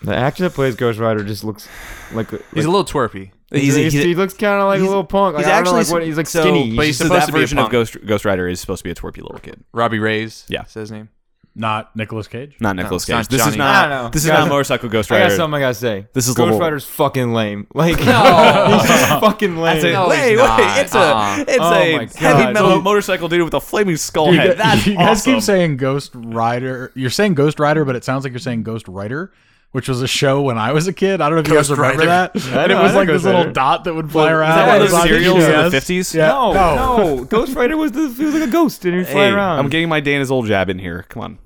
[SPEAKER 1] the actor that plays Ghost Rider just looks like, like-
[SPEAKER 3] He's a little twerpy.
[SPEAKER 5] he's, he's,
[SPEAKER 1] he looks kind of like a little punk. Like, I don't know, like,
[SPEAKER 5] s-
[SPEAKER 1] what, he's like
[SPEAKER 5] so-
[SPEAKER 1] skinny.
[SPEAKER 3] but he's
[SPEAKER 5] so
[SPEAKER 3] supposed
[SPEAKER 5] that
[SPEAKER 3] to be a
[SPEAKER 5] version of
[SPEAKER 3] punk.
[SPEAKER 5] Ghost Ghost Rider is supposed to be a twerpy little kid,
[SPEAKER 3] Robbie Reyes.
[SPEAKER 5] Yeah.
[SPEAKER 3] is his name.
[SPEAKER 2] Not Nicolas Cage.
[SPEAKER 5] not Nicholas
[SPEAKER 3] it's not
[SPEAKER 5] Cage. this is
[SPEAKER 3] Johnny.
[SPEAKER 1] I don't know.
[SPEAKER 5] not this is
[SPEAKER 1] Guys,
[SPEAKER 5] not motorcycle Ghost
[SPEAKER 1] I got
[SPEAKER 5] Rider.
[SPEAKER 1] something I gotta say.
[SPEAKER 5] This is
[SPEAKER 1] Ghost
[SPEAKER 5] little-
[SPEAKER 1] Rider's fucking lame. Like,
[SPEAKER 3] No.
[SPEAKER 1] he's just fucking lame.
[SPEAKER 5] It's a-
[SPEAKER 3] No,
[SPEAKER 5] wait,
[SPEAKER 3] he's
[SPEAKER 5] wait,
[SPEAKER 3] not.
[SPEAKER 5] it's a
[SPEAKER 3] Uh-uh.
[SPEAKER 5] it's
[SPEAKER 1] Oh my
[SPEAKER 5] a heavy
[SPEAKER 1] God.
[SPEAKER 5] metal
[SPEAKER 1] So-
[SPEAKER 5] motorcycle dude with a flaming skull
[SPEAKER 2] You, guys-
[SPEAKER 5] head. That's
[SPEAKER 2] you guys
[SPEAKER 5] awesome.
[SPEAKER 2] keep saying Ghost Rider. You're saying Ghost Rider, but it sounds like you're saying Ghost Writer, which was a show when I was a kid. I don't know if you guys
[SPEAKER 3] Ghost
[SPEAKER 2] remember
[SPEAKER 3] Rider.
[SPEAKER 2] that.
[SPEAKER 1] I
[SPEAKER 2] And it
[SPEAKER 1] know, I
[SPEAKER 2] was
[SPEAKER 1] know
[SPEAKER 2] like this
[SPEAKER 1] Ghost
[SPEAKER 2] little
[SPEAKER 1] Rider.
[SPEAKER 2] dot that would fly around.
[SPEAKER 5] that one of
[SPEAKER 2] It was
[SPEAKER 5] those
[SPEAKER 2] on
[SPEAKER 5] serials in the
[SPEAKER 2] PBS.
[SPEAKER 5] 50s?
[SPEAKER 2] Yeah.
[SPEAKER 1] no,
[SPEAKER 2] no.
[SPEAKER 1] no, Ghost Rider was the he was like a ghost and he'd fly
[SPEAKER 5] Hey,
[SPEAKER 1] around.
[SPEAKER 5] I'm getting my Dana's old jab in here. Come on.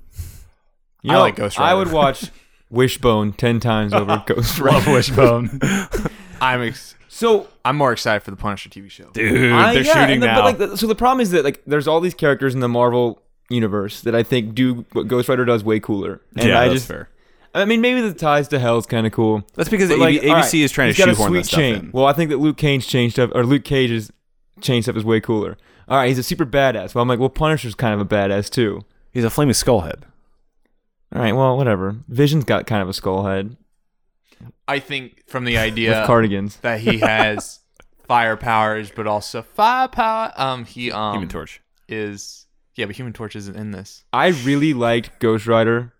[SPEAKER 1] you
[SPEAKER 3] I
[SPEAKER 1] know,
[SPEAKER 3] like Ghost
[SPEAKER 1] I
[SPEAKER 3] Rider.
[SPEAKER 1] would watch Wishbone ten times over Ghost Rider.
[SPEAKER 2] Love Wishbone.
[SPEAKER 3] I'm ex-
[SPEAKER 1] So
[SPEAKER 3] I'm more excited for the Punisher TV show.
[SPEAKER 5] Dude,
[SPEAKER 1] I-
[SPEAKER 5] they're
[SPEAKER 1] yeah, and
[SPEAKER 5] shooting
[SPEAKER 1] the-
[SPEAKER 5] now.
[SPEAKER 1] But like, the- so the problem is that like, there's all these characters in the Marvel universe that I think do what Ghost Rider does way cooler. And
[SPEAKER 5] yeah,
[SPEAKER 1] I
[SPEAKER 5] that's
[SPEAKER 1] just,
[SPEAKER 5] fair.
[SPEAKER 1] I mean, maybe the ties to hell is kind of cool.
[SPEAKER 5] That's because
[SPEAKER 1] But,
[SPEAKER 5] AB-
[SPEAKER 1] like,
[SPEAKER 5] ABC
[SPEAKER 1] all right,
[SPEAKER 5] is trying to
[SPEAKER 1] he's got a
[SPEAKER 5] shoehorn
[SPEAKER 1] sweet
[SPEAKER 5] that stuff
[SPEAKER 1] chain.
[SPEAKER 5] in.
[SPEAKER 1] Well, I think that Luke Cage's chain stuff or Luke Cage's chain stuff is way cooler. All right, he's a super badass. Well, I'm like, well, Punisher's kind of a badass too.
[SPEAKER 5] He's a flaming skull head.
[SPEAKER 1] All right, well, whatever. Vision's got kind of a skull head
[SPEAKER 3] I think from the idea
[SPEAKER 5] Uh,
[SPEAKER 1] with cardigans.
[SPEAKER 3] that he has fire powers, but also firepower. Um, he um
[SPEAKER 5] Human Torch.
[SPEAKER 3] is yeah, but Human Torch isn't in this.
[SPEAKER 1] I really liked Ghost Rider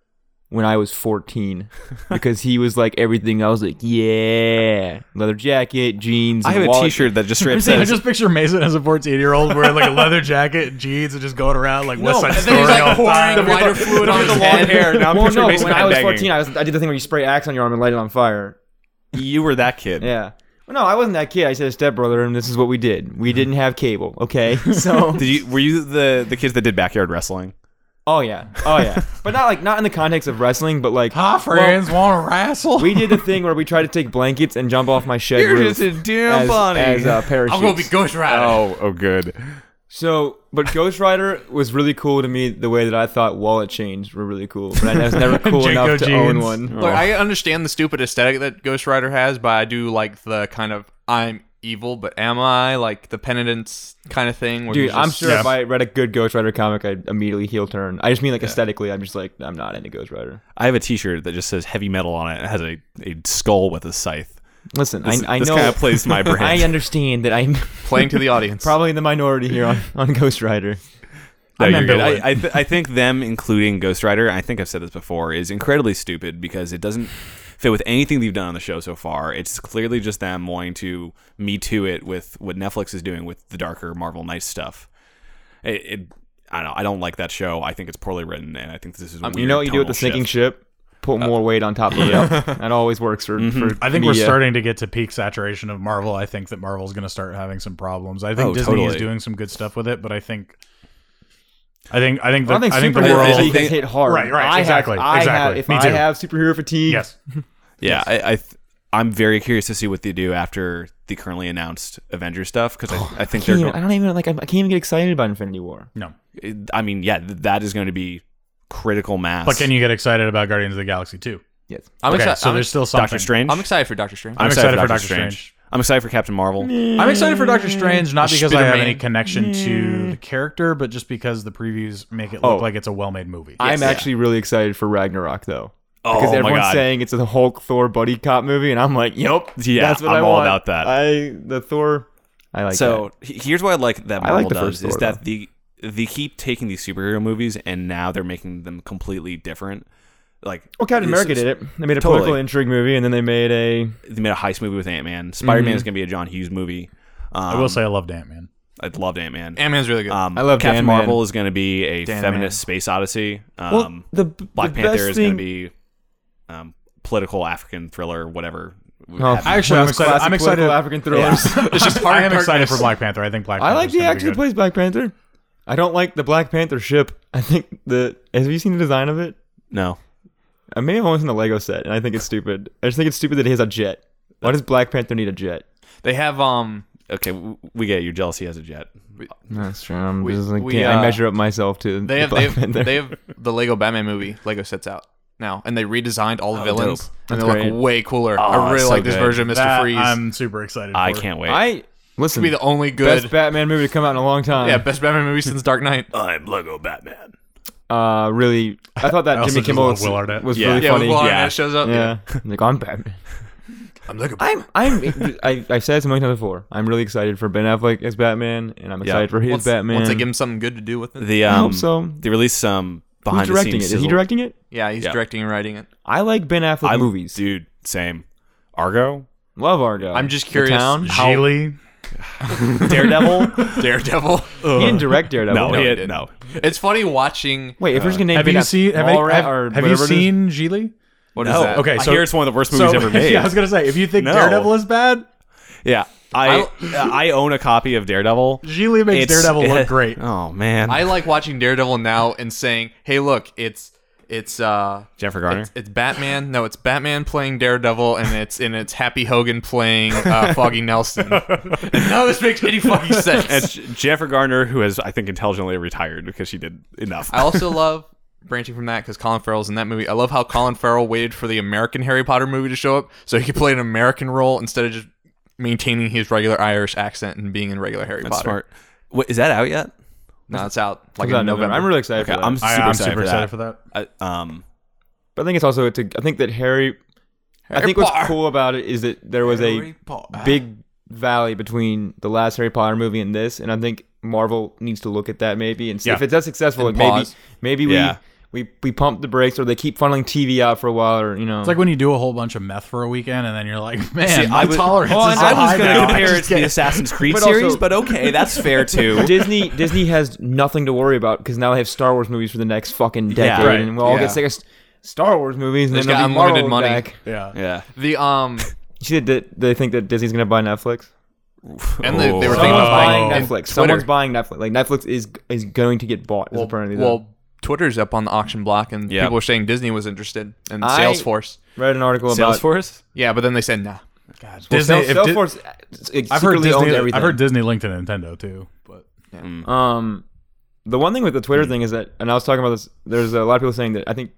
[SPEAKER 1] when I was 14 because he was like everything. I was like, yeah, leather jacket, jeans.
[SPEAKER 5] I
[SPEAKER 1] and
[SPEAKER 5] have a
[SPEAKER 1] wallet.
[SPEAKER 5] T-shirt that just straight up
[SPEAKER 2] I
[SPEAKER 5] says
[SPEAKER 2] just picture Mason as a 14 year old wearing like a leather jacket and jeans and just going around like West Side Story all the time.
[SPEAKER 3] lighter fluid on his head.
[SPEAKER 5] Now I'm
[SPEAKER 1] well,
[SPEAKER 5] picturing
[SPEAKER 1] no, but
[SPEAKER 5] Mason
[SPEAKER 1] when I was
[SPEAKER 5] headbanging.
[SPEAKER 1] 14, I, was, I did the thing where you spray axe on your arm and light it on fire.
[SPEAKER 5] You were that kid.
[SPEAKER 1] Yeah. Well, no, I wasn't that kid. I said a stepbrother, and this is what we did.
[SPEAKER 5] Mm-hmm.
[SPEAKER 1] We didn't have cable, okay? So,
[SPEAKER 5] Did you? Were you the the kids that did backyard wrestling?
[SPEAKER 1] oh yeah, oh yeah, but not like not in the context of wrestling, but like
[SPEAKER 2] Hi, friends. Want to wrestle?
[SPEAKER 1] we did the thing where we tried to take blankets and jump off my shed roof
[SPEAKER 5] damn
[SPEAKER 1] as, Uh, as uh, parachutes.
[SPEAKER 3] I'm gonna be Ghost Rider.
[SPEAKER 5] oh, oh, good.
[SPEAKER 1] So, but Ghost Rider was really cool to me the way that I thought wallet chains were really cool, but I was never cool
[SPEAKER 2] Jenko
[SPEAKER 1] enough to own
[SPEAKER 2] jeans.
[SPEAKER 1] one.
[SPEAKER 3] Look, I understand the stupid aesthetic that Ghost Rider has, but I do like the kind of I'm evil, but am I like the penitence kind of thing. Where
[SPEAKER 1] Dude,
[SPEAKER 3] you're
[SPEAKER 1] I'm
[SPEAKER 3] just-
[SPEAKER 1] sure
[SPEAKER 2] Yeah.
[SPEAKER 1] if I read a good Ghost Rider comic, I'd immediately heel turn. I just mean like aesthetically, I'm just like I'm not into Ghost Rider.
[SPEAKER 5] I have a T-shirt that just says heavy metal on it. It has a, a skull with a scythe.
[SPEAKER 1] Listen,
[SPEAKER 5] This,
[SPEAKER 1] I, I
[SPEAKER 5] this
[SPEAKER 1] know
[SPEAKER 5] kind of plays to my brain.
[SPEAKER 1] I understand that I'm
[SPEAKER 3] playing to the audience.
[SPEAKER 1] probably the minority here on, on Ghost Rider.
[SPEAKER 5] No,
[SPEAKER 2] I'm
[SPEAKER 5] you're
[SPEAKER 2] into
[SPEAKER 5] good.
[SPEAKER 2] it.
[SPEAKER 5] I, I, th- I think them including Ghost Rider. I think I've said this before is incredibly stupid because it doesn't fit with anything they've done on the show so far. It's clearly just them wanting to me too it with what Netflix is doing with the darker Marvel Knights stuff. It, it, I don't. know. I don't like that show. I think it's poorly written, and I think this is. A
[SPEAKER 1] You know what you do with the sinking ship? Put more weight on top of it. That always works for. for
[SPEAKER 2] I think we're
[SPEAKER 1] media.
[SPEAKER 2] starting to get to peak saturation of Marvel. I think that Marvel's going to start having some problems. I think
[SPEAKER 5] Oh,
[SPEAKER 2] Disney is
[SPEAKER 5] totally.
[SPEAKER 2] doing some good stuff with it, but I think, I think, I think, the,
[SPEAKER 1] I think
[SPEAKER 2] I think the
[SPEAKER 1] superhero
[SPEAKER 5] I
[SPEAKER 2] world.
[SPEAKER 1] fatigue
[SPEAKER 5] think-
[SPEAKER 1] has hit hard.
[SPEAKER 2] Right, right,
[SPEAKER 1] I have-
[SPEAKER 2] exactly,
[SPEAKER 1] I have,
[SPEAKER 2] exactly.
[SPEAKER 1] if
[SPEAKER 2] Me
[SPEAKER 1] I
[SPEAKER 2] too.
[SPEAKER 1] have superhero fatigue,
[SPEAKER 2] yes,
[SPEAKER 5] Yeah, I, I th- I'm very curious to see what they do after the currently announced Avengers stuff because
[SPEAKER 1] Oh,
[SPEAKER 5] I, I think they're.
[SPEAKER 1] can't even-
[SPEAKER 5] Going,
[SPEAKER 1] I don't even like. I'm- I can't even get excited about Infinity War.
[SPEAKER 2] no.
[SPEAKER 5] I mean, yeah, th- that is going to be critical mass.
[SPEAKER 2] But can you get excited about Guardians of the Galaxy too?
[SPEAKER 1] Yes.
[SPEAKER 3] I'm
[SPEAKER 2] okay,
[SPEAKER 3] excited.
[SPEAKER 2] so
[SPEAKER 3] I'm,
[SPEAKER 2] there's still something.
[SPEAKER 5] Doctor Strange?
[SPEAKER 3] I'm excited for Doctor Strange.
[SPEAKER 2] I'm excited for Doctor Strange.
[SPEAKER 5] I'm excited for Captain Marvel.
[SPEAKER 1] Mm.
[SPEAKER 2] I'm excited for Doctor Strange, not because I have
[SPEAKER 3] Spider-Man.
[SPEAKER 2] any connection to the character, but just because the previews make it look
[SPEAKER 1] Oh.
[SPEAKER 2] like it's a well-made movie.
[SPEAKER 1] I'm actually really excited for Ragnarok though. because
[SPEAKER 5] Oh
[SPEAKER 2] Oh
[SPEAKER 5] my
[SPEAKER 1] everyone's
[SPEAKER 5] God.
[SPEAKER 1] saying it's a Hulk Thor buddy cop movie, and I'm like, yep,
[SPEAKER 5] Yeah,
[SPEAKER 1] that's what
[SPEAKER 5] I'm
[SPEAKER 1] I
[SPEAKER 5] all
[SPEAKER 1] want.
[SPEAKER 5] about that.
[SPEAKER 1] I the Thor, I like
[SPEAKER 5] so he- here's what I like that
[SPEAKER 1] I
[SPEAKER 5] Marvel
[SPEAKER 1] like the
[SPEAKER 5] does
[SPEAKER 1] first
[SPEAKER 5] is
[SPEAKER 1] Thor,
[SPEAKER 5] that the they keep taking these superhero movies and now they're making them completely different. Like
[SPEAKER 1] Well, Captain
[SPEAKER 5] this
[SPEAKER 1] America
[SPEAKER 5] is-
[SPEAKER 1] did it. They made a
[SPEAKER 5] Totally. Um,
[SPEAKER 1] political intrigue movie, and then they made a
[SPEAKER 5] They made a heist movie with Ant Man. Spider Man is
[SPEAKER 1] Mm-hmm.
[SPEAKER 5] going to be a John Hughes movie. Um,
[SPEAKER 2] I will say I loved Ant Man.
[SPEAKER 5] I loved Ant Man.
[SPEAKER 3] Ant Man's really good.
[SPEAKER 5] Um,
[SPEAKER 1] I loved
[SPEAKER 5] Captain
[SPEAKER 1] Ant-Man.
[SPEAKER 5] Marvel is going to be a
[SPEAKER 3] Dan
[SPEAKER 5] feminist
[SPEAKER 3] Man.
[SPEAKER 5] space odyssey. Um,
[SPEAKER 1] the
[SPEAKER 5] Black Panther is going to be um, political African thriller, whatever.
[SPEAKER 1] I
[SPEAKER 2] Actually, I'm excited. I'm excited.
[SPEAKER 1] African thrillers.
[SPEAKER 2] It's just I am excited for Black Panther. I think Black.
[SPEAKER 1] I
[SPEAKER 2] Panther's
[SPEAKER 1] like the
[SPEAKER 2] gonna be
[SPEAKER 1] actor who
[SPEAKER 2] good.
[SPEAKER 1] plays Black Panther. I don't like the Black Panther ship. I think the have you seen the design of it?
[SPEAKER 5] No,
[SPEAKER 1] I may have only seen the Lego set, and I think it's stupid. I just think it's stupid that he has a jet. Why does Black Panther need a jet?
[SPEAKER 3] they have um.
[SPEAKER 5] okay, w- we get it. your jealousy has a jet.
[SPEAKER 1] That's true. I'm
[SPEAKER 3] We-
[SPEAKER 1] just like,
[SPEAKER 3] we,
[SPEAKER 1] can't-
[SPEAKER 3] uh,
[SPEAKER 1] I measure up myself to
[SPEAKER 3] They
[SPEAKER 1] the
[SPEAKER 3] have they
[SPEAKER 1] Black
[SPEAKER 3] have,
[SPEAKER 1] Panther.
[SPEAKER 3] they have the Lego Batman movie Lego sets out now, and they redesigned all the villains, and
[SPEAKER 1] That's
[SPEAKER 3] they
[SPEAKER 1] great.
[SPEAKER 3] look way cooler.
[SPEAKER 5] Oh,
[SPEAKER 3] I really
[SPEAKER 5] that's so
[SPEAKER 3] like this
[SPEAKER 5] good.
[SPEAKER 3] version of Mister
[SPEAKER 2] That
[SPEAKER 3] Freeze.
[SPEAKER 2] I'm super excited.
[SPEAKER 5] I
[SPEAKER 2] for.
[SPEAKER 5] can't wait.
[SPEAKER 1] I
[SPEAKER 3] to
[SPEAKER 1] listen.
[SPEAKER 3] be the only good.
[SPEAKER 1] best Batman movie to come out in a long time.
[SPEAKER 3] yeah, best Batman movie since Dark Knight.
[SPEAKER 5] I'm Lego Batman.
[SPEAKER 1] Uh, really, I thought that
[SPEAKER 2] also
[SPEAKER 1] Jimmy
[SPEAKER 2] just
[SPEAKER 1] Kimmel
[SPEAKER 2] love
[SPEAKER 1] was,
[SPEAKER 2] Will Arnett.
[SPEAKER 1] was
[SPEAKER 5] Yeah.
[SPEAKER 1] really
[SPEAKER 3] yeah,
[SPEAKER 1] funny.
[SPEAKER 3] when Will Arnett
[SPEAKER 5] yeah.
[SPEAKER 3] shows up.
[SPEAKER 1] yeah, I'm like I'm Batman.
[SPEAKER 3] I'm Lego. Batman.
[SPEAKER 1] I'm I'm I, I've said this a million times before. I'm really excited for Ben Affleck as Batman, and I'm excited for his
[SPEAKER 3] Once,
[SPEAKER 1] Batman.
[SPEAKER 3] once they give him something good to do with it.
[SPEAKER 5] The
[SPEAKER 1] I
[SPEAKER 5] um,
[SPEAKER 1] hope so.
[SPEAKER 5] they released some
[SPEAKER 1] Who's
[SPEAKER 5] behind the
[SPEAKER 1] directing it?
[SPEAKER 5] scenes.
[SPEAKER 1] Is he directing it?
[SPEAKER 3] yeah, he's
[SPEAKER 5] yeah.
[SPEAKER 3] directing and writing it.
[SPEAKER 1] I like Ben Affleck movies.
[SPEAKER 5] dude? Same. Argo,
[SPEAKER 1] Love Argo.
[SPEAKER 3] I'm just
[SPEAKER 1] The
[SPEAKER 3] curious
[SPEAKER 1] Town.
[SPEAKER 3] how
[SPEAKER 2] Geely.
[SPEAKER 5] Daredevil.
[SPEAKER 3] Daredevil.
[SPEAKER 1] He didn't direct Daredevil.
[SPEAKER 5] no, he
[SPEAKER 3] he
[SPEAKER 5] had,
[SPEAKER 3] didn't.
[SPEAKER 5] no.
[SPEAKER 3] it's funny watching.
[SPEAKER 1] Wait, if we're just gonna name
[SPEAKER 2] Have
[SPEAKER 1] Ben
[SPEAKER 2] you
[SPEAKER 1] Aff-
[SPEAKER 2] seen? Have, any-
[SPEAKER 1] Mallrat
[SPEAKER 2] have-
[SPEAKER 1] or
[SPEAKER 2] have you
[SPEAKER 1] whatever it is?
[SPEAKER 2] seen Geely?
[SPEAKER 3] What is
[SPEAKER 5] No.
[SPEAKER 3] that?
[SPEAKER 2] Okay,
[SPEAKER 5] I
[SPEAKER 2] so-
[SPEAKER 5] hear it's one of the worst movies ever made.
[SPEAKER 2] yeah, I was gonna say if you think
[SPEAKER 5] No.
[SPEAKER 2] Daredevil is bad,
[SPEAKER 5] Yeah, I I own a copy of Daredevil.
[SPEAKER 2] Geely makes
[SPEAKER 5] It's-
[SPEAKER 2] Daredevil
[SPEAKER 5] it-
[SPEAKER 2] look great.
[SPEAKER 5] Oh man,
[SPEAKER 3] I like watching Daredevil now and saying, "Hey, look, it's it's uh
[SPEAKER 5] Jennifer Garner.
[SPEAKER 3] It's, it's Batman. No, it's Batman playing Daredevil, and it's and it's Happy Hogan playing uh, Foggy Nelson. And none of this makes any fucking sense.
[SPEAKER 5] It's Jennifer Garner, who has I think intelligently retired because she did enough.
[SPEAKER 3] I also love branching from that because Colin Farrell's in that movie. I love how Colin Farrell waited for the American Harry Potter movie to show up so he could play an American role instead of just maintaining his regular Irish accent and being in regular Harry Potter.
[SPEAKER 5] Smart. Wait, is that out yet?
[SPEAKER 3] No, it's out like
[SPEAKER 1] Comes out
[SPEAKER 3] in November.
[SPEAKER 1] I'm really excited
[SPEAKER 5] Okay,
[SPEAKER 1] for that.
[SPEAKER 5] I'm super
[SPEAKER 2] I, am
[SPEAKER 5] excited
[SPEAKER 2] super
[SPEAKER 5] for
[SPEAKER 2] excited
[SPEAKER 5] that.
[SPEAKER 2] for that.
[SPEAKER 5] I- um,
[SPEAKER 1] but I think it's also it's a, I think that Harry. I think what's cool about it is that there was a big valley between the last Harry Potter movie and this, and I think Marvel needs to look at that maybe and see
[SPEAKER 2] Yeah.
[SPEAKER 1] if it's that successful.
[SPEAKER 3] And
[SPEAKER 1] like
[SPEAKER 3] pause.
[SPEAKER 1] maybe maybe
[SPEAKER 5] Yeah.
[SPEAKER 1] we, we we pump the brakes, or they keep funneling TV out for a while, or you know.
[SPEAKER 2] It's like when you do a whole bunch of meth for a weekend, and then you're like, man,
[SPEAKER 5] See,
[SPEAKER 2] my
[SPEAKER 5] I was-
[SPEAKER 2] tolerance
[SPEAKER 1] Well,
[SPEAKER 2] is
[SPEAKER 1] and
[SPEAKER 2] so
[SPEAKER 1] I
[SPEAKER 5] I was
[SPEAKER 2] high
[SPEAKER 5] going to
[SPEAKER 2] now.
[SPEAKER 5] compare
[SPEAKER 2] I
[SPEAKER 5] it
[SPEAKER 2] just
[SPEAKER 5] to the
[SPEAKER 2] can't-
[SPEAKER 5] Assassin's Creed
[SPEAKER 1] But
[SPEAKER 5] series,
[SPEAKER 1] also-
[SPEAKER 5] but okay, that's fair too.
[SPEAKER 1] Disney Disney has nothing to worry about because now they have Star Wars movies for the next fucking decade,
[SPEAKER 2] right.
[SPEAKER 1] and we'll all
[SPEAKER 3] Yeah.
[SPEAKER 1] get sick of S- Star Wars movies, and
[SPEAKER 3] They just
[SPEAKER 1] then
[SPEAKER 3] got
[SPEAKER 1] there'll be
[SPEAKER 3] unlimited
[SPEAKER 1] Marvel
[SPEAKER 3] money.
[SPEAKER 1] Back.
[SPEAKER 2] Yeah.
[SPEAKER 5] yeah,
[SPEAKER 3] the um
[SPEAKER 1] You see that they think that Disney's gonna buy Netflix.
[SPEAKER 3] and they, they were
[SPEAKER 2] Someone's
[SPEAKER 3] thinking of buying
[SPEAKER 2] buying
[SPEAKER 3] and
[SPEAKER 1] Netflix.
[SPEAKER 3] Twitter.
[SPEAKER 1] Someone's buying Netflix. Like Netflix is is going to get bought. Well, apparently,
[SPEAKER 3] well, well, Twitter's up on the auction block, and
[SPEAKER 5] Yeah.
[SPEAKER 3] people were saying Disney was interested and
[SPEAKER 1] I-
[SPEAKER 3] Salesforce.
[SPEAKER 1] read an article about
[SPEAKER 5] Salesforce.
[SPEAKER 3] Yeah, but then they said nah.
[SPEAKER 2] Disney.
[SPEAKER 1] Sal-
[SPEAKER 2] if Di-
[SPEAKER 1] Salesforce. uh,
[SPEAKER 2] I've heard
[SPEAKER 1] secretly owns
[SPEAKER 2] Disney.
[SPEAKER 1] everything.
[SPEAKER 2] I've heard Disney linked to Nintendo too. But
[SPEAKER 1] Um, the one thing with the Twitter thing is that, and I was talking about this. There's a lot of people saying that I think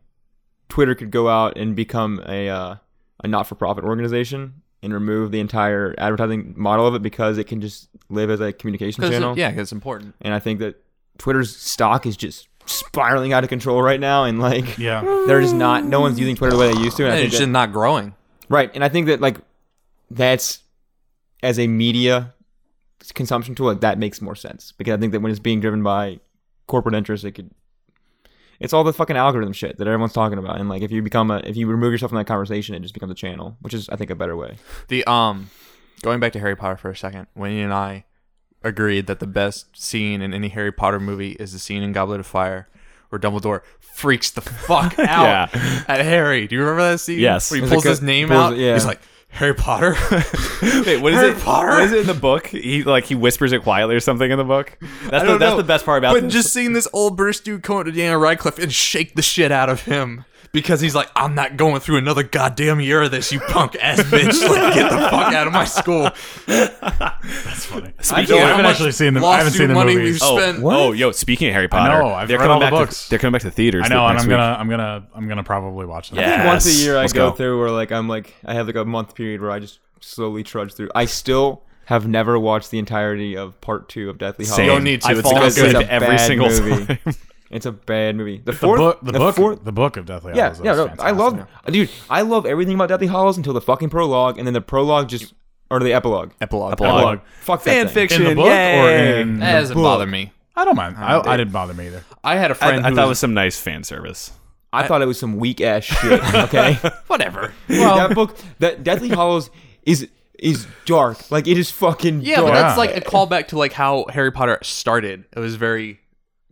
[SPEAKER 1] Twitter could go out and become a uh, a not-for-profit organization and remove the entire advertising model of it because it can just live as a communication
[SPEAKER 3] 'Cause it-
[SPEAKER 1] channel.
[SPEAKER 3] yeah, 'cause it's important.
[SPEAKER 1] And I think that Twitter's stock is just spiraling out of control right now, and like
[SPEAKER 2] yeah,
[SPEAKER 1] they're just not. No one's using Twitter the way they used to. And I
[SPEAKER 3] And
[SPEAKER 1] think
[SPEAKER 3] it's
[SPEAKER 1] that-
[SPEAKER 3] just not growing.
[SPEAKER 1] Right, and I think that like that's as a media consumption tool, like that makes more sense because I think that when it's being driven by corporate interests, it could. It's all the fucking algorithm shit that everyone's talking about, and like if you become a, if you remove yourself from that conversation, it just becomes a channel, which is I think a better way.
[SPEAKER 3] The um, going back to Harry Potter for a second, Winnie and I agreed that the best scene in any Harry Potter movie is the scene in Goblet of Fire where Dumbledore freaks the fuck out
[SPEAKER 5] Yeah.
[SPEAKER 3] at Harry. Do you remember that scene?
[SPEAKER 5] Yes.
[SPEAKER 3] where he
[SPEAKER 1] It's
[SPEAKER 3] pulls
[SPEAKER 1] like a-
[SPEAKER 3] his name
[SPEAKER 1] pulls
[SPEAKER 3] out.
[SPEAKER 1] it, yeah.
[SPEAKER 3] He's like Harry Potter.
[SPEAKER 5] Wait, what is
[SPEAKER 3] Harry
[SPEAKER 5] it?
[SPEAKER 3] Potter?
[SPEAKER 5] What is it in the book? He like he whispers it quietly or something in the book. That's
[SPEAKER 3] I
[SPEAKER 5] the,
[SPEAKER 3] don't
[SPEAKER 5] that's
[SPEAKER 3] know.
[SPEAKER 5] the best part about
[SPEAKER 3] But
[SPEAKER 5] this.
[SPEAKER 3] just seeing this old British dude come up to Daniel Radcliffe and shake the shit out of him because he's like, I'm not going through another goddamn year of this, you punk ass bitch. Like, get the fuck out of my school.
[SPEAKER 2] that's funny.
[SPEAKER 5] Speaking
[SPEAKER 2] I
[SPEAKER 5] of-
[SPEAKER 2] haven't
[SPEAKER 3] How much
[SPEAKER 2] actually seen them. I haven't
[SPEAKER 3] lawsuit
[SPEAKER 2] seen the
[SPEAKER 3] money
[SPEAKER 2] movie.
[SPEAKER 3] we've
[SPEAKER 5] oh,
[SPEAKER 3] spent-
[SPEAKER 5] oh, yo! Speaking of Harry Potter,
[SPEAKER 2] know, I've
[SPEAKER 5] they're
[SPEAKER 2] read
[SPEAKER 5] coming
[SPEAKER 2] all the
[SPEAKER 5] back.
[SPEAKER 2] books.
[SPEAKER 5] To, they're coming back to theaters.
[SPEAKER 2] I know, and
[SPEAKER 5] next
[SPEAKER 2] I'm
[SPEAKER 5] week.
[SPEAKER 2] gonna, I'm gonna, I'm gonna probably watch that.
[SPEAKER 5] Yeah.
[SPEAKER 1] Once a
[SPEAKER 5] Yes.
[SPEAKER 1] year, I
[SPEAKER 5] Let's
[SPEAKER 1] go,
[SPEAKER 5] go.
[SPEAKER 1] through where like I'm like I have like a month period where I just slowly trudge through. I still have never watched the entirety of part two of Deathly Hallows.
[SPEAKER 5] Same.
[SPEAKER 3] don't need to.
[SPEAKER 5] I
[SPEAKER 3] It's
[SPEAKER 5] fall
[SPEAKER 3] not
[SPEAKER 5] asleep
[SPEAKER 1] good.
[SPEAKER 5] every
[SPEAKER 1] It's a
[SPEAKER 5] single
[SPEAKER 1] bad
[SPEAKER 5] time.
[SPEAKER 1] It's a bad movie. The,
[SPEAKER 2] The
[SPEAKER 1] fourth,
[SPEAKER 2] book, the, book,
[SPEAKER 1] fourth-
[SPEAKER 2] the book of Deathly
[SPEAKER 1] yeah,
[SPEAKER 2] Hallows.
[SPEAKER 1] yeah.
[SPEAKER 2] is
[SPEAKER 1] No, I
[SPEAKER 2] fantastic.
[SPEAKER 1] love, dude. I love everything about Deathly Hollows until the fucking prologue, and then the prologue just or the epilogue.
[SPEAKER 3] Epilogue.
[SPEAKER 2] Epilogue.
[SPEAKER 1] Fuck that
[SPEAKER 5] fan
[SPEAKER 1] thing.
[SPEAKER 5] fiction.
[SPEAKER 2] in the book or in
[SPEAKER 3] That
[SPEAKER 2] the
[SPEAKER 3] doesn't
[SPEAKER 2] book?
[SPEAKER 3] bother me.
[SPEAKER 2] I don't mind. I, I didn't bother me either.
[SPEAKER 3] I had a
[SPEAKER 5] I,
[SPEAKER 3] friend
[SPEAKER 5] I
[SPEAKER 3] who
[SPEAKER 5] thought it
[SPEAKER 3] was
[SPEAKER 5] was some nice fan service.
[SPEAKER 1] I thought it was some weak ass shit. Okay,
[SPEAKER 3] whatever.
[SPEAKER 1] that book, that Deathly Hollows is is dark. Like it is fucking
[SPEAKER 3] Yeah,
[SPEAKER 1] dark.
[SPEAKER 3] but that's
[SPEAKER 2] Yeah.
[SPEAKER 3] like a callback to like how Harry Potter started. It was very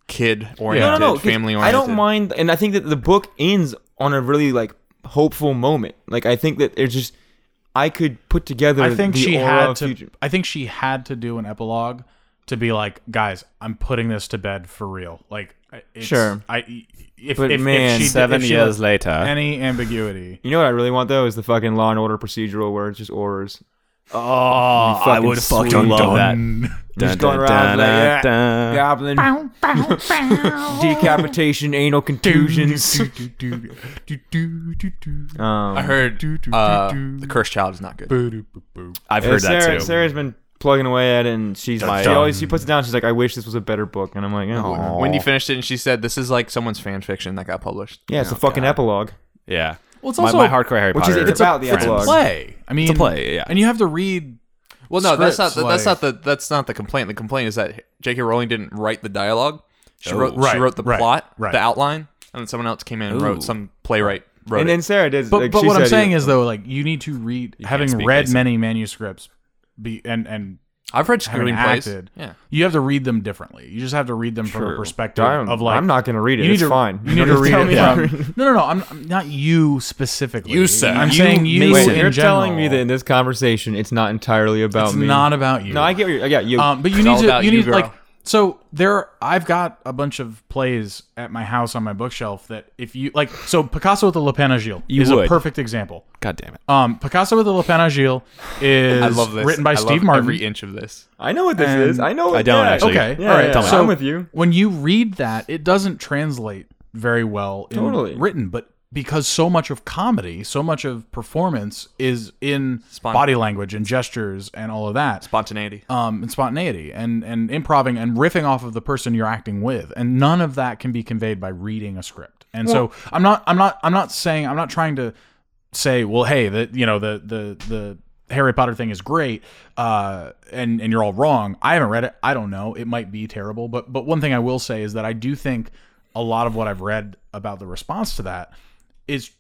[SPEAKER 3] kid
[SPEAKER 1] no,
[SPEAKER 3] oriented,
[SPEAKER 1] no, no. 'cause
[SPEAKER 3] family
[SPEAKER 1] I
[SPEAKER 3] oriented.
[SPEAKER 1] don't mind, and I think that the book ends on a really like hopeful moment. Like I think that there's just I could put together.
[SPEAKER 2] I think
[SPEAKER 1] the
[SPEAKER 2] she
[SPEAKER 1] aura
[SPEAKER 2] had
[SPEAKER 1] of
[SPEAKER 2] to.
[SPEAKER 1] future-
[SPEAKER 2] I think she had to do an epilogue to be like, guys, I'm putting this to bed for real. Like, it's,
[SPEAKER 1] Sure.
[SPEAKER 2] I if,
[SPEAKER 1] But
[SPEAKER 2] if,
[SPEAKER 1] man,
[SPEAKER 2] if she,
[SPEAKER 1] seven
[SPEAKER 2] if she
[SPEAKER 5] years
[SPEAKER 2] left
[SPEAKER 5] later.
[SPEAKER 2] any ambiguity.
[SPEAKER 1] You know what I really want though is the fucking Law and Order procedural where it's just orders.
[SPEAKER 5] Oh, I would fucking love that.
[SPEAKER 1] Just going around like, yeah, goblin, decapitation, anal contusions. Um,
[SPEAKER 3] I heard uh, the Cursed Child is not good.
[SPEAKER 5] I've heard
[SPEAKER 1] Sarah,
[SPEAKER 5] that too.
[SPEAKER 1] Sarah's been plugging away at it, and she's
[SPEAKER 5] Dun,
[SPEAKER 1] she
[SPEAKER 5] dun.
[SPEAKER 1] always she puts it down. She's like, "I wish this was a better book," and I'm like, "Oh, "Yeah, whatever.
[SPEAKER 3] Wendy finished it and she said, "This is like someone's fan fiction that got published."
[SPEAKER 1] yeah it's a fucking epilogue."
[SPEAKER 5] Yeah. Well,
[SPEAKER 2] it's also-
[SPEAKER 5] my, my hardcore Harry
[SPEAKER 1] Which is
[SPEAKER 5] Potter.
[SPEAKER 1] it's about the
[SPEAKER 5] friends.
[SPEAKER 1] epilogue.
[SPEAKER 2] play. I mean,
[SPEAKER 5] a play, yeah.
[SPEAKER 2] And you have to read.
[SPEAKER 3] Well, no, that's
[SPEAKER 2] Scripts,
[SPEAKER 3] not that's
[SPEAKER 2] like-
[SPEAKER 3] not the that's not the complaint. The complaint is that J.K. Rowling didn't write the dialogue. She
[SPEAKER 1] Oh,
[SPEAKER 3] wrote she
[SPEAKER 2] Right,
[SPEAKER 3] wrote the
[SPEAKER 2] right,
[SPEAKER 3] plot,
[SPEAKER 2] right.
[SPEAKER 3] the outline, and then someone else came in and
[SPEAKER 5] Ooh.
[SPEAKER 3] wrote some playwright wrote
[SPEAKER 1] And
[SPEAKER 3] it.
[SPEAKER 1] then Sarah did.
[SPEAKER 2] But
[SPEAKER 1] like,
[SPEAKER 2] but
[SPEAKER 1] she
[SPEAKER 2] what I'm
[SPEAKER 1] said,
[SPEAKER 2] saying is though, like you need to read. having
[SPEAKER 5] speak,
[SPEAKER 2] read
[SPEAKER 5] Mason.
[SPEAKER 2] many manuscripts, be and and
[SPEAKER 3] I've read
[SPEAKER 2] having
[SPEAKER 3] screenplays.
[SPEAKER 2] acted,
[SPEAKER 3] Yeah.
[SPEAKER 2] you have to read them differently. You just have to read them from a perspective
[SPEAKER 1] I'm,
[SPEAKER 2] of like
[SPEAKER 1] I'm not gonna read it.
[SPEAKER 2] You need
[SPEAKER 1] it's
[SPEAKER 2] to,
[SPEAKER 1] fine.
[SPEAKER 2] You need to
[SPEAKER 1] Just
[SPEAKER 2] read
[SPEAKER 1] tell
[SPEAKER 2] it
[SPEAKER 1] me how to read
[SPEAKER 2] from. No, no, no. I'm, I'm not you specifically.
[SPEAKER 3] You, sir.
[SPEAKER 2] I'm
[SPEAKER 3] You,
[SPEAKER 2] saying you.
[SPEAKER 1] Wait,
[SPEAKER 2] in
[SPEAKER 1] you're telling
[SPEAKER 2] general.
[SPEAKER 1] me that in this conversation, it's not entirely about
[SPEAKER 2] it's
[SPEAKER 1] me.
[SPEAKER 2] not about you.
[SPEAKER 1] no, I get. What you're, yeah, you.
[SPEAKER 2] Um, but you
[SPEAKER 3] It's
[SPEAKER 2] need
[SPEAKER 3] all
[SPEAKER 2] to.
[SPEAKER 3] about
[SPEAKER 2] You
[SPEAKER 3] you,
[SPEAKER 2] need
[SPEAKER 3] girl.
[SPEAKER 2] like. So there, I've got a bunch of plays at my house on my bookshelf that if you like, so Picasso with the Le Penagil
[SPEAKER 5] You
[SPEAKER 2] is a
[SPEAKER 5] would.
[SPEAKER 2] perfect example.
[SPEAKER 5] God damn it.
[SPEAKER 2] Um, Picasso with the Le Penagil is
[SPEAKER 3] I love this.
[SPEAKER 2] written by
[SPEAKER 3] I
[SPEAKER 2] Steve
[SPEAKER 3] love
[SPEAKER 2] Martin.
[SPEAKER 3] Every inch of this.
[SPEAKER 1] I know what this
[SPEAKER 2] and-
[SPEAKER 1] is. I know. What,
[SPEAKER 5] I don't
[SPEAKER 1] yeah.
[SPEAKER 5] actually.
[SPEAKER 2] Okay.
[SPEAKER 1] Yeah,
[SPEAKER 2] All right.
[SPEAKER 1] yeah, yeah.
[SPEAKER 2] So
[SPEAKER 1] I'm with you.
[SPEAKER 2] When you read that, it doesn't translate very well in
[SPEAKER 1] Totally.
[SPEAKER 2] written, but because so much of comedy, so much of performance is in
[SPEAKER 3] Spon-
[SPEAKER 2] body language and gestures and all of that
[SPEAKER 3] Spontaneity.
[SPEAKER 2] um, and spontaneity and and improving and riffing off of the person you're acting with, and none of that can be conveyed by reading a script. And so I'm not I'm not I'm not saying I'm not trying to say well hey the you know the the the Harry Potter thing is great uh, and and you're all wrong. I haven't read it. I don't know. It might be terrible, but but one thing I will say is that I do think a lot of what I've read about the response to that is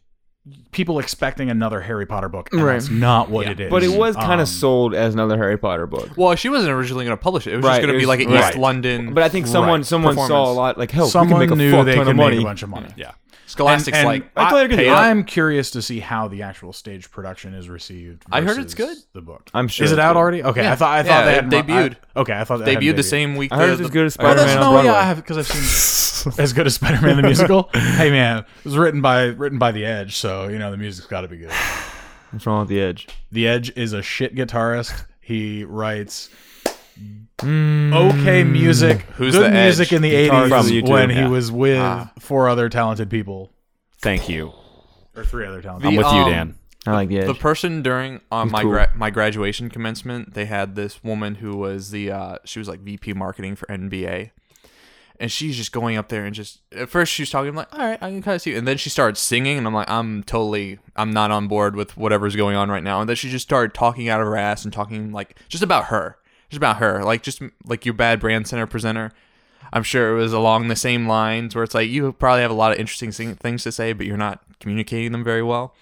[SPEAKER 2] people expecting another Harry Potter book. And
[SPEAKER 1] Right.
[SPEAKER 2] That's not what it is.
[SPEAKER 1] But it was kind
[SPEAKER 2] Um,
[SPEAKER 1] of sold as another Harry Potter book.
[SPEAKER 3] Well, she wasn't originally going to publish it. It was
[SPEAKER 1] Right,
[SPEAKER 3] just going
[SPEAKER 1] it
[SPEAKER 3] to be
[SPEAKER 1] was-
[SPEAKER 3] like an
[SPEAKER 1] right.
[SPEAKER 3] East London.
[SPEAKER 1] But I think someone someone saw a
[SPEAKER 3] performance.
[SPEAKER 1] lot like hell.
[SPEAKER 2] someone
[SPEAKER 1] Oh, we can make a
[SPEAKER 2] knew
[SPEAKER 1] fuck
[SPEAKER 2] they
[SPEAKER 1] ton
[SPEAKER 2] could
[SPEAKER 1] of
[SPEAKER 2] make
[SPEAKER 1] money.
[SPEAKER 2] a bunch of money.
[SPEAKER 5] Yeah.
[SPEAKER 3] Scholastic's
[SPEAKER 2] And-
[SPEAKER 3] like,
[SPEAKER 1] I thought you could-
[SPEAKER 2] I, am curious to see how the actual stage production is received.
[SPEAKER 3] I heard
[SPEAKER 2] versus
[SPEAKER 3] it's good.
[SPEAKER 2] The book.
[SPEAKER 1] I'm sure
[SPEAKER 2] Is it
[SPEAKER 1] it's
[SPEAKER 2] out
[SPEAKER 1] good.
[SPEAKER 2] already? Okay, I thought I thought
[SPEAKER 3] Yeah,
[SPEAKER 2] they
[SPEAKER 3] it
[SPEAKER 2] had
[SPEAKER 3] debuted.
[SPEAKER 2] I, okay, I thought they had
[SPEAKER 3] debuted the
[SPEAKER 2] debuted.
[SPEAKER 3] same week.
[SPEAKER 1] I heard
[SPEAKER 3] the-
[SPEAKER 1] it's as
[SPEAKER 3] the-
[SPEAKER 1] good as
[SPEAKER 2] Oh,
[SPEAKER 1] Spider-Man
[SPEAKER 2] that's
[SPEAKER 1] on
[SPEAKER 2] no,
[SPEAKER 1] Broadway.
[SPEAKER 2] yeah, I have because I've seen as good as Spider-Man the musical. hey man, it was written by written by the Edge, so you know the music's got to be good.
[SPEAKER 1] What's wrong with the Edge?
[SPEAKER 2] The Edge is a shit guitarist. He writes Hmm. okay music,
[SPEAKER 3] Who's
[SPEAKER 2] good
[SPEAKER 3] the Edge?
[SPEAKER 2] music in the
[SPEAKER 1] Guitarist from
[SPEAKER 2] '80s
[SPEAKER 1] YouTube,
[SPEAKER 2] when he
[SPEAKER 1] yeah.
[SPEAKER 2] was with four other talented people
[SPEAKER 5] Thank you.
[SPEAKER 2] or three other talented.
[SPEAKER 3] The,
[SPEAKER 5] I'm with you,
[SPEAKER 3] um,
[SPEAKER 5] Dan.
[SPEAKER 1] I like the Edge.
[SPEAKER 3] The person during uh, my
[SPEAKER 1] cool.
[SPEAKER 3] gra- my graduation commencement, they had this woman who was the uh, she was like VP marketing for NBA, and she's just going up there and just at first she was talking I'm like, all right, I can kind of see, you. and then she started singing, and I'm like, I'm totally I'm not on board with whatever's going on right now, and then she just started talking out of her ass and talking like just about her, just about her, like just like your bad brand center presenter. I'm sure it was along the same lines where it's like you probably have a lot of interesting sing- things to say, but you're not communicating them very well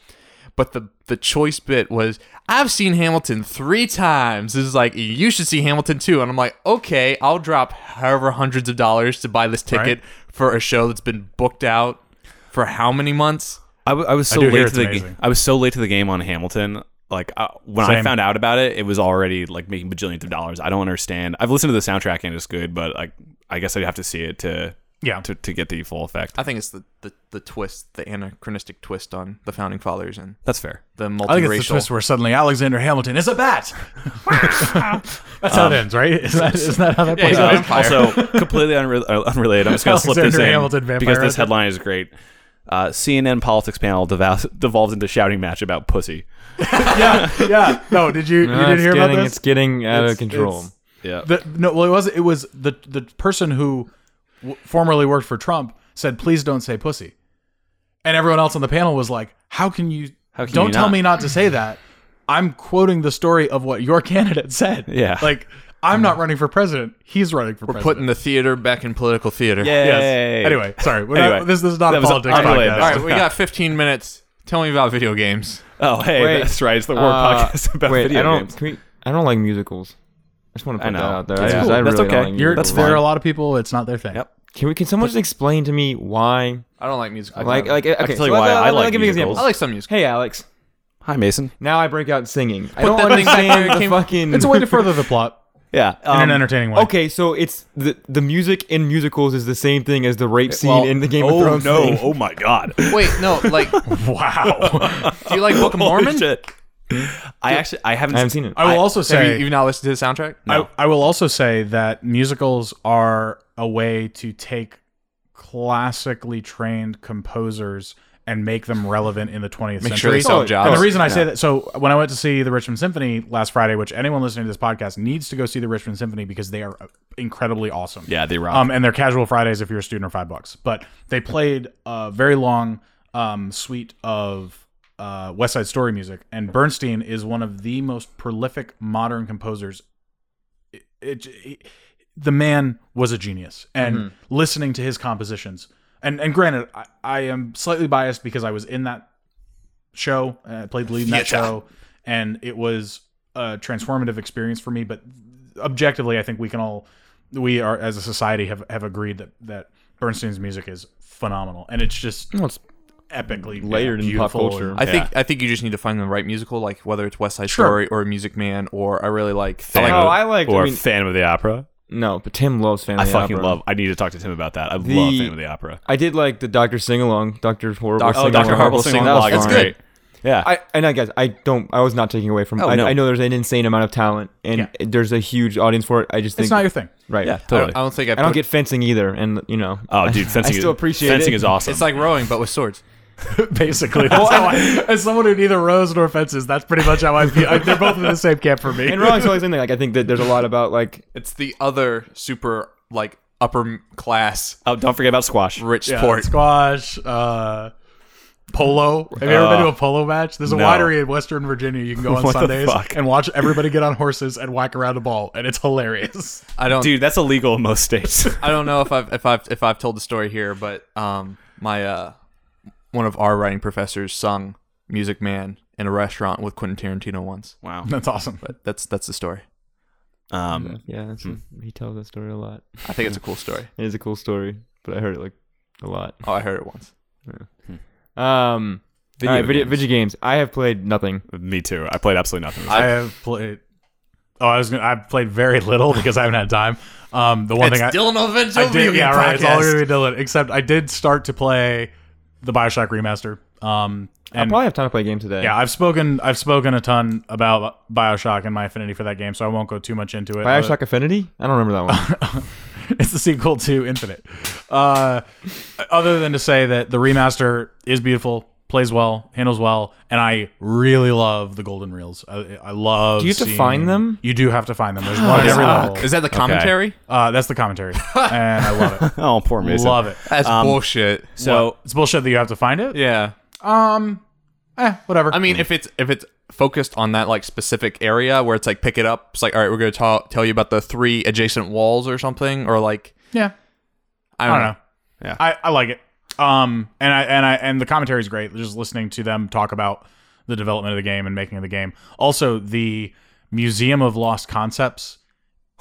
[SPEAKER 3] but the the choice bit was I've seen Hamilton three times. This is like you should see Hamilton too, and I'm like, okay, I'll drop however hundreds of dollars to buy this ticket
[SPEAKER 2] Right.
[SPEAKER 3] for a show that's been booked out for how many months?
[SPEAKER 5] I, w- I was so
[SPEAKER 2] do hear
[SPEAKER 5] late to
[SPEAKER 2] it's
[SPEAKER 5] the
[SPEAKER 2] amazing.
[SPEAKER 5] game. I was so late to the game on Hamilton. Like uh, when I
[SPEAKER 2] Same.
[SPEAKER 5] found out about it, it was already like making bajillions of dollars. I don't understand. I've listened to the soundtrack and it's good, but like I guess I'd have to see it to
[SPEAKER 2] Yeah.
[SPEAKER 5] to, to get the full effect.
[SPEAKER 3] I think it's the, the the twist, the anachronistic twist on the founding fathers and
[SPEAKER 5] That's fair.
[SPEAKER 3] the
[SPEAKER 2] I think it's the
[SPEAKER 3] multiracial.
[SPEAKER 2] twist where suddenly Alexander Hamilton is a bat. That's how it ends, right? Isn't that, isn't that how that plays
[SPEAKER 3] he's a
[SPEAKER 2] out?
[SPEAKER 3] vampire.
[SPEAKER 5] Also, completely unre- uh, unrelated. I'm just gonna slip this
[SPEAKER 2] Alexander
[SPEAKER 5] in
[SPEAKER 2] Hamilton, vampire
[SPEAKER 5] because this
[SPEAKER 2] hunter.
[SPEAKER 5] headline is great. Uh, CNN politics panel devo- devolves into shouting match about pussy.
[SPEAKER 2] yeah, yeah. No, did you you
[SPEAKER 1] Ah,
[SPEAKER 2] didn't
[SPEAKER 1] it's
[SPEAKER 2] hear
[SPEAKER 1] getting,
[SPEAKER 2] about this?
[SPEAKER 1] It's getting out
[SPEAKER 2] It's-
[SPEAKER 1] of control.
[SPEAKER 2] it's-
[SPEAKER 5] Yeah,
[SPEAKER 2] The, no, well, it was it was the the person who w- formerly worked for Trump, said, "Please don't say pussy," and everyone else on the panel was like, "How can you?
[SPEAKER 5] can
[SPEAKER 2] don't
[SPEAKER 5] you
[SPEAKER 2] tell
[SPEAKER 5] not?"
[SPEAKER 2] me not to say that." I'm quoting the story of what your candidate said.
[SPEAKER 5] Yeah.
[SPEAKER 2] like I'm not running for president; he's running for
[SPEAKER 3] We're
[SPEAKER 2] president.
[SPEAKER 3] putting the theater back in political theater.
[SPEAKER 2] Yes. Anyway, sorry. We're
[SPEAKER 5] Anyway.
[SPEAKER 2] not, this, this is not a
[SPEAKER 5] That was
[SPEAKER 2] politics
[SPEAKER 5] unrelated.
[SPEAKER 2] podcast.
[SPEAKER 3] All right, we got 15 minutes. Tell me about video games.
[SPEAKER 5] Oh, hey,
[SPEAKER 1] Wait,
[SPEAKER 5] that's right. It's the war
[SPEAKER 1] Uh,
[SPEAKER 5] podcast about
[SPEAKER 1] wait,
[SPEAKER 5] video
[SPEAKER 1] I don't,
[SPEAKER 5] games.
[SPEAKER 1] can we, I don't like musicals. I just want to put
[SPEAKER 5] know.
[SPEAKER 1] that out there.
[SPEAKER 5] That's
[SPEAKER 1] I,
[SPEAKER 5] cool.
[SPEAKER 1] I
[SPEAKER 5] That's
[SPEAKER 1] really
[SPEAKER 5] okay.
[SPEAKER 1] Don't like
[SPEAKER 2] You're,
[SPEAKER 1] musicals.
[SPEAKER 5] That's
[SPEAKER 2] there
[SPEAKER 5] fine.
[SPEAKER 2] are a lot of people. It's not their thing.
[SPEAKER 5] Yep.
[SPEAKER 1] Can we? Can someone just explain to me why?
[SPEAKER 3] I don't like musical.
[SPEAKER 1] Like, like, okay.
[SPEAKER 5] I can tell you
[SPEAKER 1] so
[SPEAKER 5] why
[SPEAKER 1] I'll-
[SPEAKER 5] I
[SPEAKER 1] I'll
[SPEAKER 5] like
[SPEAKER 1] give you an
[SPEAKER 5] musicals.
[SPEAKER 3] I
[SPEAKER 1] example.
[SPEAKER 3] like some music.
[SPEAKER 1] Hey, Alex.
[SPEAKER 5] Hi, Mason.
[SPEAKER 1] Now I break out singing. I don't
[SPEAKER 3] that thing back
[SPEAKER 1] understand
[SPEAKER 3] where it
[SPEAKER 1] the
[SPEAKER 3] came-
[SPEAKER 1] fucking.
[SPEAKER 2] It's a way to further the plot
[SPEAKER 5] Yeah.
[SPEAKER 2] in
[SPEAKER 5] um,
[SPEAKER 2] an entertaining way.
[SPEAKER 1] Okay, so it's the the music in musicals is the same thing as the rape scene
[SPEAKER 3] well,
[SPEAKER 1] in the Game of
[SPEAKER 5] Oh
[SPEAKER 1] Thrones.
[SPEAKER 5] no!
[SPEAKER 1] thing.
[SPEAKER 5] Oh my God!
[SPEAKER 3] Wait, no, like, do
[SPEAKER 2] Wow.
[SPEAKER 3] you like Book of
[SPEAKER 5] Holy
[SPEAKER 3] Mormon?
[SPEAKER 5] shit. I actually I haven't
[SPEAKER 1] I haven't seen it.
[SPEAKER 2] I will also
[SPEAKER 3] Have you,
[SPEAKER 2] say
[SPEAKER 3] you've not listened to the soundtrack?
[SPEAKER 2] I, I will also say that musicals are a way to take classically trained composers and make them relevant in the 20th
[SPEAKER 3] Make sure
[SPEAKER 2] century.
[SPEAKER 3] they sell
[SPEAKER 1] Oh,
[SPEAKER 3] jobs.
[SPEAKER 2] and the reason I say that, so when I went to see the Richmond Symphony last Friday, which anyone listening to this podcast needs to go see the Richmond Symphony because they are uh, incredibly awesome.
[SPEAKER 5] Yeah, they rock.
[SPEAKER 2] Um, and they're casual Fridays if you're a student or five bucks. But they played a very long um, suite of uh, West Side Story music, and Bernstein is one of the most prolific modern composers. It, it- he- the man was a genius, and listening to his compositions. And, and granted, I, I am slightly biased because I was in that show. uh, I played the lead in that show, and it was a transformative experience for me. But objectively, I think we can all, we are as a society have have agreed that that Bernstein's music is phenomenal, and it's just
[SPEAKER 1] it's
[SPEAKER 2] epically
[SPEAKER 1] layered in pop
[SPEAKER 2] beautiful
[SPEAKER 1] culture.
[SPEAKER 2] and-
[SPEAKER 3] I think I think you just need to find the right musical, like whether it's West Side
[SPEAKER 2] Sure.
[SPEAKER 3] Story or Music Man, or I really like. I like-
[SPEAKER 1] no, Oh, I liked-
[SPEAKER 5] or
[SPEAKER 1] I mean-
[SPEAKER 5] Phantom of the Opera.
[SPEAKER 1] no, but Tim loves Family.
[SPEAKER 5] I fucking
[SPEAKER 1] Opera.
[SPEAKER 5] love. I need to talk to Tim about that. I
[SPEAKER 1] The-
[SPEAKER 5] love Phantom of the Opera.
[SPEAKER 1] I did like the Doctor Sing Along, Doctor Horrible.
[SPEAKER 3] Doctor-
[SPEAKER 1] Sing-Along.
[SPEAKER 3] Oh, Dr. Horrible
[SPEAKER 1] That
[SPEAKER 5] Sing-Along.
[SPEAKER 1] was
[SPEAKER 5] That's
[SPEAKER 1] fun.
[SPEAKER 5] good.
[SPEAKER 1] Great.
[SPEAKER 5] Yeah.
[SPEAKER 1] I and I guess I don't. I was not taking away from.
[SPEAKER 5] Oh,
[SPEAKER 1] I,
[SPEAKER 5] no.
[SPEAKER 1] I know there's an insane amount of talent, and
[SPEAKER 2] Yeah.
[SPEAKER 1] there's a huge audience for it. I just think
[SPEAKER 2] it's not your thing.
[SPEAKER 1] right.
[SPEAKER 5] yeah,
[SPEAKER 3] I
[SPEAKER 5] totally.
[SPEAKER 3] don't, I don't think I.
[SPEAKER 1] I don't
[SPEAKER 3] put-
[SPEAKER 1] get fencing either, and you know.
[SPEAKER 5] oh, dude, fencing.
[SPEAKER 1] still
[SPEAKER 5] is,
[SPEAKER 1] appreciate
[SPEAKER 5] fencing
[SPEAKER 1] it.
[SPEAKER 5] is awesome.
[SPEAKER 3] It's like rowing, but with swords.
[SPEAKER 2] Basically, that's how I, as someone who neither rows nor fences, that's pretty much how I feel. I- They're both in the same camp for me.
[SPEAKER 1] and Rolling's always in there. Like I think that there's a lot about like
[SPEAKER 3] It's the other super like upper m- class
[SPEAKER 5] oh, don't forget about squash.
[SPEAKER 3] rich
[SPEAKER 2] Yeah,
[SPEAKER 3] sport.
[SPEAKER 2] squash, uh, polo. Have you ever been to a polo match? There's a
[SPEAKER 5] Uh, no.
[SPEAKER 2] winery in Western Virginia you can go on
[SPEAKER 5] What the
[SPEAKER 2] Sundays
[SPEAKER 5] fuck?
[SPEAKER 2] and watch everybody get on horses and whack around a ball, and it's hilarious.
[SPEAKER 3] I don't.
[SPEAKER 5] Dude, that's illegal in most states.
[SPEAKER 3] I don't know if I've if I've if I've told the story here, but um, my uh, one of our writing professors sung Music Man in a restaurant with Quentin Tarantino once.
[SPEAKER 5] wow.
[SPEAKER 2] That's awesome.
[SPEAKER 3] But that's that's the story.
[SPEAKER 5] Um,
[SPEAKER 1] yeah. it's- He tells that story a lot.
[SPEAKER 3] I think it's a cool story.
[SPEAKER 1] It is a cool story, but I heard it like a lot.
[SPEAKER 3] Oh, I heard it once.
[SPEAKER 1] Um, video, all right, video,
[SPEAKER 5] games.
[SPEAKER 1] video games. I have played nothing.
[SPEAKER 5] me too. I played absolutely nothing.
[SPEAKER 2] I have played. Oh, I was gonna. I've played very little because I haven't had time. Um, the one
[SPEAKER 3] It's
[SPEAKER 2] thing I
[SPEAKER 3] Dylan Ovens
[SPEAKER 2] I did,
[SPEAKER 3] video game
[SPEAKER 2] yeah, right. It's all
[SPEAKER 3] podcast.
[SPEAKER 2] gonna be Dylan. Except I did start to play the Bioshock remaster. Um,
[SPEAKER 1] I
[SPEAKER 2] and
[SPEAKER 1] probably have time to play a game today.
[SPEAKER 2] yeah, I've spoken. I've spoken a ton about Bioshock and my affinity for that game, so I won't go too much into it. But-
[SPEAKER 1] Bioshock Affinity. I don't remember that one.
[SPEAKER 2] it's the sequel to Infinite. Uh, other than to say that the remaster is beautiful, plays well, handles well, and I really love the golden reels. I, I love. Do
[SPEAKER 1] you have to find them?
[SPEAKER 2] You do have to find them. There's one at every level.
[SPEAKER 3] Is that the commentary?
[SPEAKER 2] Uh, that's the commentary, and I love
[SPEAKER 5] oh, poor
[SPEAKER 2] it.
[SPEAKER 5] Mason.
[SPEAKER 2] love it.
[SPEAKER 3] That's bullshit.
[SPEAKER 5] So
[SPEAKER 2] It's bullshit that you have to find it.
[SPEAKER 3] yeah,
[SPEAKER 2] Um, eh, whatever.
[SPEAKER 3] I mean, if it's if it's focused on that like specific area where it's like pick it up, it's like all right, we're gonna ta- tell you about the three adjacent walls or something, or like
[SPEAKER 2] yeah,
[SPEAKER 3] I
[SPEAKER 2] I
[SPEAKER 3] don't,
[SPEAKER 2] don't know.
[SPEAKER 5] Yeah.
[SPEAKER 2] I, I like it. Um, and I and I and the commentary is great. Just listening to them talk about the development of the game and making of the game. Also, the Museum of Lost Concepts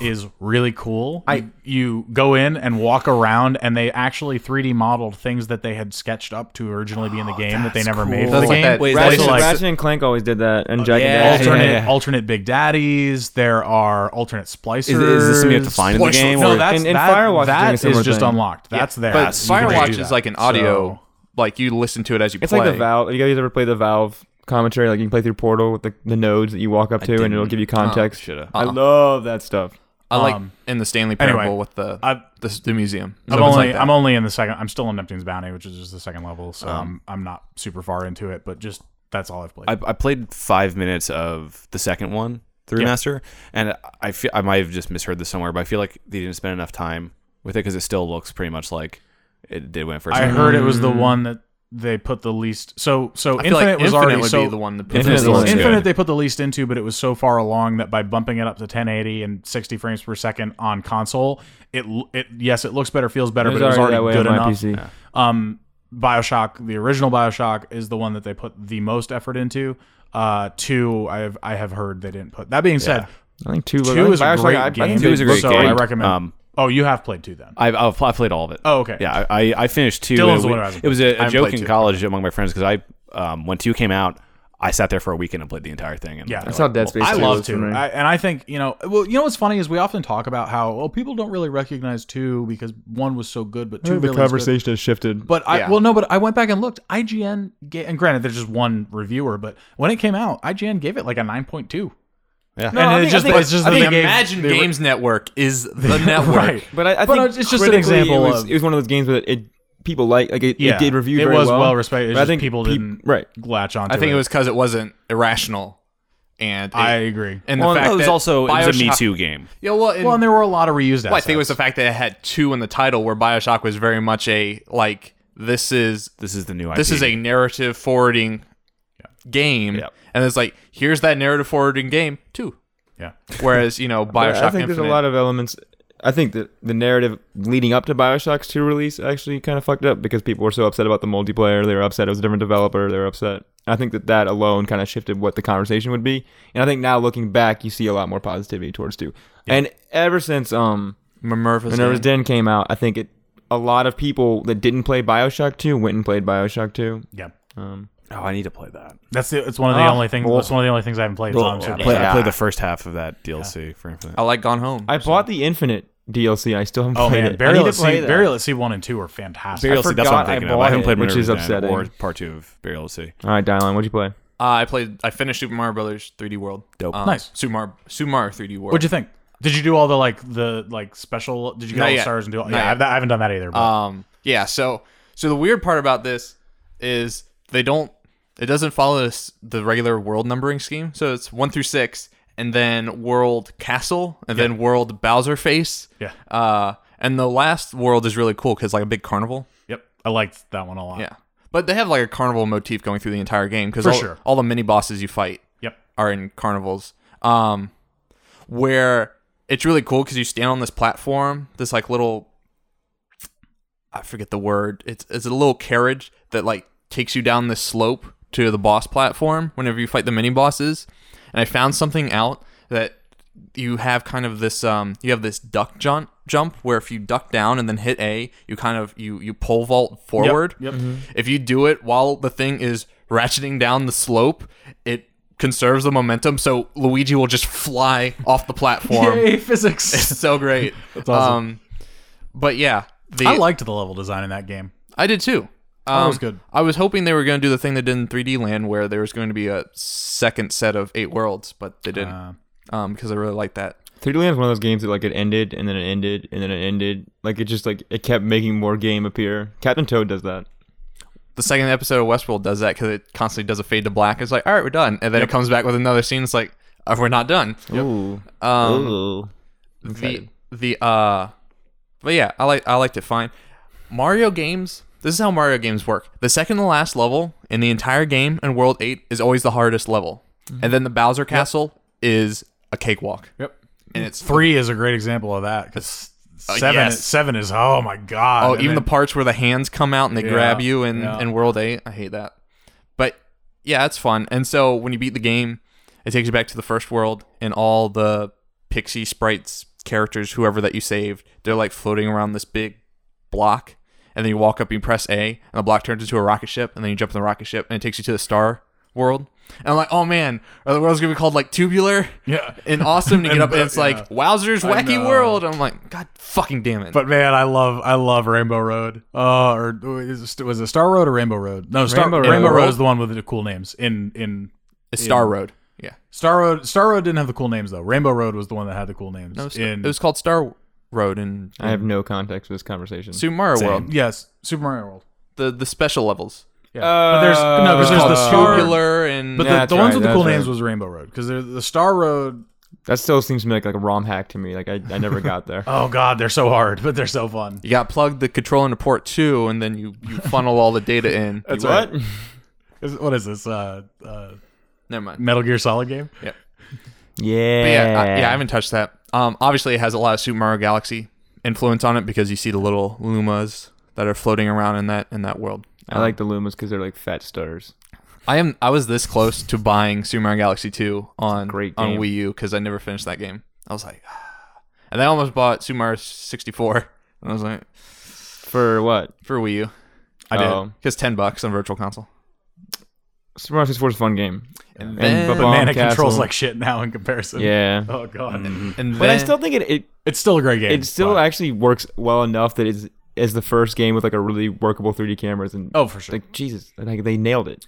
[SPEAKER 2] is really cool. I you go in and walk around, and they actually 3D modeled things that they had sketched up to originally be in the game that they never made for the
[SPEAKER 3] That's like
[SPEAKER 2] game.
[SPEAKER 3] that- Wait, is that
[SPEAKER 2] Place
[SPEAKER 1] Ratchet,
[SPEAKER 3] like-
[SPEAKER 2] like-
[SPEAKER 1] Ratchet and Clank always did that, and Jack
[SPEAKER 5] yeah,
[SPEAKER 1] and Daxter.
[SPEAKER 2] alternate
[SPEAKER 5] yeah, yeah.
[SPEAKER 2] alternate big daddies. There are alternate splicers.
[SPEAKER 5] is, is this something you have to find in the
[SPEAKER 3] Splicer.
[SPEAKER 5] game?
[SPEAKER 2] No,
[SPEAKER 5] or-
[SPEAKER 2] that's
[SPEAKER 1] And- and
[SPEAKER 2] that,
[SPEAKER 1] Firewatch
[SPEAKER 2] that
[SPEAKER 1] is doing a
[SPEAKER 2] is just
[SPEAKER 1] similar thing.
[SPEAKER 2] unlocked. That's there.
[SPEAKER 3] But
[SPEAKER 2] So you can
[SPEAKER 3] Firewatch
[SPEAKER 2] do
[SPEAKER 3] is
[SPEAKER 2] that.
[SPEAKER 3] like an audio,
[SPEAKER 2] So-
[SPEAKER 3] like you listen to it as you
[SPEAKER 1] It's
[SPEAKER 3] play.
[SPEAKER 1] like the Valve. You guys ever play the Valve commentary? Like you can play through Portal with the, the nodes that you walk up to, and it'll give you context.
[SPEAKER 5] shoulda.
[SPEAKER 1] I love that stuff.
[SPEAKER 3] I like
[SPEAKER 2] Um,
[SPEAKER 3] in the Stanley
[SPEAKER 2] anyway,
[SPEAKER 3] Parable with the,
[SPEAKER 2] I've-
[SPEAKER 3] the the museum.
[SPEAKER 2] I'm
[SPEAKER 3] So it's
[SPEAKER 2] only
[SPEAKER 3] like that.
[SPEAKER 2] I'm only in the second. I'm still in Neptune's Bounty, which is just the second level. So I'm I'm not super far into it, but just that's all I've played.
[SPEAKER 5] I, I played five minutes of the second one, the remaster, and I feel I might have just misheard this somewhere, but I feel like they didn't spend enough time with it because it still looks pretty much like it did when it first.
[SPEAKER 2] I
[SPEAKER 5] came out.
[SPEAKER 2] heard it was the one that they put the least. So so
[SPEAKER 3] I
[SPEAKER 2] Infinite
[SPEAKER 3] feel like
[SPEAKER 2] was
[SPEAKER 3] Infinite
[SPEAKER 2] already
[SPEAKER 3] would
[SPEAKER 2] so
[SPEAKER 3] be the one that
[SPEAKER 1] Infinite
[SPEAKER 2] Infinite,
[SPEAKER 1] looks
[SPEAKER 2] Infinite
[SPEAKER 5] good.
[SPEAKER 2] they put the least into, but it was so far along that by bumping it up to 1080 and 60 frames per second on console, it l- it yes, it looks better, feels better,
[SPEAKER 1] It was
[SPEAKER 2] but it was
[SPEAKER 1] already
[SPEAKER 2] already
[SPEAKER 1] that way
[SPEAKER 2] good
[SPEAKER 1] on my
[SPEAKER 2] enough.
[SPEAKER 1] PC.
[SPEAKER 2] Um, Bioshock, the original Bioshock, is the one that they put the most effort into. Uh, two, I have I have heard they didn't put. That being said,
[SPEAKER 1] I think two.
[SPEAKER 2] two is a
[SPEAKER 1] Bioshock,
[SPEAKER 2] great
[SPEAKER 1] I- I
[SPEAKER 2] game.
[SPEAKER 1] think
[SPEAKER 5] Two is a great
[SPEAKER 2] so
[SPEAKER 5] game.
[SPEAKER 2] I recommend.
[SPEAKER 5] Um,
[SPEAKER 2] oh, you have played two then.
[SPEAKER 5] I've, I've pl- I played all of it.
[SPEAKER 2] Oh, okay.
[SPEAKER 5] Yeah, I, I- I finished two.
[SPEAKER 2] Dylan's
[SPEAKER 5] It
[SPEAKER 2] the one who
[SPEAKER 5] wa-
[SPEAKER 2] hasn't
[SPEAKER 5] it was a, a
[SPEAKER 3] haven't
[SPEAKER 5] joke
[SPEAKER 3] played
[SPEAKER 5] in
[SPEAKER 3] two.
[SPEAKER 5] college among my friends because I, um, when two came out, I sat there for a weekend and played the entire thing. And
[SPEAKER 2] Yeah.
[SPEAKER 5] I
[SPEAKER 2] That's
[SPEAKER 1] how Dead Space
[SPEAKER 2] I
[SPEAKER 1] two
[SPEAKER 2] love
[SPEAKER 1] was for
[SPEAKER 2] two,
[SPEAKER 1] me.
[SPEAKER 2] I, and I think you know. Well, you know what's funny is we often talk about how well people don't really recognize two because one was so good, but two really
[SPEAKER 1] The
[SPEAKER 2] is good.
[SPEAKER 1] conversation has shifted.
[SPEAKER 2] But I
[SPEAKER 3] Yeah.
[SPEAKER 2] well no, but I went back and looked. IGN ga- and granted, there's just one reviewer, but when it came out, IGN gave it like a nine point two. Yeah, and
[SPEAKER 3] I
[SPEAKER 2] it
[SPEAKER 3] think-
[SPEAKER 2] just
[SPEAKER 3] I think-
[SPEAKER 2] it's just
[SPEAKER 3] I
[SPEAKER 2] that
[SPEAKER 3] think
[SPEAKER 2] they gave-
[SPEAKER 3] Imagine
[SPEAKER 2] they were-
[SPEAKER 3] Games Network is the network.
[SPEAKER 2] right.
[SPEAKER 1] But I, I
[SPEAKER 2] But
[SPEAKER 1] think
[SPEAKER 2] it's just an
[SPEAKER 1] critically,
[SPEAKER 2] example
[SPEAKER 1] It was,
[SPEAKER 2] of-
[SPEAKER 1] it was one of those games where it, people like like it,
[SPEAKER 2] Yeah,
[SPEAKER 1] it did review.
[SPEAKER 2] It
[SPEAKER 1] very
[SPEAKER 2] was
[SPEAKER 1] well,
[SPEAKER 2] well, respected. It's
[SPEAKER 1] but I
[SPEAKER 2] just
[SPEAKER 1] think
[SPEAKER 2] people
[SPEAKER 1] peop-
[SPEAKER 2] didn't
[SPEAKER 1] right.
[SPEAKER 2] latch onto.
[SPEAKER 3] I think it was because it wasn't irrational, and it-
[SPEAKER 2] I agree.
[SPEAKER 3] And
[SPEAKER 5] Well,
[SPEAKER 3] the fact
[SPEAKER 5] it was
[SPEAKER 3] that
[SPEAKER 5] also it was a Me
[SPEAKER 3] Bioshock-
[SPEAKER 5] Too game.
[SPEAKER 3] Yeah, well, and,
[SPEAKER 2] well, and there were a lot of reused.
[SPEAKER 3] well, I think it was the fact that it had two in the title, where Bioshock was very much a like this is
[SPEAKER 5] This is the new.
[SPEAKER 3] this
[SPEAKER 5] IP.
[SPEAKER 3] is a narrative forwarding game,
[SPEAKER 5] Yep.
[SPEAKER 3] and it's like here's that narrative forwarding game too.
[SPEAKER 2] yeah.
[SPEAKER 3] Whereas you know
[SPEAKER 1] I
[SPEAKER 3] Bioshock
[SPEAKER 1] think
[SPEAKER 3] Infinite,
[SPEAKER 1] there's a lot of elements. I think that the narrative leading up to Bioshock's 2 release actually kind of fucked up because people were so upset about the multiplayer. They were upset it was a different developer. They were upset. I think that that alone kind of shifted what the conversation would be. And I think now looking back, you see a lot more positivity towards 2. And ever since um
[SPEAKER 3] Minerva's
[SPEAKER 1] Minerva's
[SPEAKER 3] Den.
[SPEAKER 1] Den came out, I think it a lot of people that didn't play Bioshock 2 went and played Bioshock 2.
[SPEAKER 2] Yeah.
[SPEAKER 1] Um,
[SPEAKER 5] Oh, I need to play that.
[SPEAKER 2] That's the, it's one of the
[SPEAKER 1] Ah,
[SPEAKER 2] only things.
[SPEAKER 1] well.
[SPEAKER 2] That's one of the only things I haven't played. so I'm
[SPEAKER 5] I,
[SPEAKER 2] super
[SPEAKER 5] play, I
[SPEAKER 2] excited.
[SPEAKER 5] played the first half of that DLC for Infinite.
[SPEAKER 3] I like Gone Home.
[SPEAKER 1] I bought the Infinite DLC. I still haven't
[SPEAKER 2] Oh
[SPEAKER 1] played
[SPEAKER 2] man,
[SPEAKER 1] it. I need
[SPEAKER 2] Burial
[SPEAKER 1] to
[SPEAKER 2] at Sea,
[SPEAKER 1] play that.
[SPEAKER 2] Burial at Sea one and two are fantastic.
[SPEAKER 5] Burial at Sea, that's what I'm
[SPEAKER 1] forgot I
[SPEAKER 5] thinking of.
[SPEAKER 1] bought
[SPEAKER 5] I haven't
[SPEAKER 1] it,
[SPEAKER 5] played
[SPEAKER 1] which
[SPEAKER 5] Minerva's
[SPEAKER 1] is
[SPEAKER 5] Den
[SPEAKER 1] upsetting.
[SPEAKER 5] or Part Two of Burial at Sea.
[SPEAKER 1] All right, Dylan, what'd you play?
[SPEAKER 3] Uh, I played. I finished Super Mario Brothers 3D World.
[SPEAKER 5] Dope.
[SPEAKER 3] Um,
[SPEAKER 2] Nice.
[SPEAKER 3] Super Mario, Super Mario 3D World.
[SPEAKER 2] What'd you think? Did you do all the like the like special? Did you get
[SPEAKER 3] Not
[SPEAKER 2] all the
[SPEAKER 3] yet.
[SPEAKER 2] stars and do? All,
[SPEAKER 3] Not
[SPEAKER 2] yeah,
[SPEAKER 3] yet.
[SPEAKER 2] I haven't done that either. But
[SPEAKER 3] Um, yeah. So, so the weird part about this is they don't. It doesn't follow this, the regular world numbering scheme. So it's one through six, and then world castle, and then world Bowser face.
[SPEAKER 2] Yeah.
[SPEAKER 3] Uh, and the last world is really cool because like a big carnival.
[SPEAKER 2] yep, I liked that one a lot.
[SPEAKER 3] Yeah. But they have like a carnival motif going through the entire game because
[SPEAKER 2] For
[SPEAKER 3] all,
[SPEAKER 2] sure.
[SPEAKER 3] all the mini bosses you fight
[SPEAKER 2] Yep.
[SPEAKER 3] are in carnivals. Um, where it's really cool because you stand on this platform, this like little, I forget the word. It's it's a little carriage that like takes you down this slope to the boss platform whenever you fight the mini bosses. And I found something out that you have kind of this um you have this duck jump jump where if you duck down and then hit A, you kind of you you pole vault forward.
[SPEAKER 2] yep.
[SPEAKER 3] If you do it while the thing is ratcheting down the slope, it conserves the momentum so Luigi will just fly off the platform.
[SPEAKER 2] physics.
[SPEAKER 3] It's so great. That's
[SPEAKER 2] awesome.
[SPEAKER 3] Um but yeah, the
[SPEAKER 2] I liked the level design in that game.
[SPEAKER 3] I did too. Um,
[SPEAKER 2] was good.
[SPEAKER 3] I was hoping they were going to do the thing they did in 3D Land, where there was going to be a second set of eight worlds, but they didn't,
[SPEAKER 2] Uh,
[SPEAKER 3] um, because I really liked that.
[SPEAKER 1] 3D Land is one of those games that like it ended and then it ended and then it ended. Like it just like it kept making more game appear. Captain Toad does that.
[SPEAKER 3] The second episode of Westworld does that because it constantly does a fade to black. It's like, all right, we're done, and then it comes back with another scene. It's like, "Uh, we're not done.
[SPEAKER 1] Ooh.
[SPEAKER 3] Um,
[SPEAKER 1] Ooh.
[SPEAKER 3] the
[SPEAKER 1] excited.
[SPEAKER 3] the uh, but yeah, I like I liked it fine. Mario games. This is how Mario games work. The second to last level in the entire game in World Eight is always the hardest level, and then the Bowser Castle is a cakewalk,
[SPEAKER 2] yep.
[SPEAKER 3] and it's
[SPEAKER 2] Three is a great example of that because seven
[SPEAKER 3] oh, yes.
[SPEAKER 2] seven is oh my god.
[SPEAKER 3] Oh,
[SPEAKER 2] And
[SPEAKER 3] even the
[SPEAKER 2] then-
[SPEAKER 3] parts where the hands come out and they
[SPEAKER 2] Yeah,
[SPEAKER 3] grab you in,
[SPEAKER 2] yeah.
[SPEAKER 3] in World 8. I hate that. But yeah, it's fun. And so when you beat the game, it takes you back to the first world and all the pixie sprites, characters, whoever that you saved, they're like floating around this big block. And then you walk up, you press A, and the block turns into a rocket ship. And then you jump in the rocket ship, and it takes you to the star world. And I'm like, oh man, are the world's going to be called like tubular?
[SPEAKER 2] yeah.
[SPEAKER 3] And awesome, and you get
[SPEAKER 2] And
[SPEAKER 3] up, and
[SPEAKER 2] bu-
[SPEAKER 3] it's like,
[SPEAKER 2] yeah.
[SPEAKER 3] wowzers,
[SPEAKER 2] I
[SPEAKER 3] wacky
[SPEAKER 2] know.
[SPEAKER 3] world. I'm like, God fucking damn it.
[SPEAKER 2] But man, I love I love Rainbow Road. Uh, or is it, was it Star Road or Rainbow Road? No, Star,
[SPEAKER 1] Rainbow
[SPEAKER 2] Rainbow,
[SPEAKER 1] Road.
[SPEAKER 2] Road. is the one with the cool names. In in
[SPEAKER 3] it's Star Road. Yeah.
[SPEAKER 2] Star Road, Star Road didn't have the cool names though. Rainbow Road was the one that had the cool names.
[SPEAKER 3] No, it's-
[SPEAKER 2] in
[SPEAKER 3] it was called Star Road in
[SPEAKER 1] I have no context for this conversation.
[SPEAKER 3] Super Mario
[SPEAKER 5] Same.
[SPEAKER 3] World.
[SPEAKER 2] yes, Super Mario World.
[SPEAKER 3] The the special levels.
[SPEAKER 2] Yeah, but there's no because
[SPEAKER 1] it's
[SPEAKER 2] there's the
[SPEAKER 1] called
[SPEAKER 2] Star
[SPEAKER 3] Tubular and
[SPEAKER 2] But
[SPEAKER 1] Yeah,
[SPEAKER 2] the,
[SPEAKER 1] that's
[SPEAKER 2] the
[SPEAKER 1] right,
[SPEAKER 2] ones with the cool
[SPEAKER 1] that's
[SPEAKER 2] names
[SPEAKER 1] right.
[SPEAKER 2] was Rainbow Road because the Star Road
[SPEAKER 1] That still seems to be like, like a ROM hack to me. Like I, I never got there.
[SPEAKER 2] Oh god, they're so hard, but they're so fun.
[SPEAKER 3] You got plugged the control into port two, and then you, you funnel all the data in. You-
[SPEAKER 1] what?
[SPEAKER 2] Is- What is this? Uh, uh,
[SPEAKER 3] Never mind.
[SPEAKER 2] Metal Gear Solid game?
[SPEAKER 3] Yeah. But
[SPEAKER 1] Yeah.
[SPEAKER 3] yeah, I, yeah, I haven't touched that. Um, obviously, it has a lot of Super Mario Galaxy influence on it because you see the little Lumas that are floating around in that in that world.
[SPEAKER 1] I like the Lumas because they're like fat stars.
[SPEAKER 3] I am. I was this close to buying Super Mario Galaxy Two on
[SPEAKER 1] great
[SPEAKER 3] on
[SPEAKER 1] game.
[SPEAKER 3] Wii U because I never finished that game. I was like, and I almost bought Super Mario sixty four. I was like,
[SPEAKER 1] For what?
[SPEAKER 3] for Wii U,
[SPEAKER 1] I
[SPEAKER 3] did. because ten bucks on Virtual Console.
[SPEAKER 1] Super Mario 64 is a fun game.
[SPEAKER 3] And
[SPEAKER 1] And
[SPEAKER 3] then,
[SPEAKER 1] Bomb
[SPEAKER 2] Man, it controls
[SPEAKER 1] Castle.
[SPEAKER 2] like shit now in comparison.
[SPEAKER 1] Yeah.
[SPEAKER 2] Oh god.
[SPEAKER 3] and
[SPEAKER 1] But I
[SPEAKER 3] then-
[SPEAKER 1] still think it, it
[SPEAKER 2] It's still a great game.
[SPEAKER 1] it still
[SPEAKER 2] but-
[SPEAKER 1] actually works well enough that it's as the first game with like a really workable 3D cameras and
[SPEAKER 2] Oh, for sure.
[SPEAKER 1] like Jesus, like they nailed it.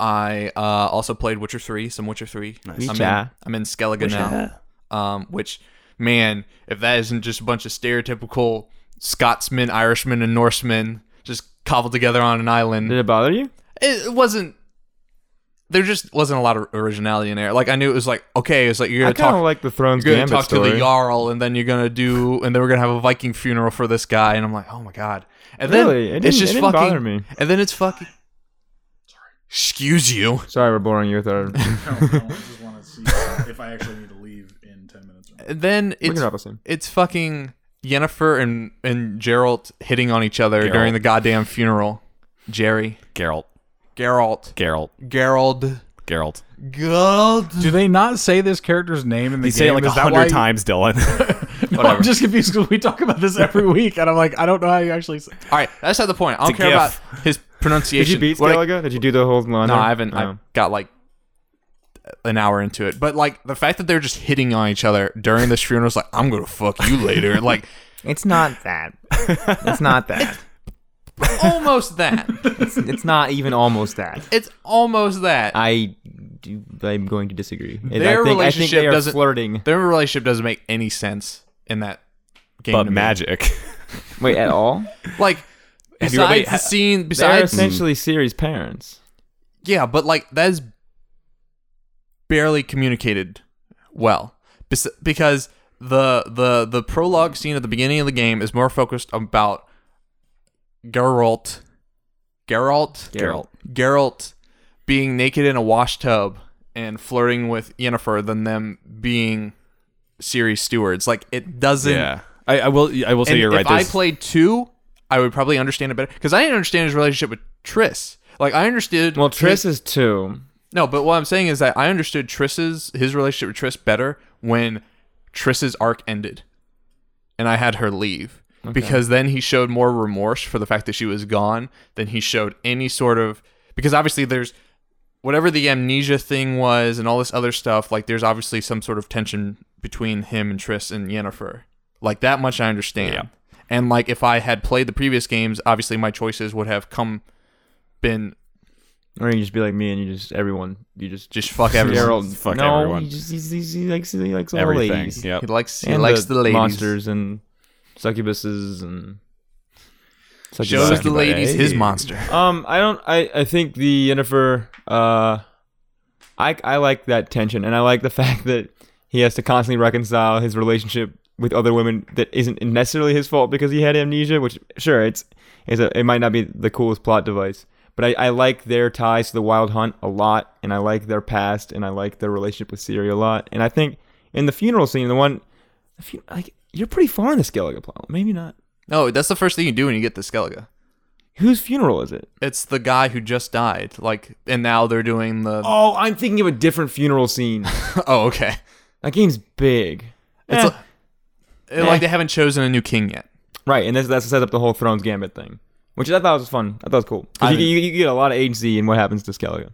[SPEAKER 3] I uh, also played Witcher three, some Witcher three. I'm,
[SPEAKER 1] Witcher.
[SPEAKER 3] in, I'm in Skellige now, um, which man, if that isn't just a bunch of stereotypical Scotsmen, Irishmen, and Norsemen just cobbled together on an island,
[SPEAKER 1] Did it bother you?
[SPEAKER 3] it it wasn't. There just wasn't a lot of originality in there. Like I knew it was like okay, it's like you're
[SPEAKER 1] I
[SPEAKER 3] gonna
[SPEAKER 1] kind
[SPEAKER 3] talk,
[SPEAKER 1] of like the Thrones
[SPEAKER 3] you're gonna
[SPEAKER 1] Gambit
[SPEAKER 3] talk to
[SPEAKER 1] story.
[SPEAKER 3] the jarl, and then you're gonna do, and they were gonna have a Viking funeral for this guy, and I'm like, oh my god, and
[SPEAKER 1] Really? It
[SPEAKER 3] then it's
[SPEAKER 1] didn't-
[SPEAKER 3] just
[SPEAKER 1] it didn't
[SPEAKER 3] fucking,
[SPEAKER 1] bother me.
[SPEAKER 3] and then it's fucking. Excuse you.
[SPEAKER 1] Sorry, we're boring you with our. we can
[SPEAKER 2] I just want to see if I actually need to leave in 10 minutes.
[SPEAKER 3] And then it's
[SPEAKER 1] wrap this in.
[SPEAKER 3] it's fucking Jennifer and and Geralt hitting on each other during the goddamn funeral. Jerry,
[SPEAKER 5] Geralt.
[SPEAKER 3] Geralt,
[SPEAKER 5] Geralt.
[SPEAKER 3] Gerald,
[SPEAKER 5] Geralt.
[SPEAKER 3] Gerald.
[SPEAKER 2] Do they not say this character's name in the
[SPEAKER 5] You
[SPEAKER 2] game?
[SPEAKER 5] say it like a
[SPEAKER 2] Is that
[SPEAKER 5] hundred
[SPEAKER 2] why-
[SPEAKER 5] times, Dylan.
[SPEAKER 2] No, I'm just confused because we talk about this every week, and I'm like, I don't know how you actually. Say-
[SPEAKER 3] All right, that's not the point. I don't
[SPEAKER 5] It's a
[SPEAKER 3] care
[SPEAKER 5] gif.
[SPEAKER 3] about his
[SPEAKER 1] Did
[SPEAKER 3] pronunciation.
[SPEAKER 1] you beat
[SPEAKER 3] What I-
[SPEAKER 1] Skellige? Did you do the whole line?
[SPEAKER 3] no,
[SPEAKER 1] there?
[SPEAKER 3] I haven't.
[SPEAKER 1] Oh.
[SPEAKER 3] I got like an hour into it, but like the fact that they're just hitting on each other during this funeral is like, I'm gonna fuck you later. Like
[SPEAKER 6] It's not that. It's not that.
[SPEAKER 3] almost that.
[SPEAKER 6] It's not even almost that.
[SPEAKER 3] It's almost that.
[SPEAKER 1] I do. I'm going to disagree.
[SPEAKER 3] Their
[SPEAKER 1] I think, I think
[SPEAKER 3] relationship
[SPEAKER 1] they are
[SPEAKER 3] doesn't-
[SPEAKER 1] flirting.
[SPEAKER 3] Their relationship doesn't make any sense in that game.
[SPEAKER 5] but
[SPEAKER 3] to me.
[SPEAKER 5] magic.
[SPEAKER 1] Wait, at all?
[SPEAKER 3] like
[SPEAKER 5] Have you- wait,
[SPEAKER 3] besides
[SPEAKER 5] ha-
[SPEAKER 3] the scene,
[SPEAKER 1] They're
[SPEAKER 3] besides
[SPEAKER 1] essentially Siri's parents.
[SPEAKER 3] yeah, but like that is barely communicated well Bes- because the the the prologue scene at the beginning of the game is more focused about Geralt, Geralt,
[SPEAKER 5] Geralt.
[SPEAKER 3] Geralt being naked in a wash tub and flirting with Yennefer than them being series stewards. Like it doesn't
[SPEAKER 5] yeah. I, I will. I will say
[SPEAKER 3] and
[SPEAKER 5] you're
[SPEAKER 3] if
[SPEAKER 5] right.
[SPEAKER 3] I
[SPEAKER 5] there's-
[SPEAKER 3] played two, I would probably understand it better because I didn't understand his relationship with Triss. Like I understood.
[SPEAKER 1] Well, Triss is two.
[SPEAKER 3] no, but what I'm saying is that I understood Triss's his relationship with Triss better when Triss's arc ended, and I had her leave because then he showed more remorse for the fact that she was gone than he showed any sort of because obviously there's whatever the amnesia thing was and all this other stuff, like there's obviously some sort of tension between him and Triss and Yennefer. Like that much I understand. And like if I had played the previous games, obviously my choices would have come been
[SPEAKER 1] Or you just be like me, and you just everyone, you just
[SPEAKER 3] just fuck everyone.
[SPEAKER 1] Geralt-
[SPEAKER 5] Fuck
[SPEAKER 1] no,
[SPEAKER 5] everyone.
[SPEAKER 1] he just he's, he's, he likes he likes all the
[SPEAKER 5] everything.
[SPEAKER 1] ladies.
[SPEAKER 5] Yep.
[SPEAKER 3] He likes he
[SPEAKER 1] And
[SPEAKER 3] likes the, ladies.
[SPEAKER 1] monsters and succubuses and succubus.
[SPEAKER 3] Shows the ladies his
[SPEAKER 1] Hey.
[SPEAKER 3] monster.
[SPEAKER 1] Um, I don't. I I think the Yennefer. Uh, I I like that tension, and I like the fact that he has to constantly reconcile his relationship with other women that isn't necessarily his fault because he had amnesia. Which sure, it's it's a, it might not be the coolest plot device, but I, I like their ties to the Wild Hunt a lot, and I like their past, and I like their relationship with Ciri a lot, and I think in the funeral scene, the one, the fu- like you're pretty far in the Skellige plot, maybe not.
[SPEAKER 3] No, that's the first thing you do when you get the Skellige.
[SPEAKER 1] Whose funeral is it?
[SPEAKER 3] It's the guy who just died. Like and now they're doing the Oh,
[SPEAKER 1] Oh, I'm thinking of a different funeral scene.
[SPEAKER 3] okay.
[SPEAKER 1] That game's big.
[SPEAKER 3] It's
[SPEAKER 1] Eh.
[SPEAKER 3] like, like they haven't chosen a new king yet.
[SPEAKER 1] right, and that's that sets up the whole Thrones Gambit thing, which I thought was fun. I thought it was cool. 'Cause
[SPEAKER 3] I
[SPEAKER 1] You, you, you get a lot of agency in what happens to Skellige.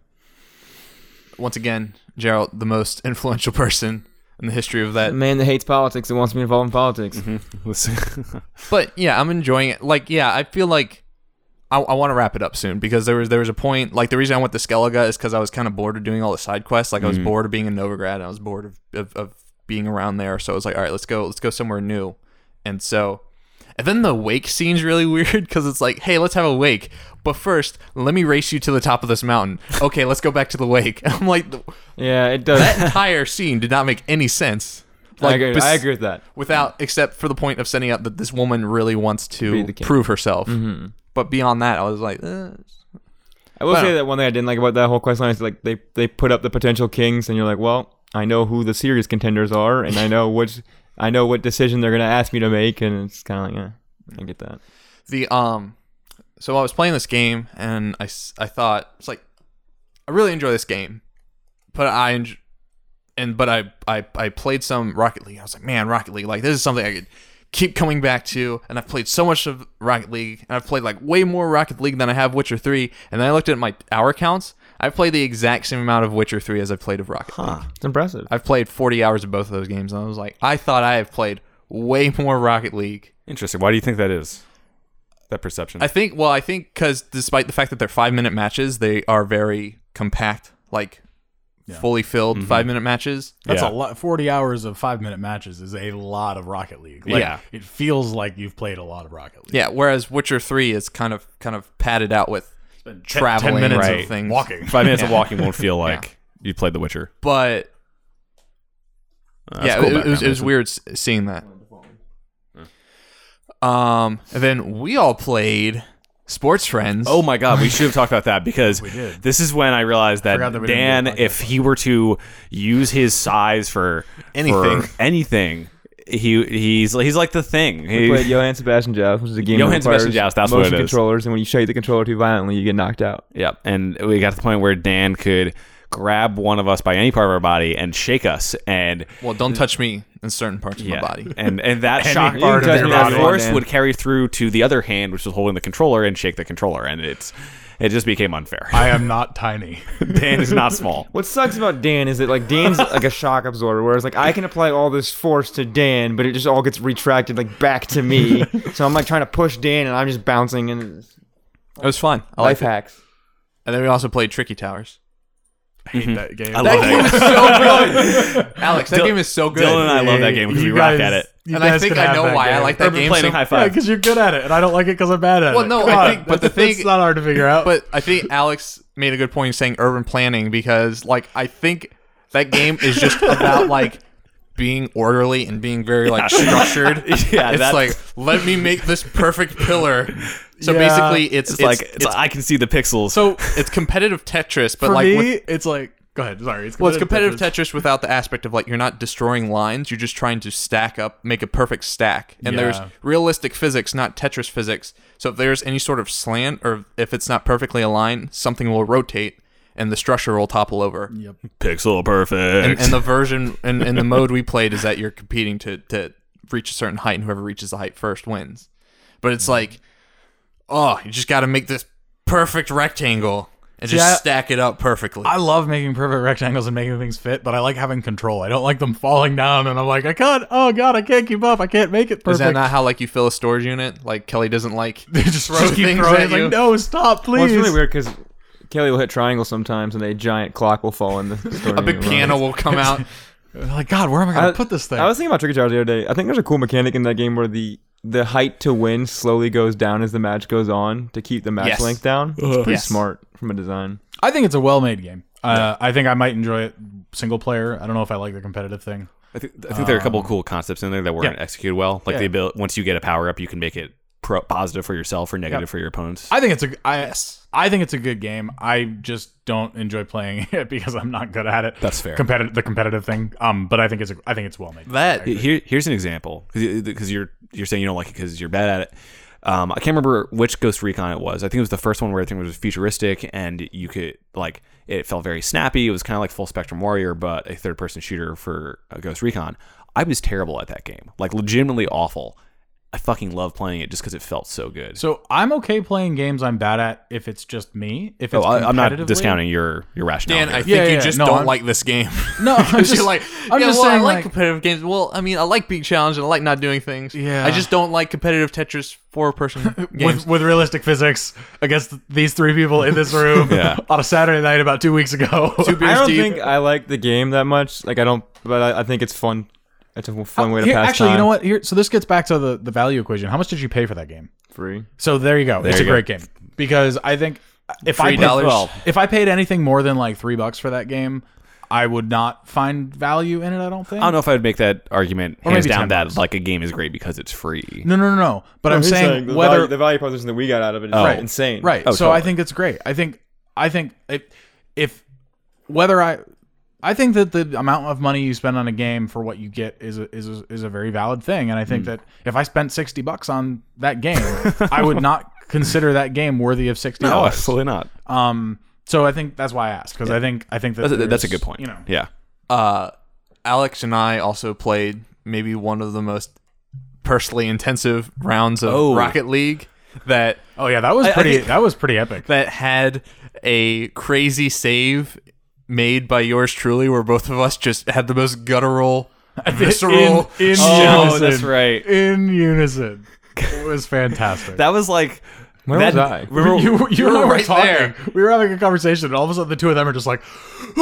[SPEAKER 3] once again, Gerald, the most influential person in the history of
[SPEAKER 1] A
[SPEAKER 3] that.
[SPEAKER 1] man that hates politics that wants me involved in politics.
[SPEAKER 3] Mm-hmm. But yeah, I'm enjoying it. Like, yeah, I feel like I, I want to wrap it up soon because there was there was a point. Like, the reason I went to Skellige is because I was kind of bored of doing all the side quests. Like, I
[SPEAKER 1] Mm.
[SPEAKER 3] was bored of being in Novigrad. And I was bored of, of of being around there. So I was like, all right, let's go, let's go somewhere new. And so, And then the wake scene's really weird because it's like, hey, let's have a wake. But first, let me race you to the top of this mountain. Okay, let's go back to the wake. And I'm like,
[SPEAKER 1] Yeah, it does.
[SPEAKER 3] that entire scene did not make any sense.
[SPEAKER 1] I, agree,
[SPEAKER 3] bes-
[SPEAKER 1] I agree with that.
[SPEAKER 3] Without, except for the point of setting up that this woman really wants
[SPEAKER 1] Be
[SPEAKER 3] to
[SPEAKER 1] the king. Mm-hmm.
[SPEAKER 3] prove herself. But beyond that, I was like, eh.
[SPEAKER 1] I will
[SPEAKER 3] Well-
[SPEAKER 1] say that one thing I didn't like about that whole quest line is like they they put up the potential kings, and you're like, well, I know who the serious contenders are, and I know which I know what decision they're gonna ask me to make, and it's kind of like, yeah, I get that.
[SPEAKER 3] the um so i was playing this game and i s- I thought it's like i really enjoy this game but i enj- and but I, I i played some rocket league i was like man rocket league like this is something i could keep coming back to and i've played so much of rocket league and i've played like way more rocket league than i have witcher 3 and then i looked at my hour counts i've played the exact same amount of witcher 3 as i've played of rocket league
[SPEAKER 1] It's impressive.
[SPEAKER 3] i've played 40 hours of both of those games and i was like i thought i have played way more rocket league
[SPEAKER 5] Interesting. Why do you think that is? That perception.
[SPEAKER 3] I think. Well, I think because despite the fact that they're five minute matches, they are very compact, like fully filled five minute matches.
[SPEAKER 2] That's
[SPEAKER 5] Yeah.
[SPEAKER 2] a lot. Forty hours of five minute matches is a lot of Rocket League. Like,
[SPEAKER 5] Yeah.
[SPEAKER 2] it feels like you've played a lot of Rocket League.
[SPEAKER 3] Yeah. Whereas Witcher Three is kind of kind of padded out with
[SPEAKER 2] Ten-
[SPEAKER 3] traveling
[SPEAKER 2] ten minutes
[SPEAKER 5] right.
[SPEAKER 3] of things.
[SPEAKER 2] walking.
[SPEAKER 5] Five minutes of walking won't feel like you played The Witcher.
[SPEAKER 3] But
[SPEAKER 5] Uh, that's
[SPEAKER 3] yeah,
[SPEAKER 5] cool
[SPEAKER 3] it, it was
[SPEAKER 5] background
[SPEAKER 3] it was
[SPEAKER 5] music.
[SPEAKER 3] weird s- seeing that. Um, and then we all played Sports Friends.
[SPEAKER 5] Oh my god, we should have talked about that because
[SPEAKER 2] did.
[SPEAKER 5] this is when I realized that,
[SPEAKER 2] forgot that we didn't
[SPEAKER 5] Dan,
[SPEAKER 2] do a podcast.
[SPEAKER 5] if he were to use his size for
[SPEAKER 3] Anything.
[SPEAKER 5] for anything, he he's he's like the thing.
[SPEAKER 1] We
[SPEAKER 5] He-
[SPEAKER 1] played Johann Sebastian Joust, which is a game
[SPEAKER 5] Johann
[SPEAKER 1] that requires
[SPEAKER 5] Sebastian Joust, that's what
[SPEAKER 1] motion
[SPEAKER 5] it is.
[SPEAKER 1] controllers, and when you shake the controller too violently, you get knocked out.
[SPEAKER 5] yeah, and we got to the point where Dan could grab one of us by any part of our body and shake us, and
[SPEAKER 3] Well, don't touch me in certain parts of
[SPEAKER 5] yeah,
[SPEAKER 3] my body.
[SPEAKER 5] and and that
[SPEAKER 2] Any
[SPEAKER 5] shock
[SPEAKER 2] part
[SPEAKER 1] of your
[SPEAKER 5] that
[SPEAKER 1] body.
[SPEAKER 5] force
[SPEAKER 1] Dan.
[SPEAKER 5] would carry through to the other hand, which was holding the controller, and shake the controller, and it's it just became unfair.
[SPEAKER 2] I am not tiny.
[SPEAKER 5] Dan is not small.
[SPEAKER 1] What sucks about Dan is that like Dan's like a shock absorber, whereas like I can apply all this force to Dan, but it just all gets retracted like back to me. so I'm like trying to push Dan, and I'm just bouncing and
[SPEAKER 3] It was fun. I
[SPEAKER 1] life
[SPEAKER 3] liked it.
[SPEAKER 1] hacks.
[SPEAKER 3] And then we also played Tricky Towers.
[SPEAKER 2] I
[SPEAKER 3] Mm-hmm.
[SPEAKER 2] hate that game.
[SPEAKER 5] I love that. game.
[SPEAKER 3] Alex, that game is so good.
[SPEAKER 5] Dylan and I love that game because we
[SPEAKER 2] You
[SPEAKER 5] rock
[SPEAKER 2] guys-
[SPEAKER 5] at it.
[SPEAKER 2] you
[SPEAKER 3] and I
[SPEAKER 2] guys
[SPEAKER 3] think
[SPEAKER 2] can
[SPEAKER 3] I
[SPEAKER 2] have
[SPEAKER 3] know why I
[SPEAKER 2] game.
[SPEAKER 3] like that
[SPEAKER 5] Urban
[SPEAKER 3] game.
[SPEAKER 5] Planning
[SPEAKER 3] so-
[SPEAKER 5] High
[SPEAKER 2] Yeah,
[SPEAKER 5] Five.
[SPEAKER 2] because you're good at it, and I don't like it because I'm bad at
[SPEAKER 3] Well,
[SPEAKER 2] it.
[SPEAKER 3] no,
[SPEAKER 2] Come
[SPEAKER 3] I
[SPEAKER 2] on.
[SPEAKER 3] think- but the
[SPEAKER 2] That's- that's
[SPEAKER 3] thing-
[SPEAKER 2] not hard to figure out.
[SPEAKER 3] but I think Alex made a good point saying urban planning because, like, I think that game is just about like being orderly and being very like structured.
[SPEAKER 5] Yeah,
[SPEAKER 3] it's
[SPEAKER 5] that's-
[SPEAKER 3] like let me make this perfect pillar. So
[SPEAKER 2] Yeah.
[SPEAKER 3] basically, it's,
[SPEAKER 5] it's, like it's, I can see the pixels.
[SPEAKER 2] so
[SPEAKER 3] it's competitive Tetris, but
[SPEAKER 2] for
[SPEAKER 3] like
[SPEAKER 2] me,
[SPEAKER 3] with,
[SPEAKER 2] it's like go ahead. Sorry, it's
[SPEAKER 3] well, it's competitive Tetris without the aspect of like you're not destroying lines. You're just trying to stack up, make a perfect stack. And there's
[SPEAKER 2] Yeah.
[SPEAKER 3] realistic physics, not Tetris physics. So if there's any sort of slant or if it's not perfectly aligned, something will rotate and the structure will topple over.
[SPEAKER 5] pixel perfect.
[SPEAKER 3] And, and the version and, and the mode we played is that you're competing to to reach a certain height, and whoever reaches the height first wins. But it's like, oh, you just got to make this perfect rectangle and just
[SPEAKER 2] Yeah.
[SPEAKER 3] stack it up perfectly.
[SPEAKER 2] I love making perfect rectangles and making things fit, but I like having control. I don't like them falling down, and I'm like, I can't. Oh god, I can't keep up. I can't make it perfect.
[SPEAKER 3] Is that not how like you fill a storage unit? Like Kelly doesn't like
[SPEAKER 2] they just,
[SPEAKER 3] throw
[SPEAKER 2] just keep
[SPEAKER 3] things
[SPEAKER 2] throwing
[SPEAKER 3] at
[SPEAKER 2] it, like,
[SPEAKER 3] you?
[SPEAKER 2] no, stop, please.
[SPEAKER 1] Well, it's really weird because Kelly will hit triangle sometimes, and a giant clock will fall in the store.
[SPEAKER 3] a big piano will come out.
[SPEAKER 2] I'm like, God, where am I gonna
[SPEAKER 1] I-
[SPEAKER 2] put this thing?
[SPEAKER 1] I was thinking about Tricky Tower the other day. I think there's a cool mechanic in that game where the the height to win slowly goes down as the match goes on to keep the match
[SPEAKER 3] Yes.
[SPEAKER 1] length down. It's pretty
[SPEAKER 3] Yes.
[SPEAKER 1] smart from a design.
[SPEAKER 2] I think it's a well-made game. Uh, I think I might enjoy it single player. I don't know if I like the competitive thing.
[SPEAKER 5] I think, I think there are a couple of cool concepts in there that weren't
[SPEAKER 2] yeah.
[SPEAKER 5] executed well. Like the ability once you get a power up, you can make it pro- positive for yourself or negative for your opponents.
[SPEAKER 2] I think it's a I I think it's a good game. I just don't enjoy playing it because I'm not good at it.
[SPEAKER 5] That's fair.
[SPEAKER 2] Competitive the competitive thing. Um, but I think it's a, I think it's well made.
[SPEAKER 3] That
[SPEAKER 5] Here, here's an example because you're you're saying you don't like it because you're bad at it. Um, I can't remember which Ghost Recon it was. I think it was the first one where everything was futuristic and you could like it felt very snappy. It was kind of like Full Spectrum Warrior, but a third person shooter for uh, Ghost Recon. I was terrible at that game, like legitimately awful. I fucking love playing it just because it felt so good.
[SPEAKER 2] So I'm okay playing games I'm bad at if it's just me. If
[SPEAKER 5] Oh,
[SPEAKER 2] it's
[SPEAKER 5] I, I'm not
[SPEAKER 2] competitively-
[SPEAKER 5] discounting your your rationale.
[SPEAKER 3] Dan,
[SPEAKER 5] here.
[SPEAKER 3] I think
[SPEAKER 2] Yeah,
[SPEAKER 3] you
[SPEAKER 2] yeah,
[SPEAKER 3] just
[SPEAKER 2] no,
[SPEAKER 3] don't
[SPEAKER 2] I'm-
[SPEAKER 3] like this game.
[SPEAKER 2] No, I'm
[SPEAKER 3] Because
[SPEAKER 2] just
[SPEAKER 3] you're like,
[SPEAKER 2] I'm
[SPEAKER 3] yeah,
[SPEAKER 2] just
[SPEAKER 3] well,
[SPEAKER 2] saying
[SPEAKER 3] I like,
[SPEAKER 2] like,
[SPEAKER 3] competitive games. Well, I mean, I like being challenged and I like not doing things.
[SPEAKER 2] Yeah.
[SPEAKER 3] I just don't like competitive Tetris four person games.
[SPEAKER 2] with, with realistic physics against these three people in this room
[SPEAKER 5] Yeah.
[SPEAKER 2] on a Saturday night about two weeks ago.
[SPEAKER 3] Two
[SPEAKER 1] I
[SPEAKER 3] beers
[SPEAKER 1] don't
[SPEAKER 3] deep.
[SPEAKER 1] think I like the game that much. Like I don't, but I, I think it's fun. It's a fun way to
[SPEAKER 2] Uh, Here-
[SPEAKER 1] pass
[SPEAKER 2] actually,
[SPEAKER 1] time.
[SPEAKER 2] you know what? Here, so this gets back to the the value equation. How much did you pay for that game?
[SPEAKER 1] Free.
[SPEAKER 2] So there you go. it's a
[SPEAKER 5] you go.
[SPEAKER 2] great game because I think if I
[SPEAKER 3] Three
[SPEAKER 2] paid,
[SPEAKER 3] dollars? Well-
[SPEAKER 2] if I paid anything more than like three bucks for that game, I would not find value in it. I don't think.
[SPEAKER 5] I don't know if I would make that argument
[SPEAKER 2] Or
[SPEAKER 5] hands
[SPEAKER 2] maybe
[SPEAKER 5] down
[SPEAKER 2] 10
[SPEAKER 5] that
[SPEAKER 2] bucks.
[SPEAKER 5] like a game is great because it's free.
[SPEAKER 2] No, no, no, no. But I'm
[SPEAKER 1] he's
[SPEAKER 2] saying
[SPEAKER 1] the
[SPEAKER 2] whether
[SPEAKER 1] value, the value proposition that we got out of it is
[SPEAKER 2] Right.
[SPEAKER 1] insane.
[SPEAKER 2] Right.
[SPEAKER 5] Oh,
[SPEAKER 2] so I think it's great. I think I think if, if whether I I think that the amount of money you spend on a game for what you get is a, is a, is a very valid thing, and I
[SPEAKER 5] Hmm.
[SPEAKER 2] think that if I spent sixty bucks on that game, I would not consider that game worthy of sixty
[SPEAKER 5] No,
[SPEAKER 2] dollars.
[SPEAKER 5] absolutely not.
[SPEAKER 2] um. So I think that's why I asked because I think I think that
[SPEAKER 5] That's a, that's a
[SPEAKER 2] there's,
[SPEAKER 5] good point.
[SPEAKER 2] You know.
[SPEAKER 5] yeah.
[SPEAKER 3] uh, Alex and I also played maybe one of the most personally intensive rounds of Rocket League that
[SPEAKER 2] Oh yeah, that was pretty.
[SPEAKER 3] think-
[SPEAKER 2] that was pretty epic.
[SPEAKER 3] that had a crazy save made by yours truly, where both of us just had the most guttural, visceral.
[SPEAKER 2] in, in
[SPEAKER 5] Oh,
[SPEAKER 2] unison,
[SPEAKER 5] that's right.
[SPEAKER 2] In unison, it was fantastic.
[SPEAKER 5] That was like
[SPEAKER 1] Where
[SPEAKER 5] that,
[SPEAKER 1] was I?
[SPEAKER 5] Remember,
[SPEAKER 2] you, you and I were
[SPEAKER 3] right
[SPEAKER 2] talking.
[SPEAKER 3] there.
[SPEAKER 2] We were having a conversation, and all of a sudden, the two of them are just like,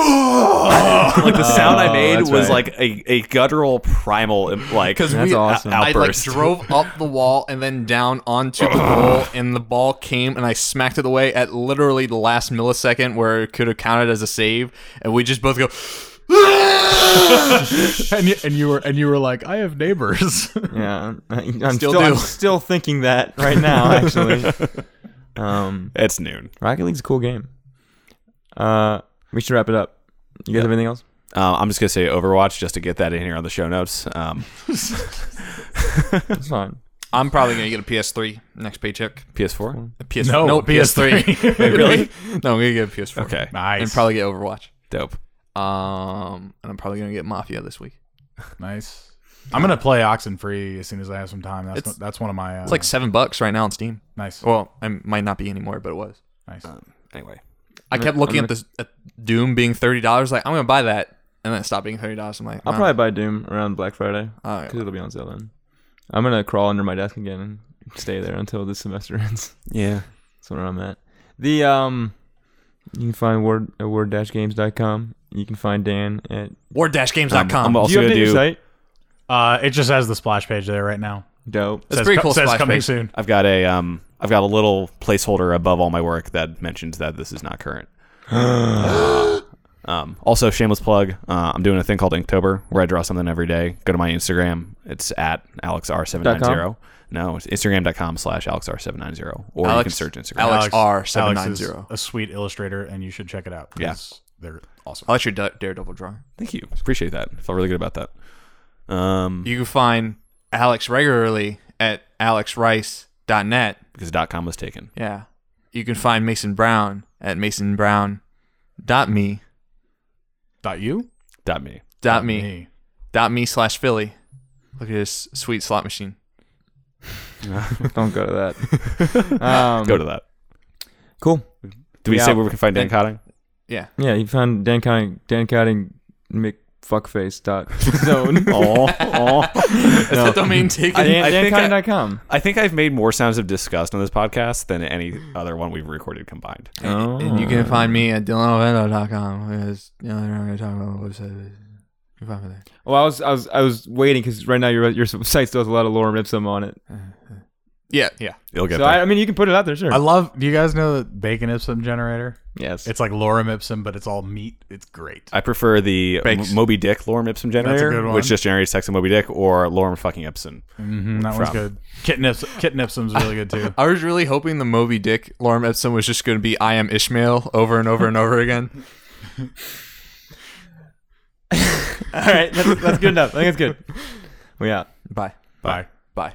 [SPEAKER 5] like the sound I made
[SPEAKER 1] "Oh, that's
[SPEAKER 5] was
[SPEAKER 1] right.
[SPEAKER 5] like a, a guttural primal im- like
[SPEAKER 3] Because
[SPEAKER 1] That's
[SPEAKER 3] we,
[SPEAKER 1] awesome.
[SPEAKER 3] I like
[SPEAKER 5] Outburst.
[SPEAKER 3] drove up the wall and then down onto the goal, and the ball came and I smacked it away at literally the last millisecond where it could have counted as a save, and we just both go.
[SPEAKER 2] and you, and you were and you were like, I have neighbors.
[SPEAKER 1] Yeah, I- I'm
[SPEAKER 3] Still
[SPEAKER 1] still,
[SPEAKER 3] do.
[SPEAKER 1] I'm still thinking that right now. Actually, um,
[SPEAKER 5] it's noon.
[SPEAKER 1] Rocket League's a cool game. Uh, we should wrap it up. You guys have anything else?
[SPEAKER 5] Um, I'm just gonna say Overwatch just to get that in here on the show notes. Um,
[SPEAKER 1] It's fine.
[SPEAKER 3] I'm probably gonna get a PS3 next paycheck.
[SPEAKER 5] PS4.
[SPEAKER 3] A PS
[SPEAKER 2] No,
[SPEAKER 3] no
[SPEAKER 2] PS3.
[SPEAKER 3] PS3. Wait, really? no, I'm gonna get a PS4.
[SPEAKER 5] Okay,
[SPEAKER 2] nice,
[SPEAKER 3] And probably get Overwatch.
[SPEAKER 5] dope.
[SPEAKER 3] Um, and I'm probably gonna get Mafia this week.
[SPEAKER 2] nice. I'm gonna play Oxen Free as soon as I have some time. That's
[SPEAKER 3] It's-
[SPEAKER 2] that's one of my. Uh,
[SPEAKER 3] It's like seven bucks right now on Steam.
[SPEAKER 2] nice,
[SPEAKER 3] Well, I might not be anymore, but it was.
[SPEAKER 2] nice.
[SPEAKER 5] Anyway,
[SPEAKER 3] I kept looking at this at Doom being thirty dollars. Like I'm gonna buy that, and then it stopped being thirty dollars. I'm like, uh,
[SPEAKER 1] I'll
[SPEAKER 3] nah.
[SPEAKER 1] probably buy Doom around Black Friday
[SPEAKER 3] All right.
[SPEAKER 1] because it'll be on sale then. I'm gonna crawl under my desk again and stay there until this semester ends.
[SPEAKER 5] yeah.
[SPEAKER 1] That's where I'm at. The um, you can find word at word-games.com. You can find Dan at.
[SPEAKER 3] War-games.com.
[SPEAKER 5] I'm also
[SPEAKER 1] do you
[SPEAKER 5] gonna
[SPEAKER 1] update your
[SPEAKER 5] do.
[SPEAKER 1] site?
[SPEAKER 2] Uh, it just has the splash page there right now.
[SPEAKER 1] Dope.
[SPEAKER 2] says,
[SPEAKER 3] pretty
[SPEAKER 2] co-
[SPEAKER 3] cool
[SPEAKER 2] Says
[SPEAKER 3] splash
[SPEAKER 2] coming
[SPEAKER 3] page.
[SPEAKER 2] soon.
[SPEAKER 5] I've got a um, I've got a little placeholder above all my work that mentions that this is not current. um, also, shameless plug. Uh, I'm doing a thing called Inktober where I draw something every day. Go to my Instagram. It's at alexr790. No, it's Instagram.com slash alexr790. Or you can
[SPEAKER 3] Alex-
[SPEAKER 5] search Instagram.
[SPEAKER 3] Alex- R
[SPEAKER 2] Alex is
[SPEAKER 3] 790.
[SPEAKER 2] a sweet illustrator, and you should check it out. 'cause they're awesome.
[SPEAKER 3] I like your da- Daredevil drawing.
[SPEAKER 5] Thank you. Appreciate that. I felt really good about that. Um,
[SPEAKER 3] You can find Alex regularly at alexrice.net.
[SPEAKER 5] because dot .com was taken.
[SPEAKER 3] Yeah. You can find Mason Brown at masonbrown.me.
[SPEAKER 2] Dot you?
[SPEAKER 5] Dot .me.
[SPEAKER 3] Dot me. Dot me slash Philly. Look at this sweet slot machine.
[SPEAKER 1] Don't go to that. Um,
[SPEAKER 5] Go to that.
[SPEAKER 1] Cool.
[SPEAKER 5] Do we
[SPEAKER 1] Yeah.
[SPEAKER 5] say where we can find Dan Cotting?
[SPEAKER 3] Yeah.
[SPEAKER 1] Yeah, you found Dan Cotting, Dan Cotting, Mick Fuckface dot zone.
[SPEAKER 5] oh, oh.
[SPEAKER 3] Is that domain taken?
[SPEAKER 1] Dan,
[SPEAKER 5] I think I-
[SPEAKER 1] DanCotting.com.
[SPEAKER 5] I think I've made more sounds of disgust on this podcast than any other one we've recorded combined.
[SPEAKER 3] And you can find me at dylanovendo.com. Because, you know, they're not going to talk about what website it is. You can find me there.
[SPEAKER 1] Well, I was I was I was waiting because right now your your site still has a lot of lorem ipsum on it.
[SPEAKER 3] Yeah. Yeah.
[SPEAKER 5] You'll get
[SPEAKER 1] So I, I mean, you can put it out there, sure.
[SPEAKER 2] I love. Do you guys know the Bacon Ipsum generator?
[SPEAKER 1] yes.
[SPEAKER 2] It's like lorem ipsum, but it's all meat. It's great.
[SPEAKER 5] I prefer the
[SPEAKER 3] Bakes.
[SPEAKER 5] M- Moby Dick lorem ipsum generator,
[SPEAKER 2] good one.
[SPEAKER 5] which just generates text of Moby Dick, or lorem fucking ipsum.
[SPEAKER 2] Mm, that one's
[SPEAKER 5] From.
[SPEAKER 2] good. Kitten, ips- kitten ipsum's really good too.
[SPEAKER 3] I was really hoping the Moby Dick Lorem Ipsum was just going to be I am Ishmael over and over and over again.
[SPEAKER 1] All right, that's, that's good enough. I think that's good. We out.
[SPEAKER 3] Bye.
[SPEAKER 2] Bye.
[SPEAKER 3] Bye.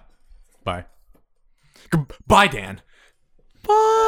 [SPEAKER 2] Bye.
[SPEAKER 3] Bye, Dan. Bye.